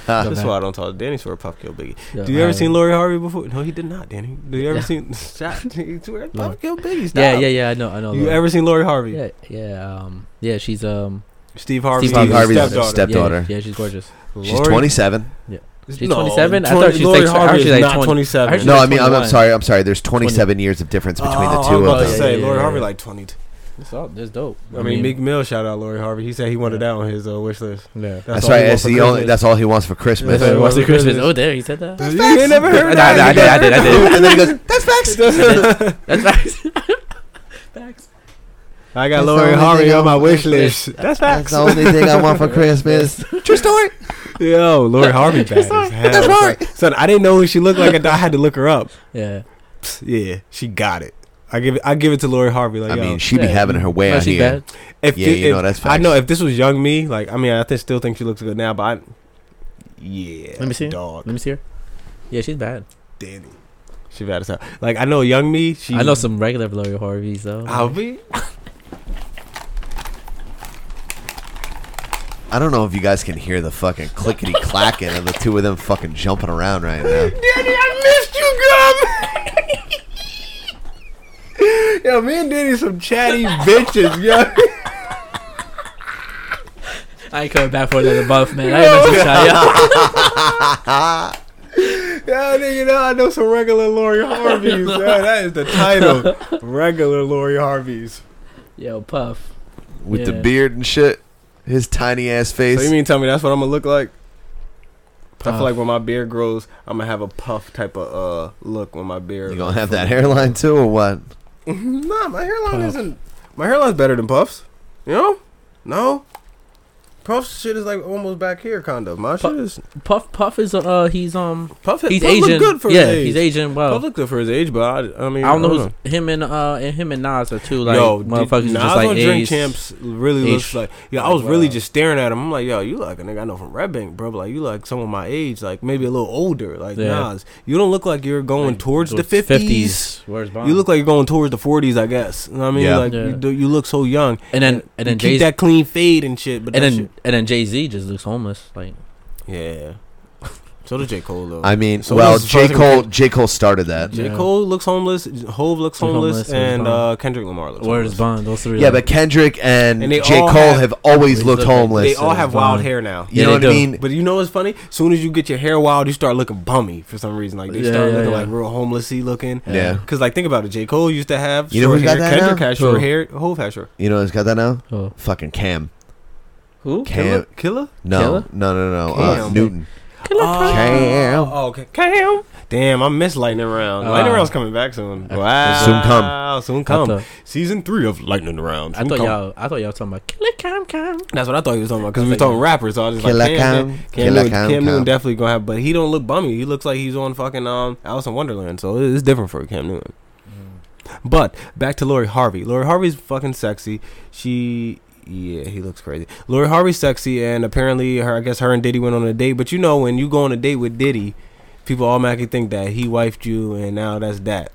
[SPEAKER 10] That's
[SPEAKER 8] Okay.
[SPEAKER 10] why I don't talk to Danny for a Puff Kill Biggie.
[SPEAKER 8] Yeah,
[SPEAKER 10] Do you ever
[SPEAKER 8] I-
[SPEAKER 10] seen Lori Harvey before? No, he did not, Danny. Do you ever
[SPEAKER 8] Yeah. *laughs*
[SPEAKER 10] seen *laughs* Stop. He's wearing
[SPEAKER 8] No.
[SPEAKER 10] Puff Kill Biggie? Stop.
[SPEAKER 8] Yeah, yeah, yeah. I know, I know.
[SPEAKER 10] You
[SPEAKER 8] Lori.
[SPEAKER 10] ever seen Lori Harvey?
[SPEAKER 8] Yeah, yeah, um, yeah. She's um,
[SPEAKER 10] Steve Harvey.
[SPEAKER 5] Steve Harvey's
[SPEAKER 10] stepdaughter.
[SPEAKER 5] stepdaughter.
[SPEAKER 8] Yeah, yeah, she's gorgeous.
[SPEAKER 5] She's 27.
[SPEAKER 8] Yeah,
[SPEAKER 10] It's-
[SPEAKER 8] she's
[SPEAKER 10] no,
[SPEAKER 8] 27. I
[SPEAKER 10] 20
[SPEAKER 8] thought she's
[SPEAKER 10] Lori
[SPEAKER 8] like, I heard
[SPEAKER 10] Harvey is
[SPEAKER 8] she's like
[SPEAKER 10] not
[SPEAKER 8] 20 I heard
[SPEAKER 10] 27.
[SPEAKER 8] she's
[SPEAKER 5] No,
[SPEAKER 8] like
[SPEAKER 5] I mean, I'm, I'm
[SPEAKER 8] 21.
[SPEAKER 5] sorry. I'm sorry. There's 27 years of difference between
[SPEAKER 10] Oh,
[SPEAKER 5] the two.
[SPEAKER 10] I was
[SPEAKER 5] of
[SPEAKER 10] about to
[SPEAKER 5] them.
[SPEAKER 10] say,
[SPEAKER 8] yeah,
[SPEAKER 10] Lori
[SPEAKER 8] yeah,
[SPEAKER 10] Harvey
[SPEAKER 8] yeah.
[SPEAKER 10] like 20.
[SPEAKER 8] That's, all- that's dope.
[SPEAKER 10] I mean, Meek Mill shout out Lori Harvey. He said he wanted that on his uh, wish list.
[SPEAKER 8] yeah.
[SPEAKER 5] That's,
[SPEAKER 10] all
[SPEAKER 5] right. That's
[SPEAKER 10] he wants for
[SPEAKER 5] the only.
[SPEAKER 10] Christmas.
[SPEAKER 5] That's all he wants for Christmas.
[SPEAKER 10] That's all he wants.
[SPEAKER 8] What's
[SPEAKER 5] *laughs*
[SPEAKER 8] *laughs* the
[SPEAKER 10] Christmas.
[SPEAKER 8] Christmas? Oh, there he said that.
[SPEAKER 10] You ain't never
[SPEAKER 8] I
[SPEAKER 10] heard
[SPEAKER 8] did, I
[SPEAKER 10] that.
[SPEAKER 8] did, I did, I did.
[SPEAKER 5] and then he goes, "That's facts."
[SPEAKER 8] That's facts. facts.
[SPEAKER 10] I got
[SPEAKER 5] That's the
[SPEAKER 10] Lori
[SPEAKER 5] only
[SPEAKER 10] Harvey
[SPEAKER 5] thing
[SPEAKER 10] on my
[SPEAKER 5] I-
[SPEAKER 10] wish list.
[SPEAKER 5] *laughs*
[SPEAKER 10] That's
[SPEAKER 5] That's
[SPEAKER 10] facts.
[SPEAKER 5] the only thing I want for Christmas. True story.
[SPEAKER 10] Yo, Lori Harvey bad as hell.
[SPEAKER 5] That's right.
[SPEAKER 10] Son, Son, I didn't know who she looked like. until I had to look her up.
[SPEAKER 8] Yeah.
[SPEAKER 10] Psst, Yeah, she got it. I give it. I give it to Lori Harvey. Like,
[SPEAKER 5] I
[SPEAKER 10] yo,
[SPEAKER 5] mean, she be
[SPEAKER 8] Yeah.
[SPEAKER 5] having her way
[SPEAKER 8] No,
[SPEAKER 5] out
[SPEAKER 8] she's
[SPEAKER 5] here.
[SPEAKER 8] Oh, bad.
[SPEAKER 10] if
[SPEAKER 5] yeah,
[SPEAKER 10] thi-
[SPEAKER 5] you know,
[SPEAKER 10] if-
[SPEAKER 5] that's
[SPEAKER 10] I know
[SPEAKER 5] facts.
[SPEAKER 10] if this was young me, like, I mean, I th- still think she looks good now, but I, yeah,
[SPEAKER 8] Let me see.
[SPEAKER 10] dog,
[SPEAKER 8] Let me see her. Yeah, she's bad.
[SPEAKER 10] Danny, she bad as hell. Like, I know young me. She,
[SPEAKER 8] I know some regular Lori Harveys though.
[SPEAKER 10] I'll be.
[SPEAKER 5] I don't know if you guys can hear the fucking clickety clacking of the two of them fucking jumping around right
[SPEAKER 8] *laughs*
[SPEAKER 5] now.
[SPEAKER 10] Danny, I missed you, Gum. yo, me and Danny some chatty bitches, yo. *laughs*
[SPEAKER 8] I ain't coming back for another month, man. I ain't about to try
[SPEAKER 10] Yeah,
[SPEAKER 8] *laughs* y'all.
[SPEAKER 10] nigga, no, I know some regular
[SPEAKER 8] *laughs*
[SPEAKER 10] Lori Harveys. yo. that is the title. Regular Lori Harveys.
[SPEAKER 8] Yo, Puff.
[SPEAKER 5] With the
[SPEAKER 8] Yeah.
[SPEAKER 5] beard and shit, his tiny ass face.
[SPEAKER 10] So you mean tell me that's what I'm gonna look like? I
[SPEAKER 8] Puff.
[SPEAKER 10] feel like when my beard grows, I'm gonna have a puff type of uh look when my beard.
[SPEAKER 5] you gonna have that hairline too, or what?
[SPEAKER 10] *laughs* nah, my hairline isn't. My hairline's better than puffs. You know? No. Puff's shit is like almost back here, kind of. My
[SPEAKER 8] Puff-
[SPEAKER 10] shit is
[SPEAKER 8] Puff. Puff is uh he's um
[SPEAKER 10] puff.
[SPEAKER 8] he's
[SPEAKER 10] puff
[SPEAKER 8] Asian.
[SPEAKER 10] Look good for
[SPEAKER 8] yeah,
[SPEAKER 10] his age.
[SPEAKER 8] he's Asian. Well,
[SPEAKER 10] Puff look good for his age, but I, I mean,
[SPEAKER 8] I don't know who's him and uh and him and Nas are two like
[SPEAKER 10] yo,
[SPEAKER 8] motherfuckers
[SPEAKER 10] Nas
[SPEAKER 8] who just like
[SPEAKER 10] on Drink
[SPEAKER 8] A's.
[SPEAKER 10] Champs really looks
[SPEAKER 8] Ace.
[SPEAKER 10] like. Yeah, I
[SPEAKER 8] Like,
[SPEAKER 10] was really
[SPEAKER 8] wow.
[SPEAKER 10] just staring at him. I'm like, yo, you like a nigga I know from Red Bank, bro. But like, you like someone my age, like maybe a little older, like
[SPEAKER 8] Yeah.
[SPEAKER 10] Nas. You don't look like you're going
[SPEAKER 8] Like,
[SPEAKER 10] towards the
[SPEAKER 8] towards
[SPEAKER 10] fifties.
[SPEAKER 8] 50s. Where's Bond?
[SPEAKER 10] You look like you're going towards the forties, I guess. You know what I mean?
[SPEAKER 5] Yeah.
[SPEAKER 10] Like
[SPEAKER 8] Yeah.
[SPEAKER 10] you, do, you look so young,
[SPEAKER 8] And then- and then
[SPEAKER 10] you keep
[SPEAKER 8] Jay-Z-
[SPEAKER 10] that clean fade and shit. But
[SPEAKER 8] and
[SPEAKER 10] that
[SPEAKER 8] then and then Jay Z just looks homeless. Like
[SPEAKER 10] shit- yeah. *laughs* So does J Cole though.
[SPEAKER 5] I mean,
[SPEAKER 10] So
[SPEAKER 5] well,
[SPEAKER 10] this is
[SPEAKER 5] J
[SPEAKER 10] fucking-
[SPEAKER 5] Cole. J Cole started that.
[SPEAKER 10] J
[SPEAKER 8] Yeah.
[SPEAKER 10] Cole looks homeless. Hove looks
[SPEAKER 8] He's
[SPEAKER 10] homeless,
[SPEAKER 8] homeless, where's
[SPEAKER 10] and
[SPEAKER 8] Bond?
[SPEAKER 10] uh, Kendrick Lamar looks.
[SPEAKER 8] where's
[SPEAKER 10] homeless.
[SPEAKER 8] Bond? Those three.
[SPEAKER 5] Yeah,
[SPEAKER 8] are-
[SPEAKER 5] but Kendrick and,
[SPEAKER 10] And they
[SPEAKER 5] J.
[SPEAKER 10] all
[SPEAKER 5] Cole
[SPEAKER 10] have-
[SPEAKER 5] have, always
[SPEAKER 8] They
[SPEAKER 5] looked
[SPEAKER 8] look like-
[SPEAKER 5] homeless.
[SPEAKER 10] They all
[SPEAKER 8] Listen,
[SPEAKER 10] have wild
[SPEAKER 8] Vaughn.
[SPEAKER 10] hair now.
[SPEAKER 5] you
[SPEAKER 8] Yeah,
[SPEAKER 5] know what
[SPEAKER 8] they
[SPEAKER 5] I
[SPEAKER 8] do.
[SPEAKER 5] mean?
[SPEAKER 10] But you know what's funny? Soon as you get your hair wild, you start looking bummy for some reason. Like they
[SPEAKER 8] Yeah,
[SPEAKER 10] start
[SPEAKER 8] yeah,
[SPEAKER 10] looking
[SPEAKER 8] yeah.
[SPEAKER 10] like real homelessy looking.
[SPEAKER 5] Yeah.
[SPEAKER 10] Cause like think about it, J Cole used to have
[SPEAKER 5] You know
[SPEAKER 10] short
[SPEAKER 5] who's got
[SPEAKER 10] hair.
[SPEAKER 5] that
[SPEAKER 10] Kendrick
[SPEAKER 5] now?
[SPEAKER 10] has short
[SPEAKER 8] Who?
[SPEAKER 10] hair. Hove has short.
[SPEAKER 5] You know who's got that now?
[SPEAKER 8] Oh.
[SPEAKER 5] Fucking Cam.
[SPEAKER 8] Who?
[SPEAKER 5] Cam.
[SPEAKER 10] Killer, killer.
[SPEAKER 5] No,
[SPEAKER 8] Killer?
[SPEAKER 5] no, no, no. Uh,
[SPEAKER 10] Cam.
[SPEAKER 5] Newton.
[SPEAKER 10] Oh,
[SPEAKER 5] Cam.
[SPEAKER 10] Oh, okay. Cam. Damn, I missed Lightning Round.
[SPEAKER 8] Oh.
[SPEAKER 10] Lightning Round's coming back soon. Wow.
[SPEAKER 5] Soon come.
[SPEAKER 10] Soon come.
[SPEAKER 8] thought-
[SPEAKER 10] Season three of Lightning Round.
[SPEAKER 8] I
[SPEAKER 10] Soon
[SPEAKER 8] thought
[SPEAKER 10] come.
[SPEAKER 8] y'all. I thought y'all talking about click cam cam.
[SPEAKER 10] That's what I thought he was talking about because we were
[SPEAKER 8] like-
[SPEAKER 10] talking rappers. So I was just
[SPEAKER 5] Killer
[SPEAKER 10] like, Cam,
[SPEAKER 5] Cam,
[SPEAKER 10] Cam, Cam,
[SPEAKER 5] Killer
[SPEAKER 10] Newton,
[SPEAKER 5] Cam,
[SPEAKER 10] Cam Newton
[SPEAKER 5] Cam.
[SPEAKER 10] definitely gonna have, but he don't look bummy. He looks like he's on fucking um Alice in Wonderland. So it- it's different for Cam Newton.
[SPEAKER 8] Mm.
[SPEAKER 10] But back to Lori Harvey. Lori Harvey's fucking sexy. She, yeah, he looks crazy. Lori Harvey's sexy, and apparently her, I guess her and Diddy went on a date. But you know, when you go on a date with Diddy, people automatically think that he wifed you, and now that's that.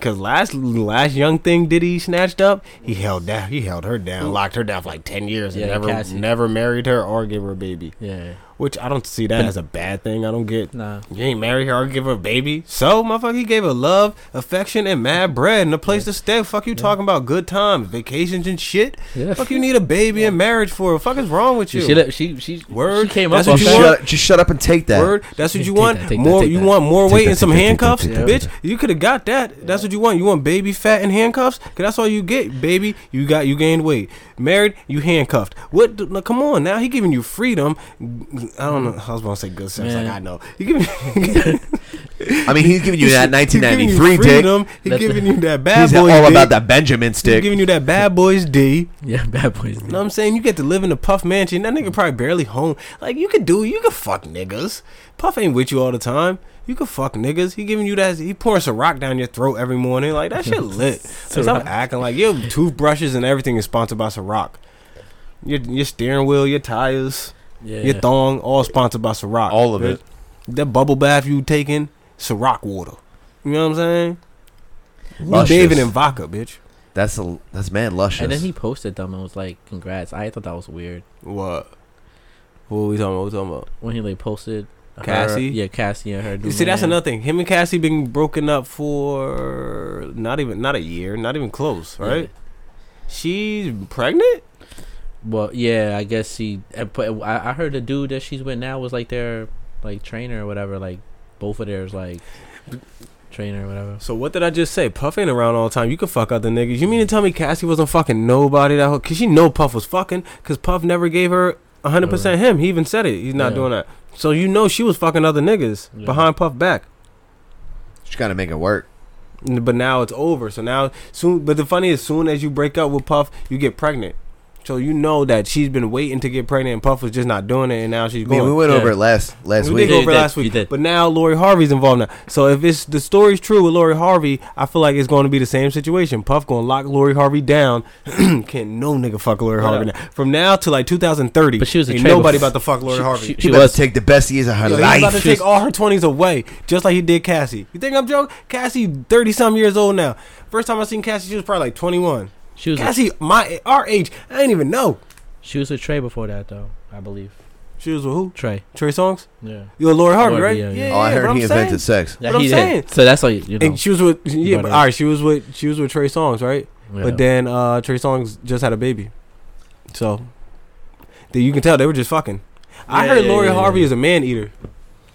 [SPEAKER 10] Cause last last young thing Diddy snatched up, he held down, he held her down, locked her down for like ten years, and
[SPEAKER 8] Yeah,
[SPEAKER 10] never
[SPEAKER 8] Cassie.
[SPEAKER 10] never married her or gave her a baby.
[SPEAKER 8] Yeah.
[SPEAKER 10] Which I don't see that as a bad thing. I don't get.
[SPEAKER 8] Nah.
[SPEAKER 10] You ain't marry her or give her a baby. So, motherfucker, he gave her love, affection, and mad bread and a place to stay. Fuck you talking about good times, vacations, and shit.
[SPEAKER 8] Yeah.
[SPEAKER 10] Fuck you need a baby and marriage for. Fuck is wrong with you?
[SPEAKER 8] She let- she she
[SPEAKER 10] Word.
[SPEAKER 8] She came
[SPEAKER 10] That's what
[SPEAKER 8] up on
[SPEAKER 10] you
[SPEAKER 8] that.
[SPEAKER 10] want?
[SPEAKER 5] Shut, just shut up and take that.
[SPEAKER 10] Word. That's what you
[SPEAKER 8] Take
[SPEAKER 10] want.
[SPEAKER 8] that, take that,
[SPEAKER 10] more.
[SPEAKER 8] take
[SPEAKER 10] you
[SPEAKER 8] that.
[SPEAKER 10] want more
[SPEAKER 5] Take
[SPEAKER 10] weight
[SPEAKER 5] that,
[SPEAKER 10] and some
[SPEAKER 5] take that, take that,
[SPEAKER 10] handcuffs,
[SPEAKER 5] take that,
[SPEAKER 10] bitch.
[SPEAKER 5] take
[SPEAKER 10] You could have got that. That's what you want. You want baby fat and handcuffs. Cause that's all you get, baby. You got you gained weight. Married, you handcuffed. What? the- now, come on, now he giving you freedom. I don't know. I was gonna say good sex. Like
[SPEAKER 8] Man.
[SPEAKER 10] I know. He giving. *laughs*
[SPEAKER 5] I mean, he's giving you that
[SPEAKER 10] He giving you
[SPEAKER 5] 1993 dick.
[SPEAKER 10] freedom. He
[SPEAKER 8] That's-
[SPEAKER 10] giving you that bad
[SPEAKER 5] He's
[SPEAKER 10] boy.
[SPEAKER 5] all
[SPEAKER 10] dick.
[SPEAKER 5] about that Benjamin
[SPEAKER 10] He
[SPEAKER 5] stick.
[SPEAKER 10] giving you that bad boys D.
[SPEAKER 8] Yeah, *laughs* bad boys.
[SPEAKER 10] You know what I'm saying? You get to live in a Puff mansion. That nigga probably barely home. Like, you could do, you could fuck niggas. Puff ain't with you all the time. You can fuck niggas. He giving you that. He pouring Ciroc down your throat every morning. Like that shit lit. Cause I'm
[SPEAKER 8] Ciroc.
[SPEAKER 10] acting like your toothbrushes and everything is sponsored by Ciroc. Your your steering wheel, your tires, your
[SPEAKER 8] Yeah.
[SPEAKER 10] thong, all sponsored by Ciroc. All
[SPEAKER 5] of it.
[SPEAKER 10] That bubble bath you taking, Ciroc water. You know what I'm saying? You
[SPEAKER 5] Luscious.
[SPEAKER 10] bathing in vodka, bitch.
[SPEAKER 5] That's a that's mad luscious.
[SPEAKER 8] And then he posted them and was like, "Congrats!" I thought that was weird
[SPEAKER 10] What? What we talking about? What we talking about?
[SPEAKER 8] when he like posted her-
[SPEAKER 10] Cassie?
[SPEAKER 8] yeah, Cassie and her.
[SPEAKER 10] You
[SPEAKER 8] new
[SPEAKER 10] see, that's
[SPEAKER 8] man.
[SPEAKER 10] another thing. Him and Cassie been broken up for not even not a year, not even close, right? She's pregnant.
[SPEAKER 8] Well, yeah, I guess she. uh, But I, I heard the dude that she's with now was like their like trainer or whatever. Like both of theirs like trainer or whatever.
[SPEAKER 10] So what did I just say? Puff ain't around all the time. You can fuck other niggas. You mean to tell me Cassie wasn't fucking nobody that whole? Cause she know Puff was fucking. Cause Puff never gave her hundred percent him. He even said it. He's not
[SPEAKER 8] Yeah.
[SPEAKER 10] doing that. So you know she was fucking other niggas
[SPEAKER 8] Yeah.
[SPEAKER 10] behind Puff back.
[SPEAKER 5] Just gotta make it work.
[SPEAKER 10] N- But now it's over. So now soon. But the funny is, soon as you break up with Puff, you get pregnant. So you know that she's been waiting to get pregnant, and Puff was just not doing it, and now she's
[SPEAKER 5] I mean,
[SPEAKER 10] going.
[SPEAKER 5] we went
[SPEAKER 8] Yeah.
[SPEAKER 5] over it last last
[SPEAKER 10] we
[SPEAKER 5] week.
[SPEAKER 10] did go
[SPEAKER 8] You
[SPEAKER 10] over
[SPEAKER 8] did,
[SPEAKER 10] last
[SPEAKER 8] you
[SPEAKER 10] week,
[SPEAKER 8] did.
[SPEAKER 10] but now Lori Harvey's involved now. So if it's the story's true with Lori Harvey, I feel like it's going to be the same situation. Puff going to lock Lori Harvey down. *clears throat* Can't no nigga fuck Lori Harvey now. From now to like 2030,
[SPEAKER 8] But she was a
[SPEAKER 10] ain't
[SPEAKER 8] trade
[SPEAKER 10] nobody
[SPEAKER 8] before-
[SPEAKER 10] about to fuck Lori
[SPEAKER 8] she-
[SPEAKER 10] Harvey.
[SPEAKER 8] she-
[SPEAKER 5] She was take the best years of her
[SPEAKER 10] Yo,
[SPEAKER 5] life.
[SPEAKER 10] he's about to
[SPEAKER 8] She was-
[SPEAKER 10] take all her twenties away, just like he did Cassie. You think I'm joking? Cassie, thirty some years old now. First time I seen Cassie, she was probably like twenty one.
[SPEAKER 8] She was a-
[SPEAKER 10] Cassie, my our age. I didn't even know
[SPEAKER 8] She was with Trey before that though, I believe.
[SPEAKER 10] she was with who?
[SPEAKER 8] Trey.
[SPEAKER 10] Trey Songz.
[SPEAKER 8] Yeah.
[SPEAKER 10] You Lori Harvey,
[SPEAKER 8] Lori,
[SPEAKER 10] right?
[SPEAKER 8] yeah, yeah.
[SPEAKER 5] oh, I heard
[SPEAKER 10] but
[SPEAKER 5] he
[SPEAKER 10] I'm
[SPEAKER 5] invented
[SPEAKER 10] saying-
[SPEAKER 5] sex.
[SPEAKER 10] What I'm
[SPEAKER 8] he
[SPEAKER 10] saying.
[SPEAKER 8] So that's like you know.
[SPEAKER 10] And she was with yeah,
[SPEAKER 8] But,
[SPEAKER 10] but,
[SPEAKER 8] uh,
[SPEAKER 10] all right. She was with she was with Trey Songz, right?
[SPEAKER 8] Yeah.
[SPEAKER 10] But then uh, Trey Songz just had a baby, so then you can tell they were just fucking. I
[SPEAKER 8] Yeah,
[SPEAKER 10] heard
[SPEAKER 8] yeah,
[SPEAKER 10] Lori
[SPEAKER 8] yeah,
[SPEAKER 10] Harvey
[SPEAKER 8] yeah.
[SPEAKER 10] is a man eater.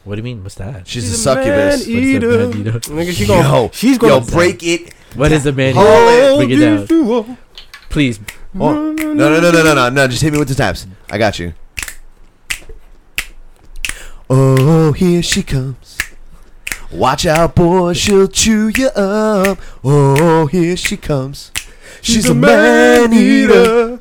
[SPEAKER 8] what do you mean? What's that?
[SPEAKER 5] She's, a succubus.
[SPEAKER 10] Man eater.
[SPEAKER 8] man eater?
[SPEAKER 10] Nigga, she gonna,
[SPEAKER 5] yo,
[SPEAKER 10] she's gonna
[SPEAKER 5] yo, break it.
[SPEAKER 8] What is a man?
[SPEAKER 5] Hold
[SPEAKER 8] Break it down,
[SPEAKER 10] Duo.
[SPEAKER 8] please.
[SPEAKER 5] Oh, no, no, no, no, no, no, no. Just hit me with the taps. I got you. Oh, here she comes. Watch out, boy. She'll chew you up. Oh, here she comes. She's a man eater.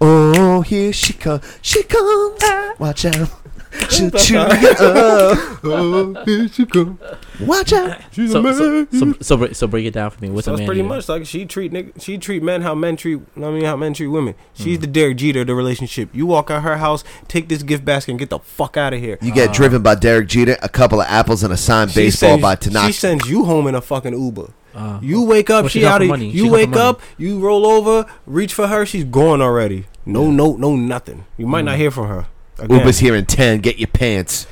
[SPEAKER 5] Oh, here she comes. She comes.
[SPEAKER 10] Ah.
[SPEAKER 5] Watch out.
[SPEAKER 10] *laughs*
[SPEAKER 5] She'll chew you up.
[SPEAKER 10] Oh, here she come.
[SPEAKER 5] Watch out.
[SPEAKER 10] She's
[SPEAKER 8] So, so, so, so, break- so break it down for me. What's
[SPEAKER 10] So
[SPEAKER 8] a
[SPEAKER 10] it's
[SPEAKER 8] man?
[SPEAKER 10] pretty
[SPEAKER 8] eater?
[SPEAKER 10] much like she treat nigga, she treat men how men treat. I mean, how men treat women. She's
[SPEAKER 8] Mm.
[SPEAKER 10] the Derek Jeter of the relationship. You walk out her house, take this gift basket, and get the fuck out of here.
[SPEAKER 5] You get driven by Derek Jeter, a couple of apples, and a signed
[SPEAKER 10] Ah. She
[SPEAKER 5] baseball
[SPEAKER 10] sends-
[SPEAKER 5] by
[SPEAKER 10] She
[SPEAKER 5] Tanaka.
[SPEAKER 10] sends you home in a fucking Uber.
[SPEAKER 8] Uh,
[SPEAKER 10] You wake up,
[SPEAKER 8] Well, she
[SPEAKER 10] she,
[SPEAKER 8] got
[SPEAKER 10] out
[SPEAKER 8] the
[SPEAKER 10] of
[SPEAKER 8] money. She
[SPEAKER 10] you.
[SPEAKER 8] got the
[SPEAKER 10] Wake
[SPEAKER 8] money.
[SPEAKER 10] up, you roll over, reach for her, she's gone already. No note, no nothing. You might
[SPEAKER 8] Mm.
[SPEAKER 10] not hear from her. Again,
[SPEAKER 5] Uber's here in 10. Get your pants.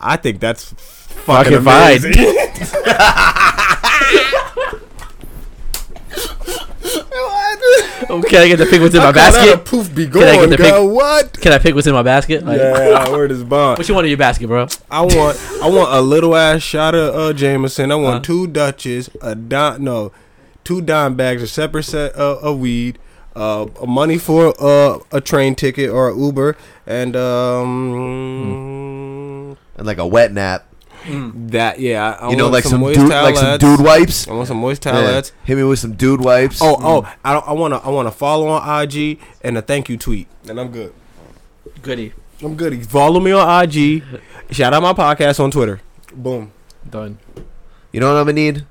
[SPEAKER 10] I think that's fucking
[SPEAKER 8] fine.
[SPEAKER 10] amazing. *laughs*
[SPEAKER 8] Oh, can I get to pick what's
[SPEAKER 10] *laughs*
[SPEAKER 8] in my basket?
[SPEAKER 10] poof be
[SPEAKER 8] Can I get
[SPEAKER 10] gone,
[SPEAKER 8] the pic-
[SPEAKER 10] girl. What?
[SPEAKER 8] Can I pick what's in my basket? Like,
[SPEAKER 10] Yeah, word is bond.
[SPEAKER 8] *laughs* What you want in your basket, bro?
[SPEAKER 10] I want I want a little ass shot of uh, Jameson. I want
[SPEAKER 8] Uh-huh.
[SPEAKER 10] two Dutches, a dime no, two dime bags, a separate set of, of weed, uh, money for uh, a train ticket or a Uber, and um
[SPEAKER 5] And like a wet nap.
[SPEAKER 10] that yeah. I, I
[SPEAKER 5] You know,
[SPEAKER 10] want
[SPEAKER 5] like some,
[SPEAKER 10] moist
[SPEAKER 5] dude, like some
[SPEAKER 10] towelettes.
[SPEAKER 5] dude wipes.
[SPEAKER 10] I want some moist
[SPEAKER 5] Yeah. Mm.
[SPEAKER 10] towelettes.
[SPEAKER 5] Hit me with some dude wipes.
[SPEAKER 10] Oh oh, I don't, I want to I want to follow on IG and a thank you tweet, and I'm good.
[SPEAKER 8] Goody.
[SPEAKER 10] I'm good. Follow me on IG. Shout out my podcast on Twitter. Boom.
[SPEAKER 8] Done.
[SPEAKER 5] you know what I'm gonna need?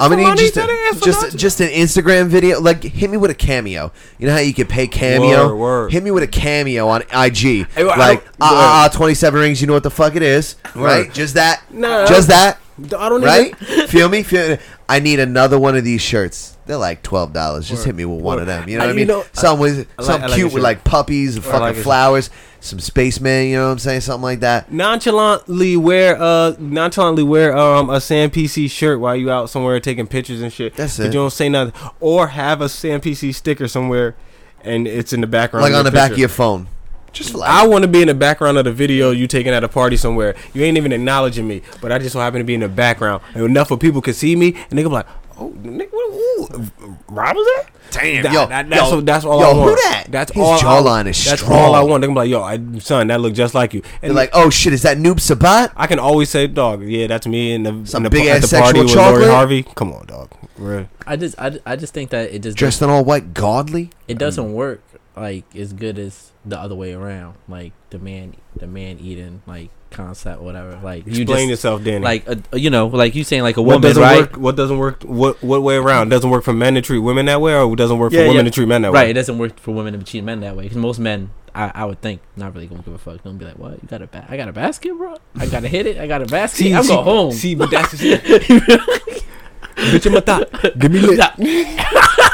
[SPEAKER 5] I'm gonna need just, a, just, just an Instagram video. Like, hit me with a cameo. You know how you can pay cameo?
[SPEAKER 10] Word, word.
[SPEAKER 5] Hit me with a cameo on IG.
[SPEAKER 10] Hey, well, I
[SPEAKER 5] like,
[SPEAKER 10] don't-
[SPEAKER 5] ah, ah, ah, 27 rings. You know what the fuck it is, right? Just that.
[SPEAKER 10] Nah.
[SPEAKER 5] just that.
[SPEAKER 10] I don't
[SPEAKER 5] Right? *laughs*
[SPEAKER 10] even.
[SPEAKER 5] Feel me? Feel I need another one of these shirts. They're like twelve dollars. Just hit me with one of them. You know
[SPEAKER 10] I-
[SPEAKER 5] what I
[SPEAKER 10] you
[SPEAKER 5] mean?
[SPEAKER 10] know,
[SPEAKER 5] some with
[SPEAKER 10] I
[SPEAKER 5] some
[SPEAKER 10] like- I like
[SPEAKER 5] cute
[SPEAKER 10] your
[SPEAKER 5] with
[SPEAKER 10] shirt.
[SPEAKER 5] like puppies and fucking
[SPEAKER 10] like your shirt.
[SPEAKER 5] flowers. Some spaceman. You know what I'm saying? Something like that.
[SPEAKER 10] nonchalantly wear uh nonchalantly wear um a Sam PC shirt while you out somewhere taking pictures and shit.
[SPEAKER 5] That's
[SPEAKER 10] But
[SPEAKER 5] it.
[SPEAKER 10] You don't say nothing, or have a Sam PC sticker somewhere, and it's in the background.
[SPEAKER 5] Like
[SPEAKER 10] of
[SPEAKER 5] on the
[SPEAKER 10] your
[SPEAKER 5] back of
[SPEAKER 10] picture.
[SPEAKER 5] your phone. Just like
[SPEAKER 10] I want to be in the background of the video you taking at a party somewhere. You ain't even acknowledging me, but I just so happen to be in the background. And enough of people could see me, and they gonna be like, "Oh, nigga, what, ooh, Rob was that? Damn,
[SPEAKER 5] yo,
[SPEAKER 10] that's,
[SPEAKER 5] yo,
[SPEAKER 10] what- that's all
[SPEAKER 5] yo,
[SPEAKER 10] I
[SPEAKER 5] who
[SPEAKER 10] want.
[SPEAKER 5] that?
[SPEAKER 10] That's
[SPEAKER 5] His
[SPEAKER 10] all. I-
[SPEAKER 5] jawline is
[SPEAKER 10] That's
[SPEAKER 5] strong.
[SPEAKER 10] all I want. They gonna be like, "Yo, I, son, that look just like you."
[SPEAKER 5] they're
[SPEAKER 10] And
[SPEAKER 5] like, oh shit, is that Noob Sabat?
[SPEAKER 10] I can always say, dog, yeah, that's me in the,
[SPEAKER 5] Some
[SPEAKER 10] in the
[SPEAKER 5] big
[SPEAKER 10] at
[SPEAKER 5] ass
[SPEAKER 10] the party
[SPEAKER 5] sexual
[SPEAKER 10] with
[SPEAKER 5] chocolate?
[SPEAKER 10] Lori Harvey. Come on, dog. Really?
[SPEAKER 8] I just, I, I just think that it just
[SPEAKER 5] Dressed in all white, godly.
[SPEAKER 8] it doesn't work like as good as the other way around. Like the man, the man eating like concept, whatever. Like
[SPEAKER 10] Explain yourself, Danny.
[SPEAKER 8] Like a, you know, like you saying like a
[SPEAKER 10] What
[SPEAKER 8] woman,
[SPEAKER 10] doesn't
[SPEAKER 8] right?
[SPEAKER 10] work? What doesn't work? What what way around? Doesn't work for men to treat women that way, or doesn't work for women to treat men that
[SPEAKER 8] right,
[SPEAKER 10] way?
[SPEAKER 8] It doesn't work for women to treat men that way because most men, I, I would think, not really gonna give a fuck. Don't be like, what? You got a ba- I got a basket, bro. I gotta hit it. I got a basket.
[SPEAKER 10] See,
[SPEAKER 8] I'm
[SPEAKER 10] see-
[SPEAKER 8] going home.
[SPEAKER 10] see, but that's- Bitch, I'm a thot. Give me lit.
[SPEAKER 8] *laughs*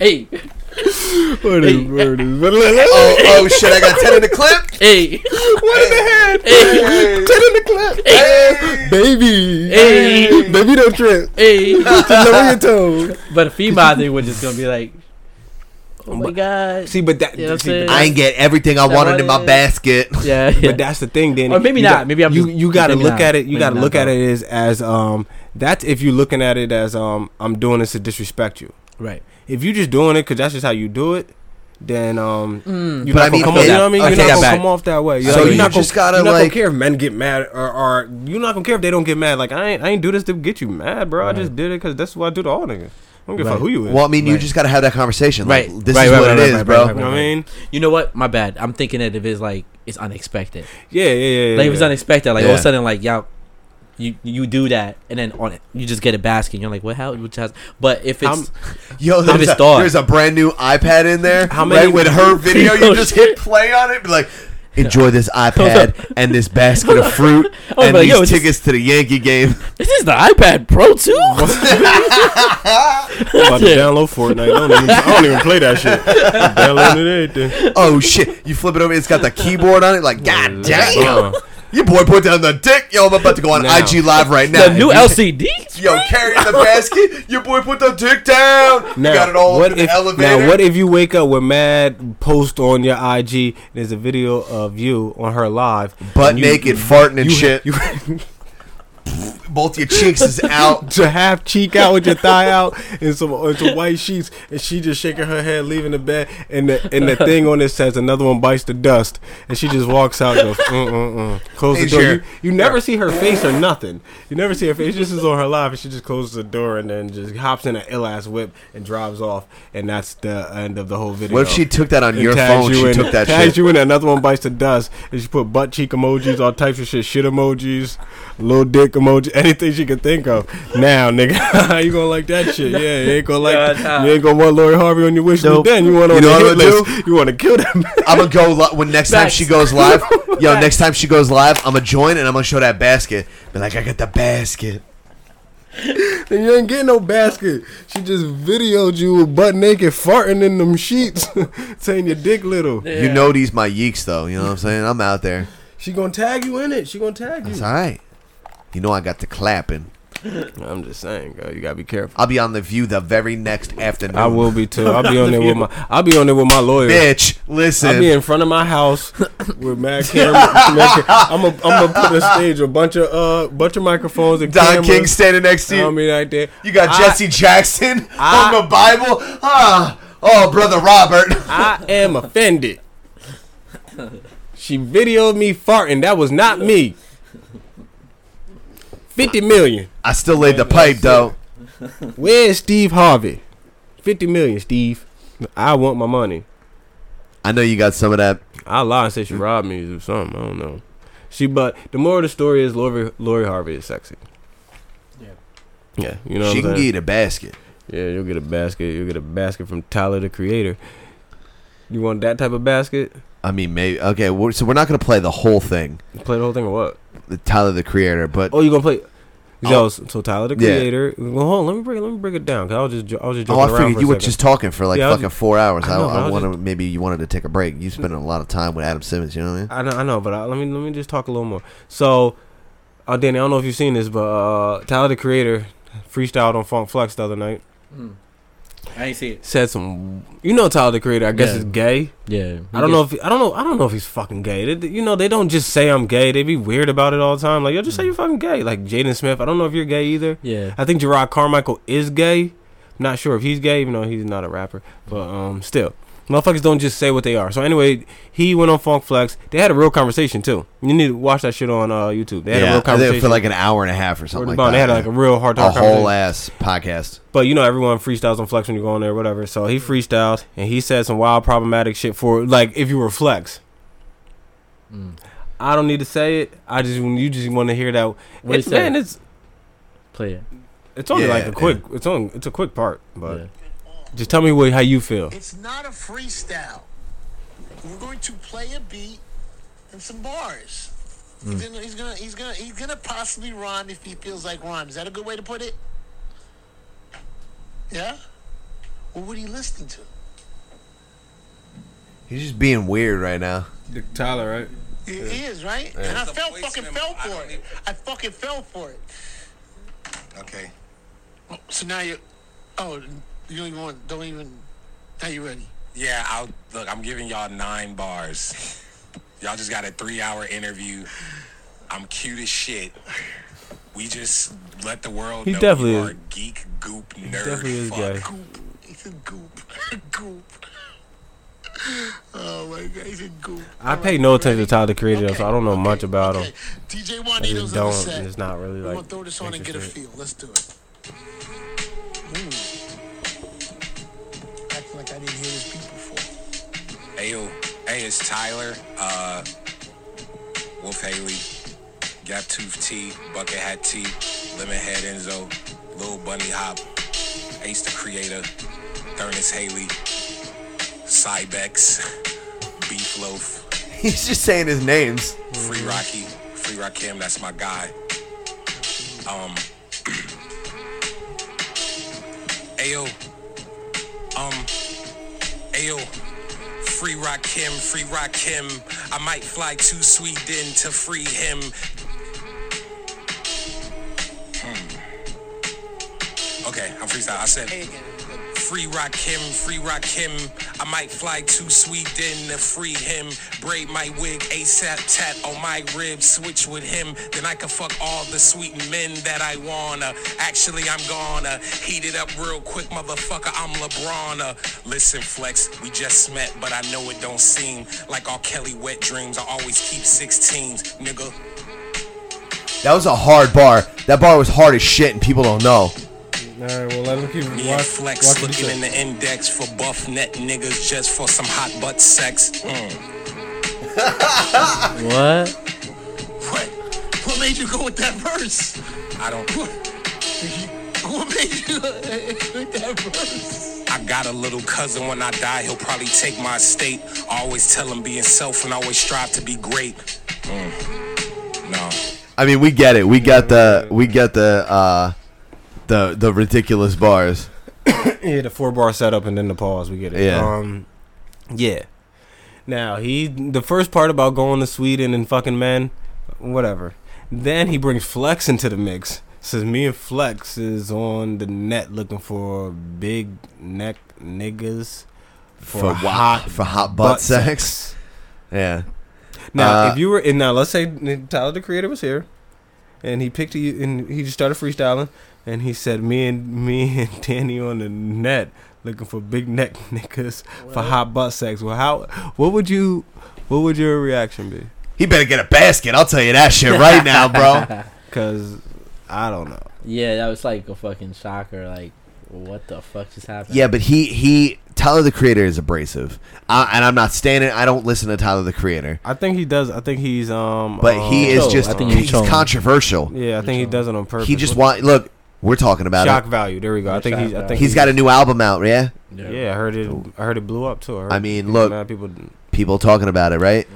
[SPEAKER 8] hey.
[SPEAKER 10] What is, what *laughs* is, what is,
[SPEAKER 5] *laughs* Oh, oh shit! I got ten in the clip.
[SPEAKER 8] *laughs* Hey.
[SPEAKER 10] What in the head?
[SPEAKER 5] Hey.
[SPEAKER 10] Ten in the clip. Hey. Baby.
[SPEAKER 8] Hey.
[SPEAKER 10] Baby, don't trip.
[SPEAKER 8] Hey.
[SPEAKER 10] Just lower your toes.
[SPEAKER 8] But a female, they were just gonna be like, oh my god.
[SPEAKER 10] See, but that.
[SPEAKER 8] *laughs* You know what I'm
[SPEAKER 10] see, but
[SPEAKER 8] saying?
[SPEAKER 5] I ain't get everything I
[SPEAKER 8] That
[SPEAKER 5] wanted in
[SPEAKER 8] one
[SPEAKER 5] my
[SPEAKER 8] is-
[SPEAKER 5] basket.
[SPEAKER 8] Yeah, yeah.
[SPEAKER 10] But that's the thing, Danny.
[SPEAKER 8] Or maybe
[SPEAKER 10] You
[SPEAKER 8] not.
[SPEAKER 10] got-
[SPEAKER 8] Maybe I'm
[SPEAKER 10] you
[SPEAKER 8] just-
[SPEAKER 10] you got to
[SPEAKER 8] maybe
[SPEAKER 10] look
[SPEAKER 8] not.
[SPEAKER 10] at it. You
[SPEAKER 8] Maybe
[SPEAKER 10] got to
[SPEAKER 8] not,
[SPEAKER 10] look at
[SPEAKER 8] though.
[SPEAKER 10] it as as um that's if you're looking at it as um I'm doing this to disrespect you.
[SPEAKER 8] right.
[SPEAKER 10] If you just doing it because that's just how you do it, then um
[SPEAKER 8] Mm.
[SPEAKER 10] you're
[SPEAKER 5] But
[SPEAKER 10] not
[SPEAKER 5] I
[SPEAKER 10] gonna
[SPEAKER 5] mean,
[SPEAKER 10] come off. You know
[SPEAKER 5] it-
[SPEAKER 10] what I mean?
[SPEAKER 5] I
[SPEAKER 10] You're
[SPEAKER 5] take
[SPEAKER 10] not
[SPEAKER 5] that
[SPEAKER 10] gonna
[SPEAKER 5] back.
[SPEAKER 10] come off that way. You're
[SPEAKER 5] So
[SPEAKER 10] not,
[SPEAKER 5] you
[SPEAKER 10] you're not
[SPEAKER 5] just
[SPEAKER 10] gonna-
[SPEAKER 5] gotta,
[SPEAKER 10] you're not gonna
[SPEAKER 5] like-
[SPEAKER 10] care if men get mad or, or you're not gonna care if they don't get mad. Like I ain't I ain't do this to get you mad, bro. I just did it because that's what I do to all niggas. I don't give a fuck
[SPEAKER 8] Right.
[SPEAKER 10] who you is.
[SPEAKER 5] Well, I mean, you
[SPEAKER 8] Right.
[SPEAKER 5] just gotta have that conversation. Like,
[SPEAKER 8] Right.
[SPEAKER 5] This
[SPEAKER 8] Right,
[SPEAKER 5] is
[SPEAKER 8] right,
[SPEAKER 5] what
[SPEAKER 8] right,
[SPEAKER 5] it
[SPEAKER 8] right,
[SPEAKER 5] is,
[SPEAKER 8] right,
[SPEAKER 5] bro.
[SPEAKER 8] right,
[SPEAKER 10] you know what I mean?
[SPEAKER 8] You know what? My bad. I'm thinking that if it's like it's unexpected,
[SPEAKER 10] Yeah, yeah, yeah. yeah,
[SPEAKER 8] like if it's
[SPEAKER 10] yeah.
[SPEAKER 8] unexpected, like all of
[SPEAKER 5] Yeah.
[SPEAKER 8] a sudden, like y'all. You, you do that and then on it you just get a basket and you're like what how which has but if it's
[SPEAKER 5] Yo,
[SPEAKER 8] Not
[SPEAKER 5] there's
[SPEAKER 8] his
[SPEAKER 5] a,
[SPEAKER 8] dog.
[SPEAKER 5] there's a brand new iPad in there.
[SPEAKER 10] How
[SPEAKER 5] How many?
[SPEAKER 10] many-
[SPEAKER 5] Right, with
[SPEAKER 10] *laughs*
[SPEAKER 5] her video, you just hit play on it. Be like, enjoy this iPad and this basket of
[SPEAKER 10] *laughs*
[SPEAKER 5] fruit
[SPEAKER 8] Oh,
[SPEAKER 5] and
[SPEAKER 8] but
[SPEAKER 5] these
[SPEAKER 8] yo, it's-
[SPEAKER 5] tickets to the Yankee game.
[SPEAKER 8] this is the iPad Pro too
[SPEAKER 10] about
[SPEAKER 8] *laughs*
[SPEAKER 10] to download Fortnite. I don't even, I don't even
[SPEAKER 5] *laughs*
[SPEAKER 10] play that shit. I downloaded anything.
[SPEAKER 5] oh shit! You flip it over, it's got the keyboard on it. Like, *laughs* god damn!
[SPEAKER 10] Uh,
[SPEAKER 5] Your boy put down the dick. Yo, I'm about to go on
[SPEAKER 10] Now.
[SPEAKER 5] IG live right now.
[SPEAKER 8] the new LCD
[SPEAKER 5] Yo, carry the basket. Your boy put the dick down. you
[SPEAKER 10] now,
[SPEAKER 5] got it all
[SPEAKER 10] what
[SPEAKER 5] in the
[SPEAKER 10] if,
[SPEAKER 5] elevator.
[SPEAKER 10] Now, what if you wake up with mad post on your IG? There's a video of you on her live,
[SPEAKER 5] Butt
[SPEAKER 10] and you-
[SPEAKER 5] naked, farting and
[SPEAKER 10] you-
[SPEAKER 5] shit.
[SPEAKER 10] you- *laughs*
[SPEAKER 5] Both your cheeks is out.
[SPEAKER 10] to half cheek out with your thigh out and some and some white sheets, and she just shaking her head, leaving the bed, and the and the thing on it says another one bites the dust, and she just walks out, goes *laughs* mm mm mm, close the
[SPEAKER 5] Hey,
[SPEAKER 10] door.
[SPEAKER 5] sure.
[SPEAKER 10] You, you never see her face or nothing. You never see her face. It just is on her live, and she just closes the door and then just hops in an ill ass whip and drives off, and that's the end of the whole video.
[SPEAKER 5] What if she took that on
[SPEAKER 10] And
[SPEAKER 5] your
[SPEAKER 10] tags
[SPEAKER 5] phone? She
[SPEAKER 10] in,
[SPEAKER 5] took that
[SPEAKER 10] tags
[SPEAKER 5] shit.
[SPEAKER 10] you in another one bites the dust, and she put butt cheek emojis, all types of shit, shit emojis, little dick emoji, *laughs* anything she could think of. Now, nigga, *laughs* how you gonna like that shit? Yeah, you ain't gonna like.
[SPEAKER 8] Nah, nah.
[SPEAKER 10] You ain't gonna want Lori Harvey on your wish list.
[SPEAKER 5] Nope.
[SPEAKER 10] Then you want
[SPEAKER 5] You
[SPEAKER 10] on
[SPEAKER 5] know
[SPEAKER 10] the
[SPEAKER 5] what
[SPEAKER 10] hit
[SPEAKER 5] I'm gonna
[SPEAKER 10] list. You want to kill that man.
[SPEAKER 5] I'm gonna go li- when next time
[SPEAKER 8] Facts.
[SPEAKER 5] she goes live. Yo, next time she goes live, I'm gonna join and I'm gonna show that basket. Be like, I got the basket.
[SPEAKER 10] And *laughs* you ain't getting no basket. She just videoed you with butt naked farting in them sheets, *laughs* saying your dick little.
[SPEAKER 5] You know these my yeeks though. You know what I'm saying? I'm out there.
[SPEAKER 10] She gonna tag you in it. She gonna tag
[SPEAKER 5] It's
[SPEAKER 10] you.
[SPEAKER 5] all right. You know I got the clapping.
[SPEAKER 10] I'm just saying, girl, you gotta be careful.
[SPEAKER 5] I'll be on the View the very next afternoon.
[SPEAKER 10] I will be too. I'll *laughs* be on there with my. I'll be on there with my lawyer.
[SPEAKER 5] Bitch, listen.
[SPEAKER 10] I'll be in front of
[SPEAKER 5] *laughs*
[SPEAKER 10] my house with mad camera. mad ca- I'm gonna I'm gonna put on stage a bunch of uh bunch of microphones and
[SPEAKER 5] Don
[SPEAKER 10] cameras.
[SPEAKER 5] King standing next to
[SPEAKER 10] You know
[SPEAKER 5] you.
[SPEAKER 10] what I mean, right there.
[SPEAKER 5] you got
[SPEAKER 10] I-
[SPEAKER 5] Jesse Jackson
[SPEAKER 10] I-
[SPEAKER 5] on the Bible. Ah, oh, brother Robert. *laughs*
[SPEAKER 10] I am offended. She videoed me farting. That was not me. Fifty million.
[SPEAKER 5] I still laid the pipe though.
[SPEAKER 10] Where's Steve Harvey? Fifty million, Steve. I want my money.
[SPEAKER 5] I know you got some of that.
[SPEAKER 10] I lie and say she robbed me or something. I don't know. She, but the moral of the story is Lori, Lori Harvey is sexy.
[SPEAKER 8] Yeah.
[SPEAKER 10] Yeah, you know.
[SPEAKER 5] she
[SPEAKER 10] what I'm
[SPEAKER 5] can
[SPEAKER 10] saying?
[SPEAKER 5] get a basket.
[SPEAKER 10] Yeah, you'll get a basket. You'll get a basket from Tyler the Creator. You want that type of basket?
[SPEAKER 5] I mean, maybe okay. we so we're not gonna play the whole thing.
[SPEAKER 10] Play the whole thing or what?
[SPEAKER 5] the Tyler the Creator, but
[SPEAKER 10] Oh, you gonna play? Yo, so so Tyler the
[SPEAKER 5] Yeah.
[SPEAKER 10] Creator. Well, hold on, let me break let me break it down. Cause I was just jo- I was just
[SPEAKER 5] oh,
[SPEAKER 10] joking
[SPEAKER 5] I
[SPEAKER 10] around for
[SPEAKER 5] figured
[SPEAKER 10] a
[SPEAKER 5] you were
[SPEAKER 10] second.
[SPEAKER 5] just talking for like
[SPEAKER 10] Yeah, I was
[SPEAKER 5] fucking four hours.
[SPEAKER 10] I
[SPEAKER 5] I,
[SPEAKER 10] know, but I
[SPEAKER 5] I,
[SPEAKER 10] was
[SPEAKER 5] want to maybe you wanted to take a break. You spending a lot of time with Adam Simmons. You know what I mean?
[SPEAKER 10] I know, I know, but I, let me let me just talk a little more. So, uh, Danny, I don't know if you've seen this, but uh, Tyler the Creator freestyled on Funk Flex the other night.
[SPEAKER 8] Hmm. I ain't see it
[SPEAKER 10] Said some, you know, Tyler the Creator. I guess
[SPEAKER 8] Yeah.
[SPEAKER 10] is gay.
[SPEAKER 8] yeah
[SPEAKER 10] I don't know if I don't know I don't know if he's fucking gay. They, you know they don't just say I'm gay. They be weird about it all the time. Like yo,
[SPEAKER 5] Mm.
[SPEAKER 10] just say you're fucking gay. Like Jaden Smith. I don't know if you're gay either.
[SPEAKER 8] yeah
[SPEAKER 10] I think Gerard Carmichael is gay. Not sure if he's gay, even though he's not a rapper. But um, still, motherfuckers don't just say what they are. So anyway, he went on Funk Flex. They had a real conversation too. You need to watch that shit on uh, YouTube. They had a real
[SPEAKER 5] I did it
[SPEAKER 10] conversation.
[SPEAKER 5] for like an hour and a half or something like that.
[SPEAKER 10] they had like a
[SPEAKER 5] yeah.
[SPEAKER 10] real hard
[SPEAKER 5] a
[SPEAKER 10] talk
[SPEAKER 5] whole ass podcast.
[SPEAKER 10] but you know, everyone freestyles on Flex when you go on there, whatever. So
[SPEAKER 8] Mm-hmm.
[SPEAKER 10] he freestyled and he said some wild, problematic shit for like if you were Flex. I don't need to say it. I just when you just want to hear that.
[SPEAKER 8] Mm. What he
[SPEAKER 10] It's,
[SPEAKER 8] said.
[SPEAKER 10] man, it's
[SPEAKER 8] Play it.
[SPEAKER 10] it's only like
[SPEAKER 8] Yeah,
[SPEAKER 10] a quick. It's on. It's a quick part, but just tell me what how you feel.
[SPEAKER 12] It's not a freestyle. We're going to play a beat and some bars.
[SPEAKER 10] Mm.
[SPEAKER 12] He's, gonna, he's gonna he's gonna he's gonna possibly rhyme if he feels like rhyme. Is that a good way to put it? Yeah. Well, what are you listening to?
[SPEAKER 5] He's just being weird right now. *laughs*
[SPEAKER 10] Dick Tyler, right?
[SPEAKER 12] It is right?
[SPEAKER 5] Yeah.
[SPEAKER 12] And I
[SPEAKER 5] It's a
[SPEAKER 12] fell fucking fell for it. I fucking fell for it. Okay. So now you, oh, you don't even want, don't even. Now you ready?
[SPEAKER 9] Yeah, I'll look. I'm giving y'all nine bars. y'all just got a three-hour interview. I'm cute as shit. We just let the world
[SPEAKER 10] He
[SPEAKER 9] know
[SPEAKER 10] definitely
[SPEAKER 9] you
[SPEAKER 10] is.
[SPEAKER 9] are a geek, goop,
[SPEAKER 10] He
[SPEAKER 9] nerd,
[SPEAKER 10] definitely is
[SPEAKER 9] fuck.
[SPEAKER 10] gay.
[SPEAKER 12] He's a goop. *laughs* goop. Oh my god, he's a goop.
[SPEAKER 10] I pay no attention to Tyler the Creator, so I don't know much about him.
[SPEAKER 12] DJ
[SPEAKER 10] I
[SPEAKER 12] Juanito's
[SPEAKER 10] just
[SPEAKER 12] on the
[SPEAKER 10] don't.
[SPEAKER 12] set.
[SPEAKER 10] It's not really
[SPEAKER 12] We're gonna
[SPEAKER 10] like.
[SPEAKER 12] throw this on and get a
[SPEAKER 10] interested.
[SPEAKER 12] feel. Let's do it. Mm. Acting like I didn't hear this beat before.
[SPEAKER 9] Hey, yo. hey, it's Tyler, uh, Wolf Haley, Gaptooth T, Bucket Hat T, Lemonhead Enzo, Lil Bunny Hop, Ace the Creator, Ernest Haley, Cybex, *laughs* Beef Loaf,
[SPEAKER 5] He's just saying his names.
[SPEAKER 9] Free Rocky, Free Rakim, that's my guy. Um, *clears throat* Ayo, um, Ayo, Free Rakim, Free Rakim. I might fly to Sweden to free him. Hmm. Okay, I'm freestyle. I said, Free Rakim, Free Rakim. I might fly to Sweden to free him. Braid my wig ASAP, tat on my ribs, switch with him. Then I can fuck all the sweet men that I wanna. Actually, I'm gonna heat it up real quick, motherfucker. I'm LeBron. -er. Listen, Flex, we just met, but I know it don't seem like all Kelly wet dreams. I always keep 16s, nigga.
[SPEAKER 5] That was a hard bar. That bar was hard as shit, and people don't know.
[SPEAKER 10] All right, well let him keep
[SPEAKER 9] Me and
[SPEAKER 10] watch.
[SPEAKER 9] Flex
[SPEAKER 10] watch
[SPEAKER 9] looking
[SPEAKER 10] what
[SPEAKER 9] in the index for buff net niggas just for some hot butt sex. Mm.
[SPEAKER 8] What?
[SPEAKER 12] What made you go with that verse?
[SPEAKER 9] I don't.
[SPEAKER 12] *laughs* What made you go with that verse?
[SPEAKER 9] I got a little cousin. When I die, he'll probably take my estate. I always tell him being self and always strive to be great. Mm. No.
[SPEAKER 5] I mean, we get it. We got the we got the uh, the the ridiculous bars.
[SPEAKER 10] he said. yeah, the four bar setup and then the pause. We get it.
[SPEAKER 5] Yeah.
[SPEAKER 10] Um, yeah. Now he the first part about going to Sweden and fucking men, whatever. Then he brings Flex into the mix. Says me and Flex is on the net looking for big neck niggas
[SPEAKER 5] For wha- for hot butt sex. Yeah.
[SPEAKER 10] Now,
[SPEAKER 5] Uh,
[SPEAKER 10] if you were and now, let's say Tyler the Creator was here, and he picked you, and he just started freestyling, and he said, "Me and *laughs* me and Danny on the net looking for big neck *laughs* niggas for hot butt sex." Well, how? What would you? What would your reaction be?
[SPEAKER 5] He better get a basket. I'll tell you that shit right now, bro.
[SPEAKER 10] Cause I don't know.
[SPEAKER 8] Yeah, that was like a fucking shocker. Like, what the fuck just
[SPEAKER 5] *laughs*
[SPEAKER 8] happened?
[SPEAKER 5] Yeah, but he he Tyler the Creator is abrasive, I, and I'm not standing. I don't listen to Tyler the Creator,
[SPEAKER 10] I think he does. I think he's um.
[SPEAKER 5] but he
[SPEAKER 10] um,
[SPEAKER 5] is just he's controversial.
[SPEAKER 10] Yeah, I think he does it on purpose.
[SPEAKER 5] He just want look. We're talking about
[SPEAKER 10] shock
[SPEAKER 5] it.
[SPEAKER 10] value. There we go. I think he's. I think
[SPEAKER 5] he's got a new album out. Yeah.
[SPEAKER 10] Yeah. I heard it. I heard it blew up too. heard
[SPEAKER 5] I mean,
[SPEAKER 10] people-
[SPEAKER 5] look,
[SPEAKER 10] mad people.
[SPEAKER 5] people talking about it, right?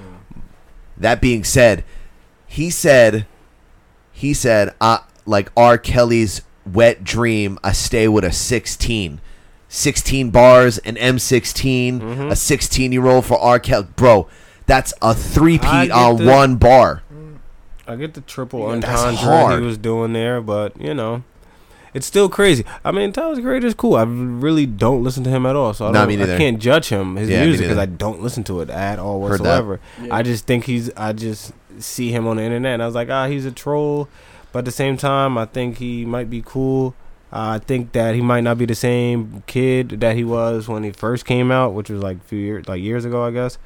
[SPEAKER 5] That being said, he said, he said, uh, like R. Kelly's wet dream, I stay with a 16. 16 bars, an M16,
[SPEAKER 10] Mm-hmm.
[SPEAKER 5] a 16 year old for R. Kelly. Bro, that's a three
[SPEAKER 10] I
[SPEAKER 5] peat
[SPEAKER 10] get
[SPEAKER 5] on
[SPEAKER 10] the-
[SPEAKER 5] one bar.
[SPEAKER 10] I get the triple
[SPEAKER 5] Yeah, that's
[SPEAKER 10] entendre
[SPEAKER 5] hard.
[SPEAKER 10] he was doing there, but you know, it's still crazy. I mean, Tyler the Creator is cool. I really don't listen to him at all, so I,
[SPEAKER 5] Nah,
[SPEAKER 10] don't,
[SPEAKER 5] me
[SPEAKER 10] I
[SPEAKER 5] neither.
[SPEAKER 10] can't judge him his
[SPEAKER 5] Yeah, me
[SPEAKER 10] music because
[SPEAKER 5] neither.
[SPEAKER 10] I don't listen to it at all
[SPEAKER 5] Heard that.
[SPEAKER 10] whatsoever.
[SPEAKER 5] Yeah.
[SPEAKER 10] I just think he's. I just see him on the internet, and I was like, ah, he's a troll. But at the same time, I think he might be cool. I think that he might not be the same kid that he was when he first came out, which was like few years, like years ago, I guess.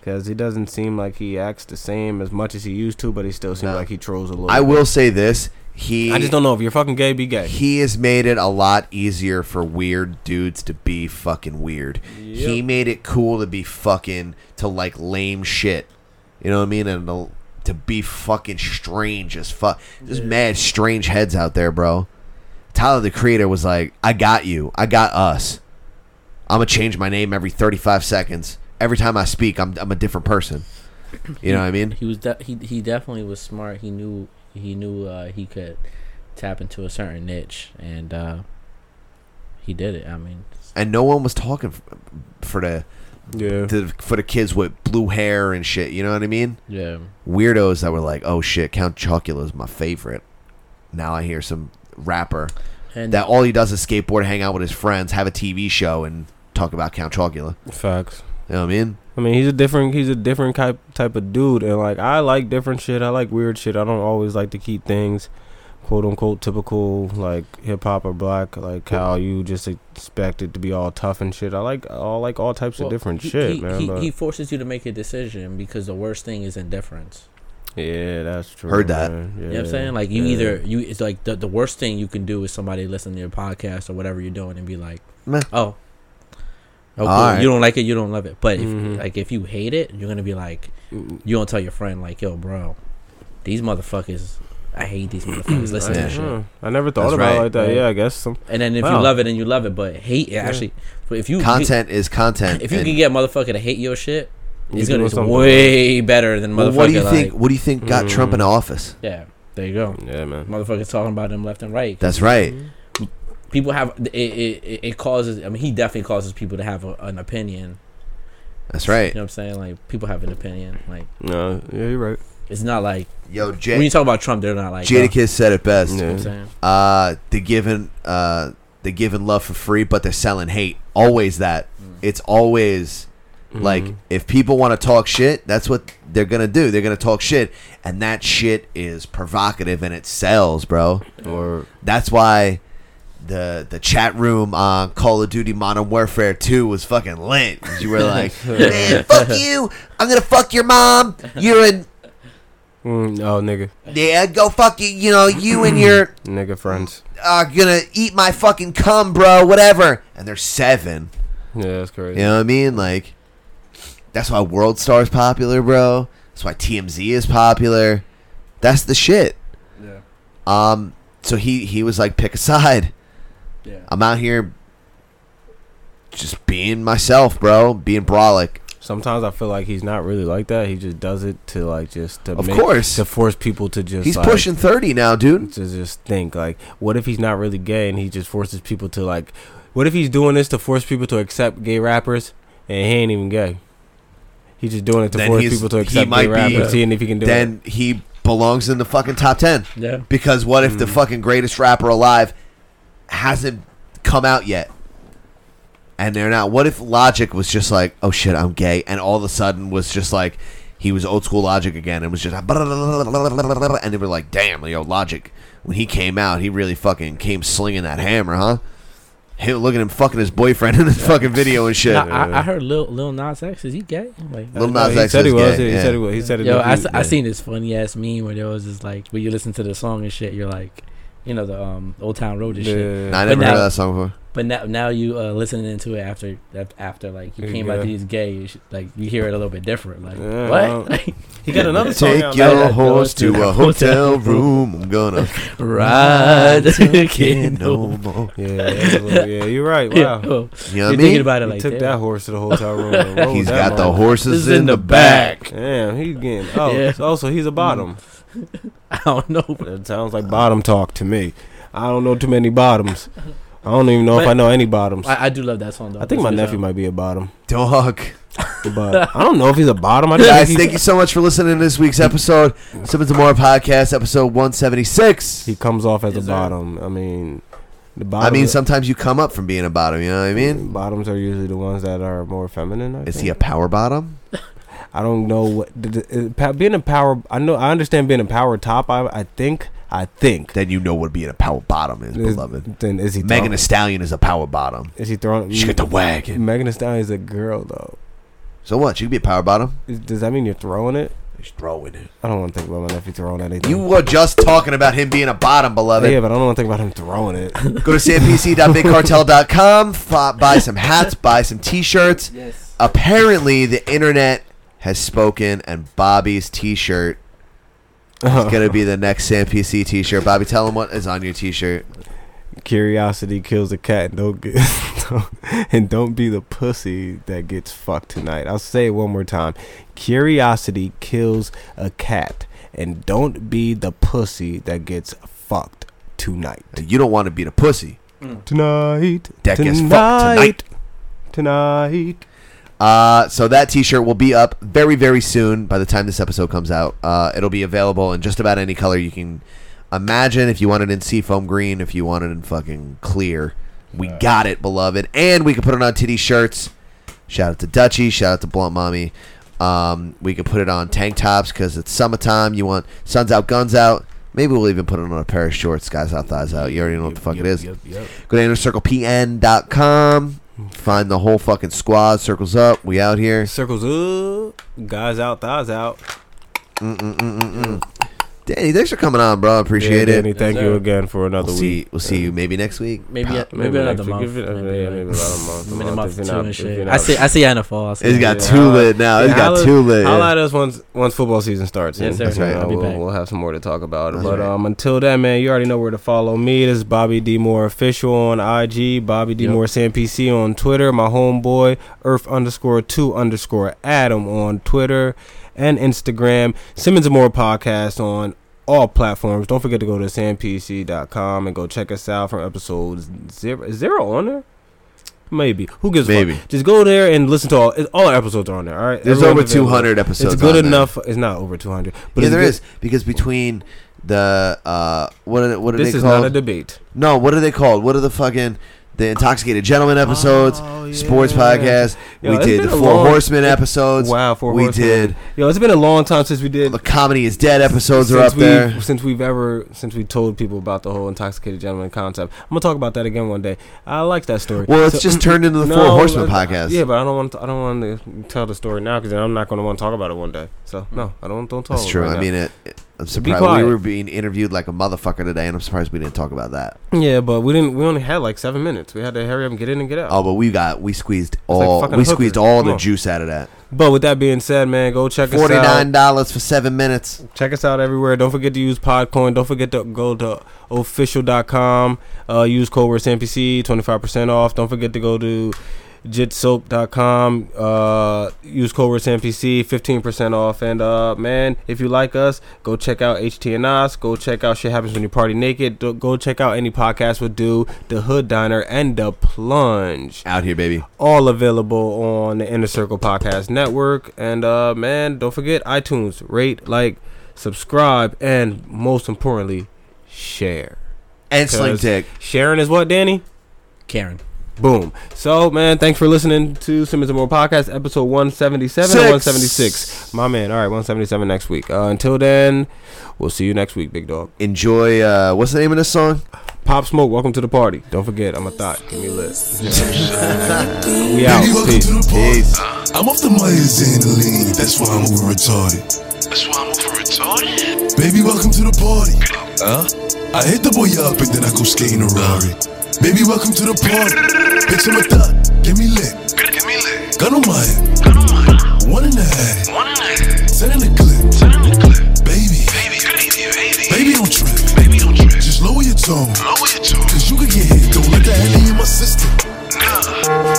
[SPEAKER 10] Because he doesn't seem like he acts the same as much as he used to, but he still seems like he trolls a little.
[SPEAKER 5] I
[SPEAKER 10] bit.
[SPEAKER 5] will say this. He
[SPEAKER 10] I just don't know if you're fucking gay, be gay.
[SPEAKER 5] He has made it a lot easier for weird dudes to be fucking weird. He made it cool to be fucking to like lame shit. You know what I mean? And to, to be fucking strange as fuck. There's mad strange heads out there, bro. Tyler the Creator was like, "I got you. I got us. I'm gonna change my name every 35 seconds. Every time I speak, I'm I'm a different person." You know what I mean?
[SPEAKER 8] He was de- he he definitely was smart. He knew he knew uh, he could tap into a certain niche, and uh, he did it. I mean,
[SPEAKER 5] and no one was talking f- for the
[SPEAKER 10] yeah
[SPEAKER 5] for the kids with blue hair and shit. You know what I mean?
[SPEAKER 8] Yeah.
[SPEAKER 5] Weirdos that were like, "Oh shit, Count Chocula is my favorite." Now I hear some rapper
[SPEAKER 8] And-
[SPEAKER 5] that all he does is skateboard, hang out with his friends, have a TV show, and talk about Count Chocula.
[SPEAKER 10] Facts.
[SPEAKER 5] You know what I mean?
[SPEAKER 10] I mean, he's a different he's a different type type of dude, and like I like different shit. I like weird shit. I don't always like to keep things quote unquote typical like hip hop or black like how you just expect it to be all tough and shit. I like all like all types
[SPEAKER 8] Well,
[SPEAKER 10] of different
[SPEAKER 8] he-
[SPEAKER 10] shit,
[SPEAKER 8] he,
[SPEAKER 10] man.
[SPEAKER 8] He,
[SPEAKER 10] but-
[SPEAKER 8] he forces you to make a decision because the worst thing is indifference.
[SPEAKER 10] yeah, that's true.
[SPEAKER 5] Heard that.
[SPEAKER 10] man.
[SPEAKER 8] You know what I'm saying? Like you
[SPEAKER 10] yeah.
[SPEAKER 8] either you it's like the, the worst thing you can do is somebody listen to your podcast or whatever you're doing and be like,
[SPEAKER 5] Meh.
[SPEAKER 8] oh, okay,
[SPEAKER 5] Alright.
[SPEAKER 8] you don't like it, you don't love it. But
[SPEAKER 10] Mhm.
[SPEAKER 8] if, like if you hate it, you're gonna be like, *clears throat* you gonna tell your friend like, yo, bro, these motherfuckers, I hate these motherfuckers. listen to
[SPEAKER 10] Yeah.
[SPEAKER 8] this shit.
[SPEAKER 10] I never thought
[SPEAKER 5] That's
[SPEAKER 10] about it
[SPEAKER 5] right.
[SPEAKER 10] like that. Yeah, I guess some.
[SPEAKER 8] And then if
[SPEAKER 10] Mm-hmm. Wow.
[SPEAKER 8] you love it, then you love it. But hate
[SPEAKER 10] Yeah.
[SPEAKER 8] actually, but if you
[SPEAKER 5] Content is content.
[SPEAKER 8] if you
[SPEAKER 5] and-
[SPEAKER 8] can get a motherfucker to hate your shit,
[SPEAKER 10] You
[SPEAKER 8] it's gonna
[SPEAKER 10] doing
[SPEAKER 8] it's
[SPEAKER 10] something.
[SPEAKER 8] way better than motherfucker.
[SPEAKER 5] Well, what do you
[SPEAKER 8] like, Mm.
[SPEAKER 5] think? What do you think got Trump into office?
[SPEAKER 8] Yeah, there you go.
[SPEAKER 10] Yeah, man.
[SPEAKER 8] Motherfuckers talking about them left and right.
[SPEAKER 5] That's right.
[SPEAKER 8] People have it. It, it- it causes. I mean, he definitely causes people to have a, an opinion.
[SPEAKER 5] That's right.
[SPEAKER 8] You know what I'm saying? Like people have an opinion. Like
[SPEAKER 10] No, yeah, you're right.
[SPEAKER 8] it's not like
[SPEAKER 5] Yo,
[SPEAKER 8] when you
[SPEAKER 5] J-
[SPEAKER 8] talk about Trump, they're not like. oh,
[SPEAKER 5] Jadakiss said it best.
[SPEAKER 10] Yeah.
[SPEAKER 8] I'm saying?
[SPEAKER 5] Uh, they're giving uh, they're giving love for free, but they're selling hate. Always that. It's always like if people want to talk shit, that's what they're gonna do. They're gonna talk shit, and that shit is provocative and it sells, bro.
[SPEAKER 10] Or
[SPEAKER 5] That's why the the chat room on Call of Duty Modern Warfare 2 was fucking lit. 'Cause You were like, man, fuck you. I'm gonna fuck your mom. You're in.
[SPEAKER 10] mm, oh nigga,
[SPEAKER 5] Yeah, go fuck you. You know, you and your
[SPEAKER 10] nigga friends.
[SPEAKER 5] are gonna eat my fucking cum, bro. Whatever. And they're seven.
[SPEAKER 10] Yeah, that's crazy.
[SPEAKER 5] You know what I mean? Like, that's why World Star is popular, bro. That's why TMZ is popular. That's the shit.
[SPEAKER 8] Yeah.
[SPEAKER 5] Um. So he he was like, pick a side.
[SPEAKER 8] Yeah.
[SPEAKER 5] I'm out here just being myself, bro. Being brolic.
[SPEAKER 10] Sometimes I feel like he's not really like that. He just does it to like just to
[SPEAKER 5] Of course.
[SPEAKER 10] to force people to just
[SPEAKER 5] He's
[SPEAKER 10] like,
[SPEAKER 5] pushing thirty now, dude.
[SPEAKER 10] to just think like, what if he's not really gay and he just forces people to like, what if he's doing this to force people to accept gay rappers and he ain't even gay? He's just doing it to
[SPEAKER 5] Then
[SPEAKER 10] force
[SPEAKER 5] he's-
[SPEAKER 10] people to
[SPEAKER 5] he
[SPEAKER 10] accept
[SPEAKER 5] might
[SPEAKER 10] gay
[SPEAKER 5] be-
[SPEAKER 10] rappers, seeing if he can do it.
[SPEAKER 5] Then he belongs in the fucking top ten.
[SPEAKER 8] Yeah.
[SPEAKER 5] Because what if the fucking greatest rapper alive hasn't come out yet? And they're not. What if Logic was just like, oh shit, I'm gay, and all of a sudden was just like, he was old school Logic again, and was just, and they were like, damn, yo, Logic, when he came out, he really fucking came slinging that hammer, huh? Hey, look at him fucking his boyfriend *laughs* in his fucking video and shit.
[SPEAKER 8] Nah, I, I heard Lil Lil Nas X is he gay? Like uh,
[SPEAKER 5] Lil
[SPEAKER 10] No,
[SPEAKER 5] Nas
[SPEAKER 10] he
[SPEAKER 5] X
[SPEAKER 10] said he
[SPEAKER 5] is
[SPEAKER 10] was.
[SPEAKER 5] gay,
[SPEAKER 10] yeah, He
[SPEAKER 5] yeah.
[SPEAKER 10] said he was. He said it.
[SPEAKER 8] Yo, I, s- I seen this funny ass meme where there was this like when you listen to the song and shit, you're like, you know the um Old Town Road and shit.
[SPEAKER 5] Nah, I never
[SPEAKER 8] But
[SPEAKER 5] heard
[SPEAKER 8] now-
[SPEAKER 5] of that song before.
[SPEAKER 8] But now now you uh, listening to it after af- after like he
[SPEAKER 10] Yeah.
[SPEAKER 8] came out that he's gay, you should- like you hear it a little bit different. Like
[SPEAKER 10] Yeah,
[SPEAKER 8] what? *laughs*
[SPEAKER 10] I He got another song
[SPEAKER 5] Take
[SPEAKER 10] out now.
[SPEAKER 5] your
[SPEAKER 8] that
[SPEAKER 5] horse
[SPEAKER 8] goes
[SPEAKER 5] to
[SPEAKER 8] to
[SPEAKER 5] a
[SPEAKER 8] a
[SPEAKER 5] hotel
[SPEAKER 8] hotel
[SPEAKER 5] room. I'm gonna
[SPEAKER 8] *laughs* Ride again,
[SPEAKER 5] no
[SPEAKER 8] no
[SPEAKER 5] more.
[SPEAKER 10] Yeah, that's a little- yeah, you're right.
[SPEAKER 8] Yeah.
[SPEAKER 10] Wow.
[SPEAKER 5] You know
[SPEAKER 8] You're
[SPEAKER 5] what I
[SPEAKER 8] thinking
[SPEAKER 5] mean?
[SPEAKER 8] about it
[SPEAKER 10] He
[SPEAKER 8] like
[SPEAKER 10] took
[SPEAKER 8] that.
[SPEAKER 10] that horse to the hotel
[SPEAKER 5] *laughs*
[SPEAKER 10] room. and rode
[SPEAKER 5] He's
[SPEAKER 10] Oh, that
[SPEAKER 5] got the
[SPEAKER 10] motherfucker.
[SPEAKER 5] horses in, the back.
[SPEAKER 10] Damn, he's getting. Oh,
[SPEAKER 8] Yeah.
[SPEAKER 10] so- oh, so he's a bottom.
[SPEAKER 8] I *laughs* don't know.
[SPEAKER 10] That sounds like bottom talk to me. I don't know too many bottoms. I don't even know if I know any bottoms. I,
[SPEAKER 8] I, I do love that song though.
[SPEAKER 10] think my
[SPEAKER 8] That's a good
[SPEAKER 10] nephew
[SPEAKER 8] song.
[SPEAKER 10] might be a bottom,
[SPEAKER 5] Dog.
[SPEAKER 8] *laughs*
[SPEAKER 10] but I don't know if he's a bottom. I just
[SPEAKER 5] Guys,
[SPEAKER 10] think
[SPEAKER 5] thank you so much for listening to this week's episode. Simmons and More Podcast, episode 176.
[SPEAKER 10] he, he comes off as
[SPEAKER 8] Yes,
[SPEAKER 10] a
[SPEAKER 8] sir.
[SPEAKER 10] bottom. I mean, the bottom.
[SPEAKER 5] I mean, sometimes you come up from being a bottom, you know what I mean?
[SPEAKER 10] bottoms are usually the ones that are more feminine. I
[SPEAKER 5] Is
[SPEAKER 10] think.
[SPEAKER 5] he a power bottom?
[SPEAKER 10] I don't know what the, the, uh, pa- being a power. I know. I understand being a power top. I, I think. I think.
[SPEAKER 5] Then you know what being a power bottom is,
[SPEAKER 10] Is-
[SPEAKER 5] beloved.
[SPEAKER 10] Then is he
[SPEAKER 5] Megan
[SPEAKER 10] throwing-
[SPEAKER 5] Thee Stallion is a power bottom.
[SPEAKER 10] Is he throwing?
[SPEAKER 5] She got the wagon.
[SPEAKER 10] Megan Thee Stallion is a girl though.
[SPEAKER 5] So what? She could be a power bottom?
[SPEAKER 10] Is- does that mean you're throwing it?
[SPEAKER 5] She's throwing it.
[SPEAKER 10] I don't want to think about my nephew throwing anything.
[SPEAKER 5] You were just talking about him being a bottom, beloved.
[SPEAKER 10] yeah, but I don't want to think about him throwing it. *laughs*
[SPEAKER 5] Go to sampc.bigcartel.com, f- buy some hats, buy some t shirts.
[SPEAKER 8] Yes.
[SPEAKER 5] Apparently, the internet has spoken, and Bobby's T-shirt is gonna be the next Sam PC T-shirt. Bobby, tell him what is on your T-shirt.
[SPEAKER 10] Curiosity kills a cat. And don't get *laughs* and don't be the pussy that gets fucked tonight. I'll say it one more time. Curiosity kills a cat, and don't be the pussy that gets fucked tonight.
[SPEAKER 5] You don't want to be the pussy
[SPEAKER 10] tonight.
[SPEAKER 5] That gets fucked tonight.
[SPEAKER 10] Tonight.
[SPEAKER 5] Uh, so that T-shirt will be up very, very soon. By the time this episode comes out, uh, it'll be available in just about any color you can imagine. If you want it in seafoam green, if you want it in fucking clear, we got it, beloved. And we can put it on titty shirts. Shout out to Dutchy. Shout out to Blunt Mommy. Um, we could put it on tank tops because it's summertime. You want suns out, guns out. Maybe we'll even put it on a pair of shorts, guys out, thighs out. You already know what the fuck it is. Go to innercirclepn.com. Find the whole fucking squad. Circles up. We out here.
[SPEAKER 10] Circles up. Guys out, thighs out.
[SPEAKER 5] Mm-mm-mm-mm-mm. Danny, thanks for coming on, bro. I Appreciate
[SPEAKER 10] Yeah,
[SPEAKER 5] it.
[SPEAKER 10] Danny, thank Yes, you sir. again for another
[SPEAKER 5] We'll see-
[SPEAKER 10] week.
[SPEAKER 5] we'll see you maybe next week.
[SPEAKER 8] Maybe-
[SPEAKER 5] Pop-
[SPEAKER 8] maybe another
[SPEAKER 5] next week.
[SPEAKER 8] month.
[SPEAKER 5] Give it-
[SPEAKER 8] Maybe,
[SPEAKER 5] yeah,
[SPEAKER 8] like,
[SPEAKER 5] maybe another month,
[SPEAKER 8] maybe
[SPEAKER 5] a if
[SPEAKER 8] a month or
[SPEAKER 5] you're
[SPEAKER 8] two
[SPEAKER 5] not-
[SPEAKER 8] and
[SPEAKER 5] if
[SPEAKER 8] shit.
[SPEAKER 5] you're
[SPEAKER 8] I
[SPEAKER 5] not-
[SPEAKER 8] see. I see. you in the fall. I see
[SPEAKER 5] It's
[SPEAKER 8] you.
[SPEAKER 5] got too lit now. It's got too lit.
[SPEAKER 10] Holla
[SPEAKER 5] yeah.
[SPEAKER 10] at us once once football season starts.
[SPEAKER 5] Yes,
[SPEAKER 10] and,
[SPEAKER 5] sir. That's
[SPEAKER 10] you
[SPEAKER 5] right.
[SPEAKER 10] know,
[SPEAKER 5] I'll be
[SPEAKER 10] we'll,
[SPEAKER 5] back.
[SPEAKER 10] we'll have some more to talk about.
[SPEAKER 5] That's
[SPEAKER 10] but
[SPEAKER 5] right.
[SPEAKER 10] um, until then, man, you already know where to follow me. This is Bobby D Moore official on IG, Bobby D
[SPEAKER 8] Yep.
[SPEAKER 10] Moore Sam PC on Twitter, my homeboy Earth underscore two underscore Adam on Twitter and Instagram. Simmons and Moore podcast on. All platforms. Don't forget to go to sampc.com and go check us out from episodes zero. Is zero on there? Maybe. Who gives Maybe.
[SPEAKER 5] Maybe.
[SPEAKER 10] Just go there and listen to all. All our episodes are on there. All right.
[SPEAKER 5] There's
[SPEAKER 10] Everyone's
[SPEAKER 5] over 200
[SPEAKER 10] available.
[SPEAKER 5] episodes
[SPEAKER 10] It's good
[SPEAKER 5] on there.
[SPEAKER 10] enough. It's not over 200, but
[SPEAKER 5] yeah,
[SPEAKER 10] it's
[SPEAKER 5] there
[SPEAKER 10] good-
[SPEAKER 5] is because between the uh, what are, what are
[SPEAKER 10] This
[SPEAKER 5] they
[SPEAKER 10] is
[SPEAKER 5] called?
[SPEAKER 10] not a debate.
[SPEAKER 5] No, what are they called? What are the fucking the intoxicated gentleman episodes, sports podcast?
[SPEAKER 10] Yo,
[SPEAKER 5] we
[SPEAKER 10] it's
[SPEAKER 5] did
[SPEAKER 10] been
[SPEAKER 5] the
[SPEAKER 10] a
[SPEAKER 5] four
[SPEAKER 10] long-
[SPEAKER 5] horsemen
[SPEAKER 10] *laughs*
[SPEAKER 5] episodes.
[SPEAKER 10] Wow, Four
[SPEAKER 5] we
[SPEAKER 10] Horsemen.
[SPEAKER 5] did.
[SPEAKER 10] Yo, it's been a long time since we did.
[SPEAKER 5] The comedy is dead episodes are up
[SPEAKER 10] we,
[SPEAKER 5] there.
[SPEAKER 10] Since we've ever, since we told people about the whole intoxicated gentleman concept, I'm gonna talk about that again one day. I like that story. mm,
[SPEAKER 5] Well, it's just turned into the Four Horsemen
[SPEAKER 10] uh,
[SPEAKER 5] podcast.
[SPEAKER 10] Yeah, but I don't want. To, I don't want to tell the story now because then I'm not gonna want to talk about it one day. So no, oh, I don't. Don't talk.
[SPEAKER 5] Hmm. That's true.
[SPEAKER 10] Right
[SPEAKER 5] I
[SPEAKER 10] now.
[SPEAKER 5] mean, it, it- I'm
[SPEAKER 10] Be
[SPEAKER 5] surprised we
[SPEAKER 10] quiet.
[SPEAKER 5] were being interviewed like a motherfucker today, and I'm surprised we didn't talk about that.
[SPEAKER 10] Yeah, but we didn't. We only had like seven minutes. We had to hurry up and get in and get out.
[SPEAKER 5] Oh, but we got we squeezed
[SPEAKER 10] like
[SPEAKER 5] all
[SPEAKER 10] fucking
[SPEAKER 5] we
[SPEAKER 10] hooker.
[SPEAKER 5] squeezed all
[SPEAKER 10] Come
[SPEAKER 5] the
[SPEAKER 10] on.
[SPEAKER 5] juice out of that.
[SPEAKER 10] But with that being said, man, go check us out.
[SPEAKER 5] Forty nine dollars for seven minutes.
[SPEAKER 10] Check us out everywhere. Don't forget to use Podcoin. Don't forget to go to official.com. Uh, use code word NPC, 25% off. Don't forget to go to jitsoap.com. Uh, use code word NPC, 15% off. And uh, man, if you like us, go check out HTNOS. Go check out Shit Happens When You Party Naked. Do- Go check out any podcast with Do, The Hood Diner, and The Plunge
[SPEAKER 5] Out here, baby.
[SPEAKER 10] all available on the Inner Circle Podcast Network. And uh man, don't forget iTunes, rate, like, subscribe, and most importantly, share.
[SPEAKER 5] And sling
[SPEAKER 10] 'Cause
[SPEAKER 5] dick.
[SPEAKER 10] Sharing is what, Danny?
[SPEAKER 8] Karen.
[SPEAKER 10] Boom. So man, thanks for listening to Simmons and More Podcast, episode one seventy seven
[SPEAKER 5] Six.
[SPEAKER 10] and one seventy six. My man. All right, one seventy seven next week. Uh, until then, we'll see you next week, big dog.
[SPEAKER 5] Enjoy uh what's the name of this song?
[SPEAKER 10] Pop Smoke, welcome to the party. Don't forget, I'm a thought. Give me a list. we out.
[SPEAKER 13] Baby, welcome
[SPEAKER 10] Peace.
[SPEAKER 13] to the party. I'm off the Myers and That's why I'm over retarded. That's why I'm over retarded. Baby, welcome to the party. Huh? I hit the boy up and then I go skating a Rari. Baby, welcome to the party. Bitch, I'm a thot. Give me lit. Give me lit. Gun on my head. One and a half. One and a half. Send in the clip. Send in the clip. Baby. Baby, baby, baby. Baby, don't trip. Baby, don't trip. Just lower your tone. Lower your tone. Cause you could get hit. Don't let that hang in my system.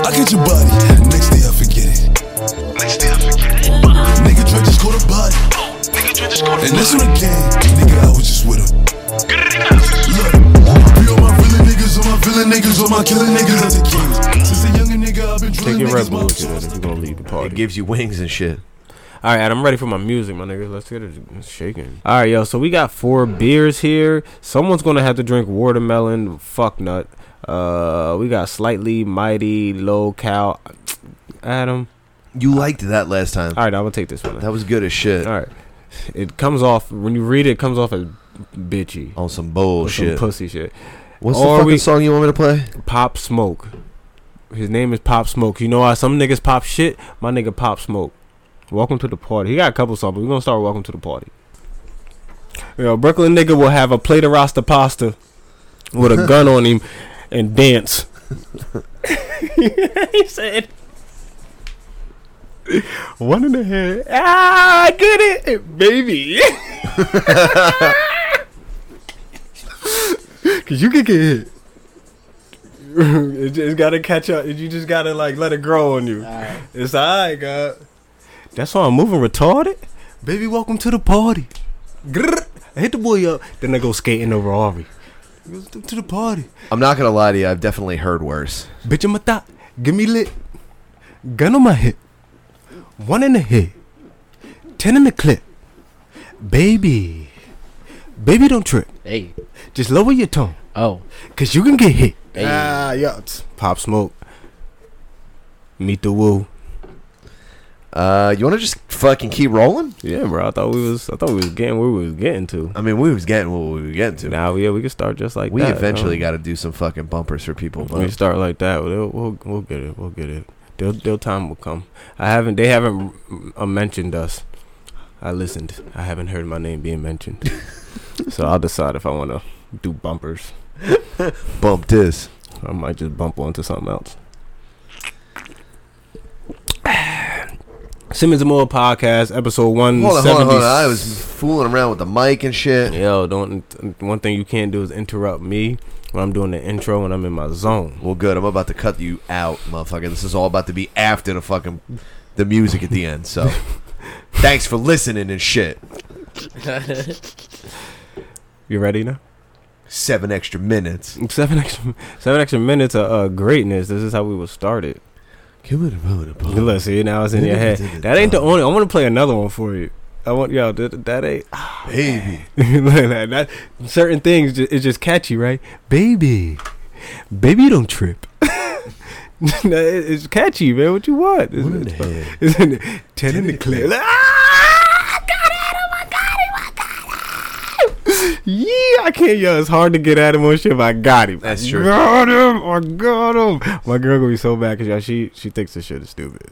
[SPEAKER 13] I get your body, next day I forget it. Next day I forget it. Nigga, Dre just caught a body. Nigga, Dre just caught a body. And this one again, nigga, I was just with him. Look, we all my real niggas, all my villain niggas, all my killing niggas at the kings. Since a younger nigga, I've been
[SPEAKER 10] Take
[SPEAKER 13] drilling
[SPEAKER 10] your Red
[SPEAKER 13] niggas.
[SPEAKER 10] Bull with you then if you're gonna leave the party. It
[SPEAKER 5] gives you wings and shit.
[SPEAKER 10] All right, Adam, I'm ready for my music, my nigga. Let's get it shaking. All right, yo. So we got four beers here. Someone's gonna have to drink watermelon fuck nut. Uh, we got slightly mighty low cal. Adam,
[SPEAKER 5] you liked that last time.
[SPEAKER 10] All right, I will take this one.
[SPEAKER 5] That was good as shit.
[SPEAKER 10] All right, it comes off when you read it. it comes off as bitchy
[SPEAKER 5] on some
[SPEAKER 10] Or some
[SPEAKER 5] bullshit.
[SPEAKER 10] pussy shit.
[SPEAKER 5] What's
[SPEAKER 10] Or
[SPEAKER 5] the fucking
[SPEAKER 10] we-
[SPEAKER 5] song you want me to play?
[SPEAKER 10] Pop Smoke. His name is Pop Smoke. You know how some niggas pop shit? My nigga Pop Smoke. Welcome to the party. He got a couple songs, but we're gonna start with Welcome to the Party. Yo, Brooklyn nigga will have a plate of Rasta pasta with a gun on him and dance. he said One in the head. Ah, I get it, baby. *laughs* Cause you can get hit. *laughs* it just gotta catch up. You just gotta like let it grow on you. It's alright, God. That's why I'm moving retarded. Baby, welcome to the party. Grrr. I hit the boy up. Then I go skating over Ari. Welcome to the party.
[SPEAKER 5] I'm not gonna lie to you. I've definitely heard worse.
[SPEAKER 10] Bitch, I'm a thot. Give me lit. Gun on my hip. One in the hip. Ten in the clip. Baby. Baby, don't trip.
[SPEAKER 8] Hey.
[SPEAKER 10] Just lower your tone.
[SPEAKER 8] Oh.
[SPEAKER 10] Because you can get hit.
[SPEAKER 8] Hey.
[SPEAKER 10] Ah, yeah. It's Pop Smoke. Meet the Woo.
[SPEAKER 5] Uh, you want to just fucking keep rolling?
[SPEAKER 10] Yeah, bro. I thought we was. I thought we was getting where we was getting to.
[SPEAKER 5] I mean, we was getting what we were getting to.
[SPEAKER 10] Now, yeah, we can start just like
[SPEAKER 5] we
[SPEAKER 10] that,
[SPEAKER 5] eventually
[SPEAKER 10] huh?
[SPEAKER 5] got to do some fucking bumpers for people. But
[SPEAKER 10] We start like that. We'll, we'll we'll get it. We'll get it. Their, their time will come. I haven't. They haven't uh, mentioned us. I listened. I haven't heard my name being
[SPEAKER 5] *laughs*
[SPEAKER 10] mentioned. so I'll decide if I want to do bumpers.
[SPEAKER 5] bump this.
[SPEAKER 10] I might just bump onto something else. *sighs* Simmons and Moore podcast, episode one.
[SPEAKER 5] Hold on, hold on, hold on. I was fooling around with the mic and shit.
[SPEAKER 10] Yo, don't. One thing you can't do is interrupt me when I'm doing the intro and I'm in my zone.
[SPEAKER 5] Well, good. I'm about to cut you out, motherfucker. This is all about to be after the fucking the music at the end.
[SPEAKER 10] *laughs*
[SPEAKER 5] So, thanks for listening and shit.
[SPEAKER 10] You ready now?
[SPEAKER 5] Seven extra minutes.
[SPEAKER 10] Seven extra, seven extra minutes of uh, greatness. This is how we was started. Look, see now it's in your head. That ain't the only. I want to play another one for you. I want y'all. That, that ain't.
[SPEAKER 5] baby.
[SPEAKER 10] *laughs* Look at that. Certain things ju- it's just catchy, right? Baby, baby, don't trip. *laughs* No, it- it's catchy, man. What you want? It's, it's, *laughs* it's in the, ten in the clip. Ah, oh Yeah, I can't yell. It's hard to get at him on shit. But I got him.
[SPEAKER 5] That's true.
[SPEAKER 10] Got him. I got him. My girl gonna be so bad because y'all she she thinks this shit is stupid.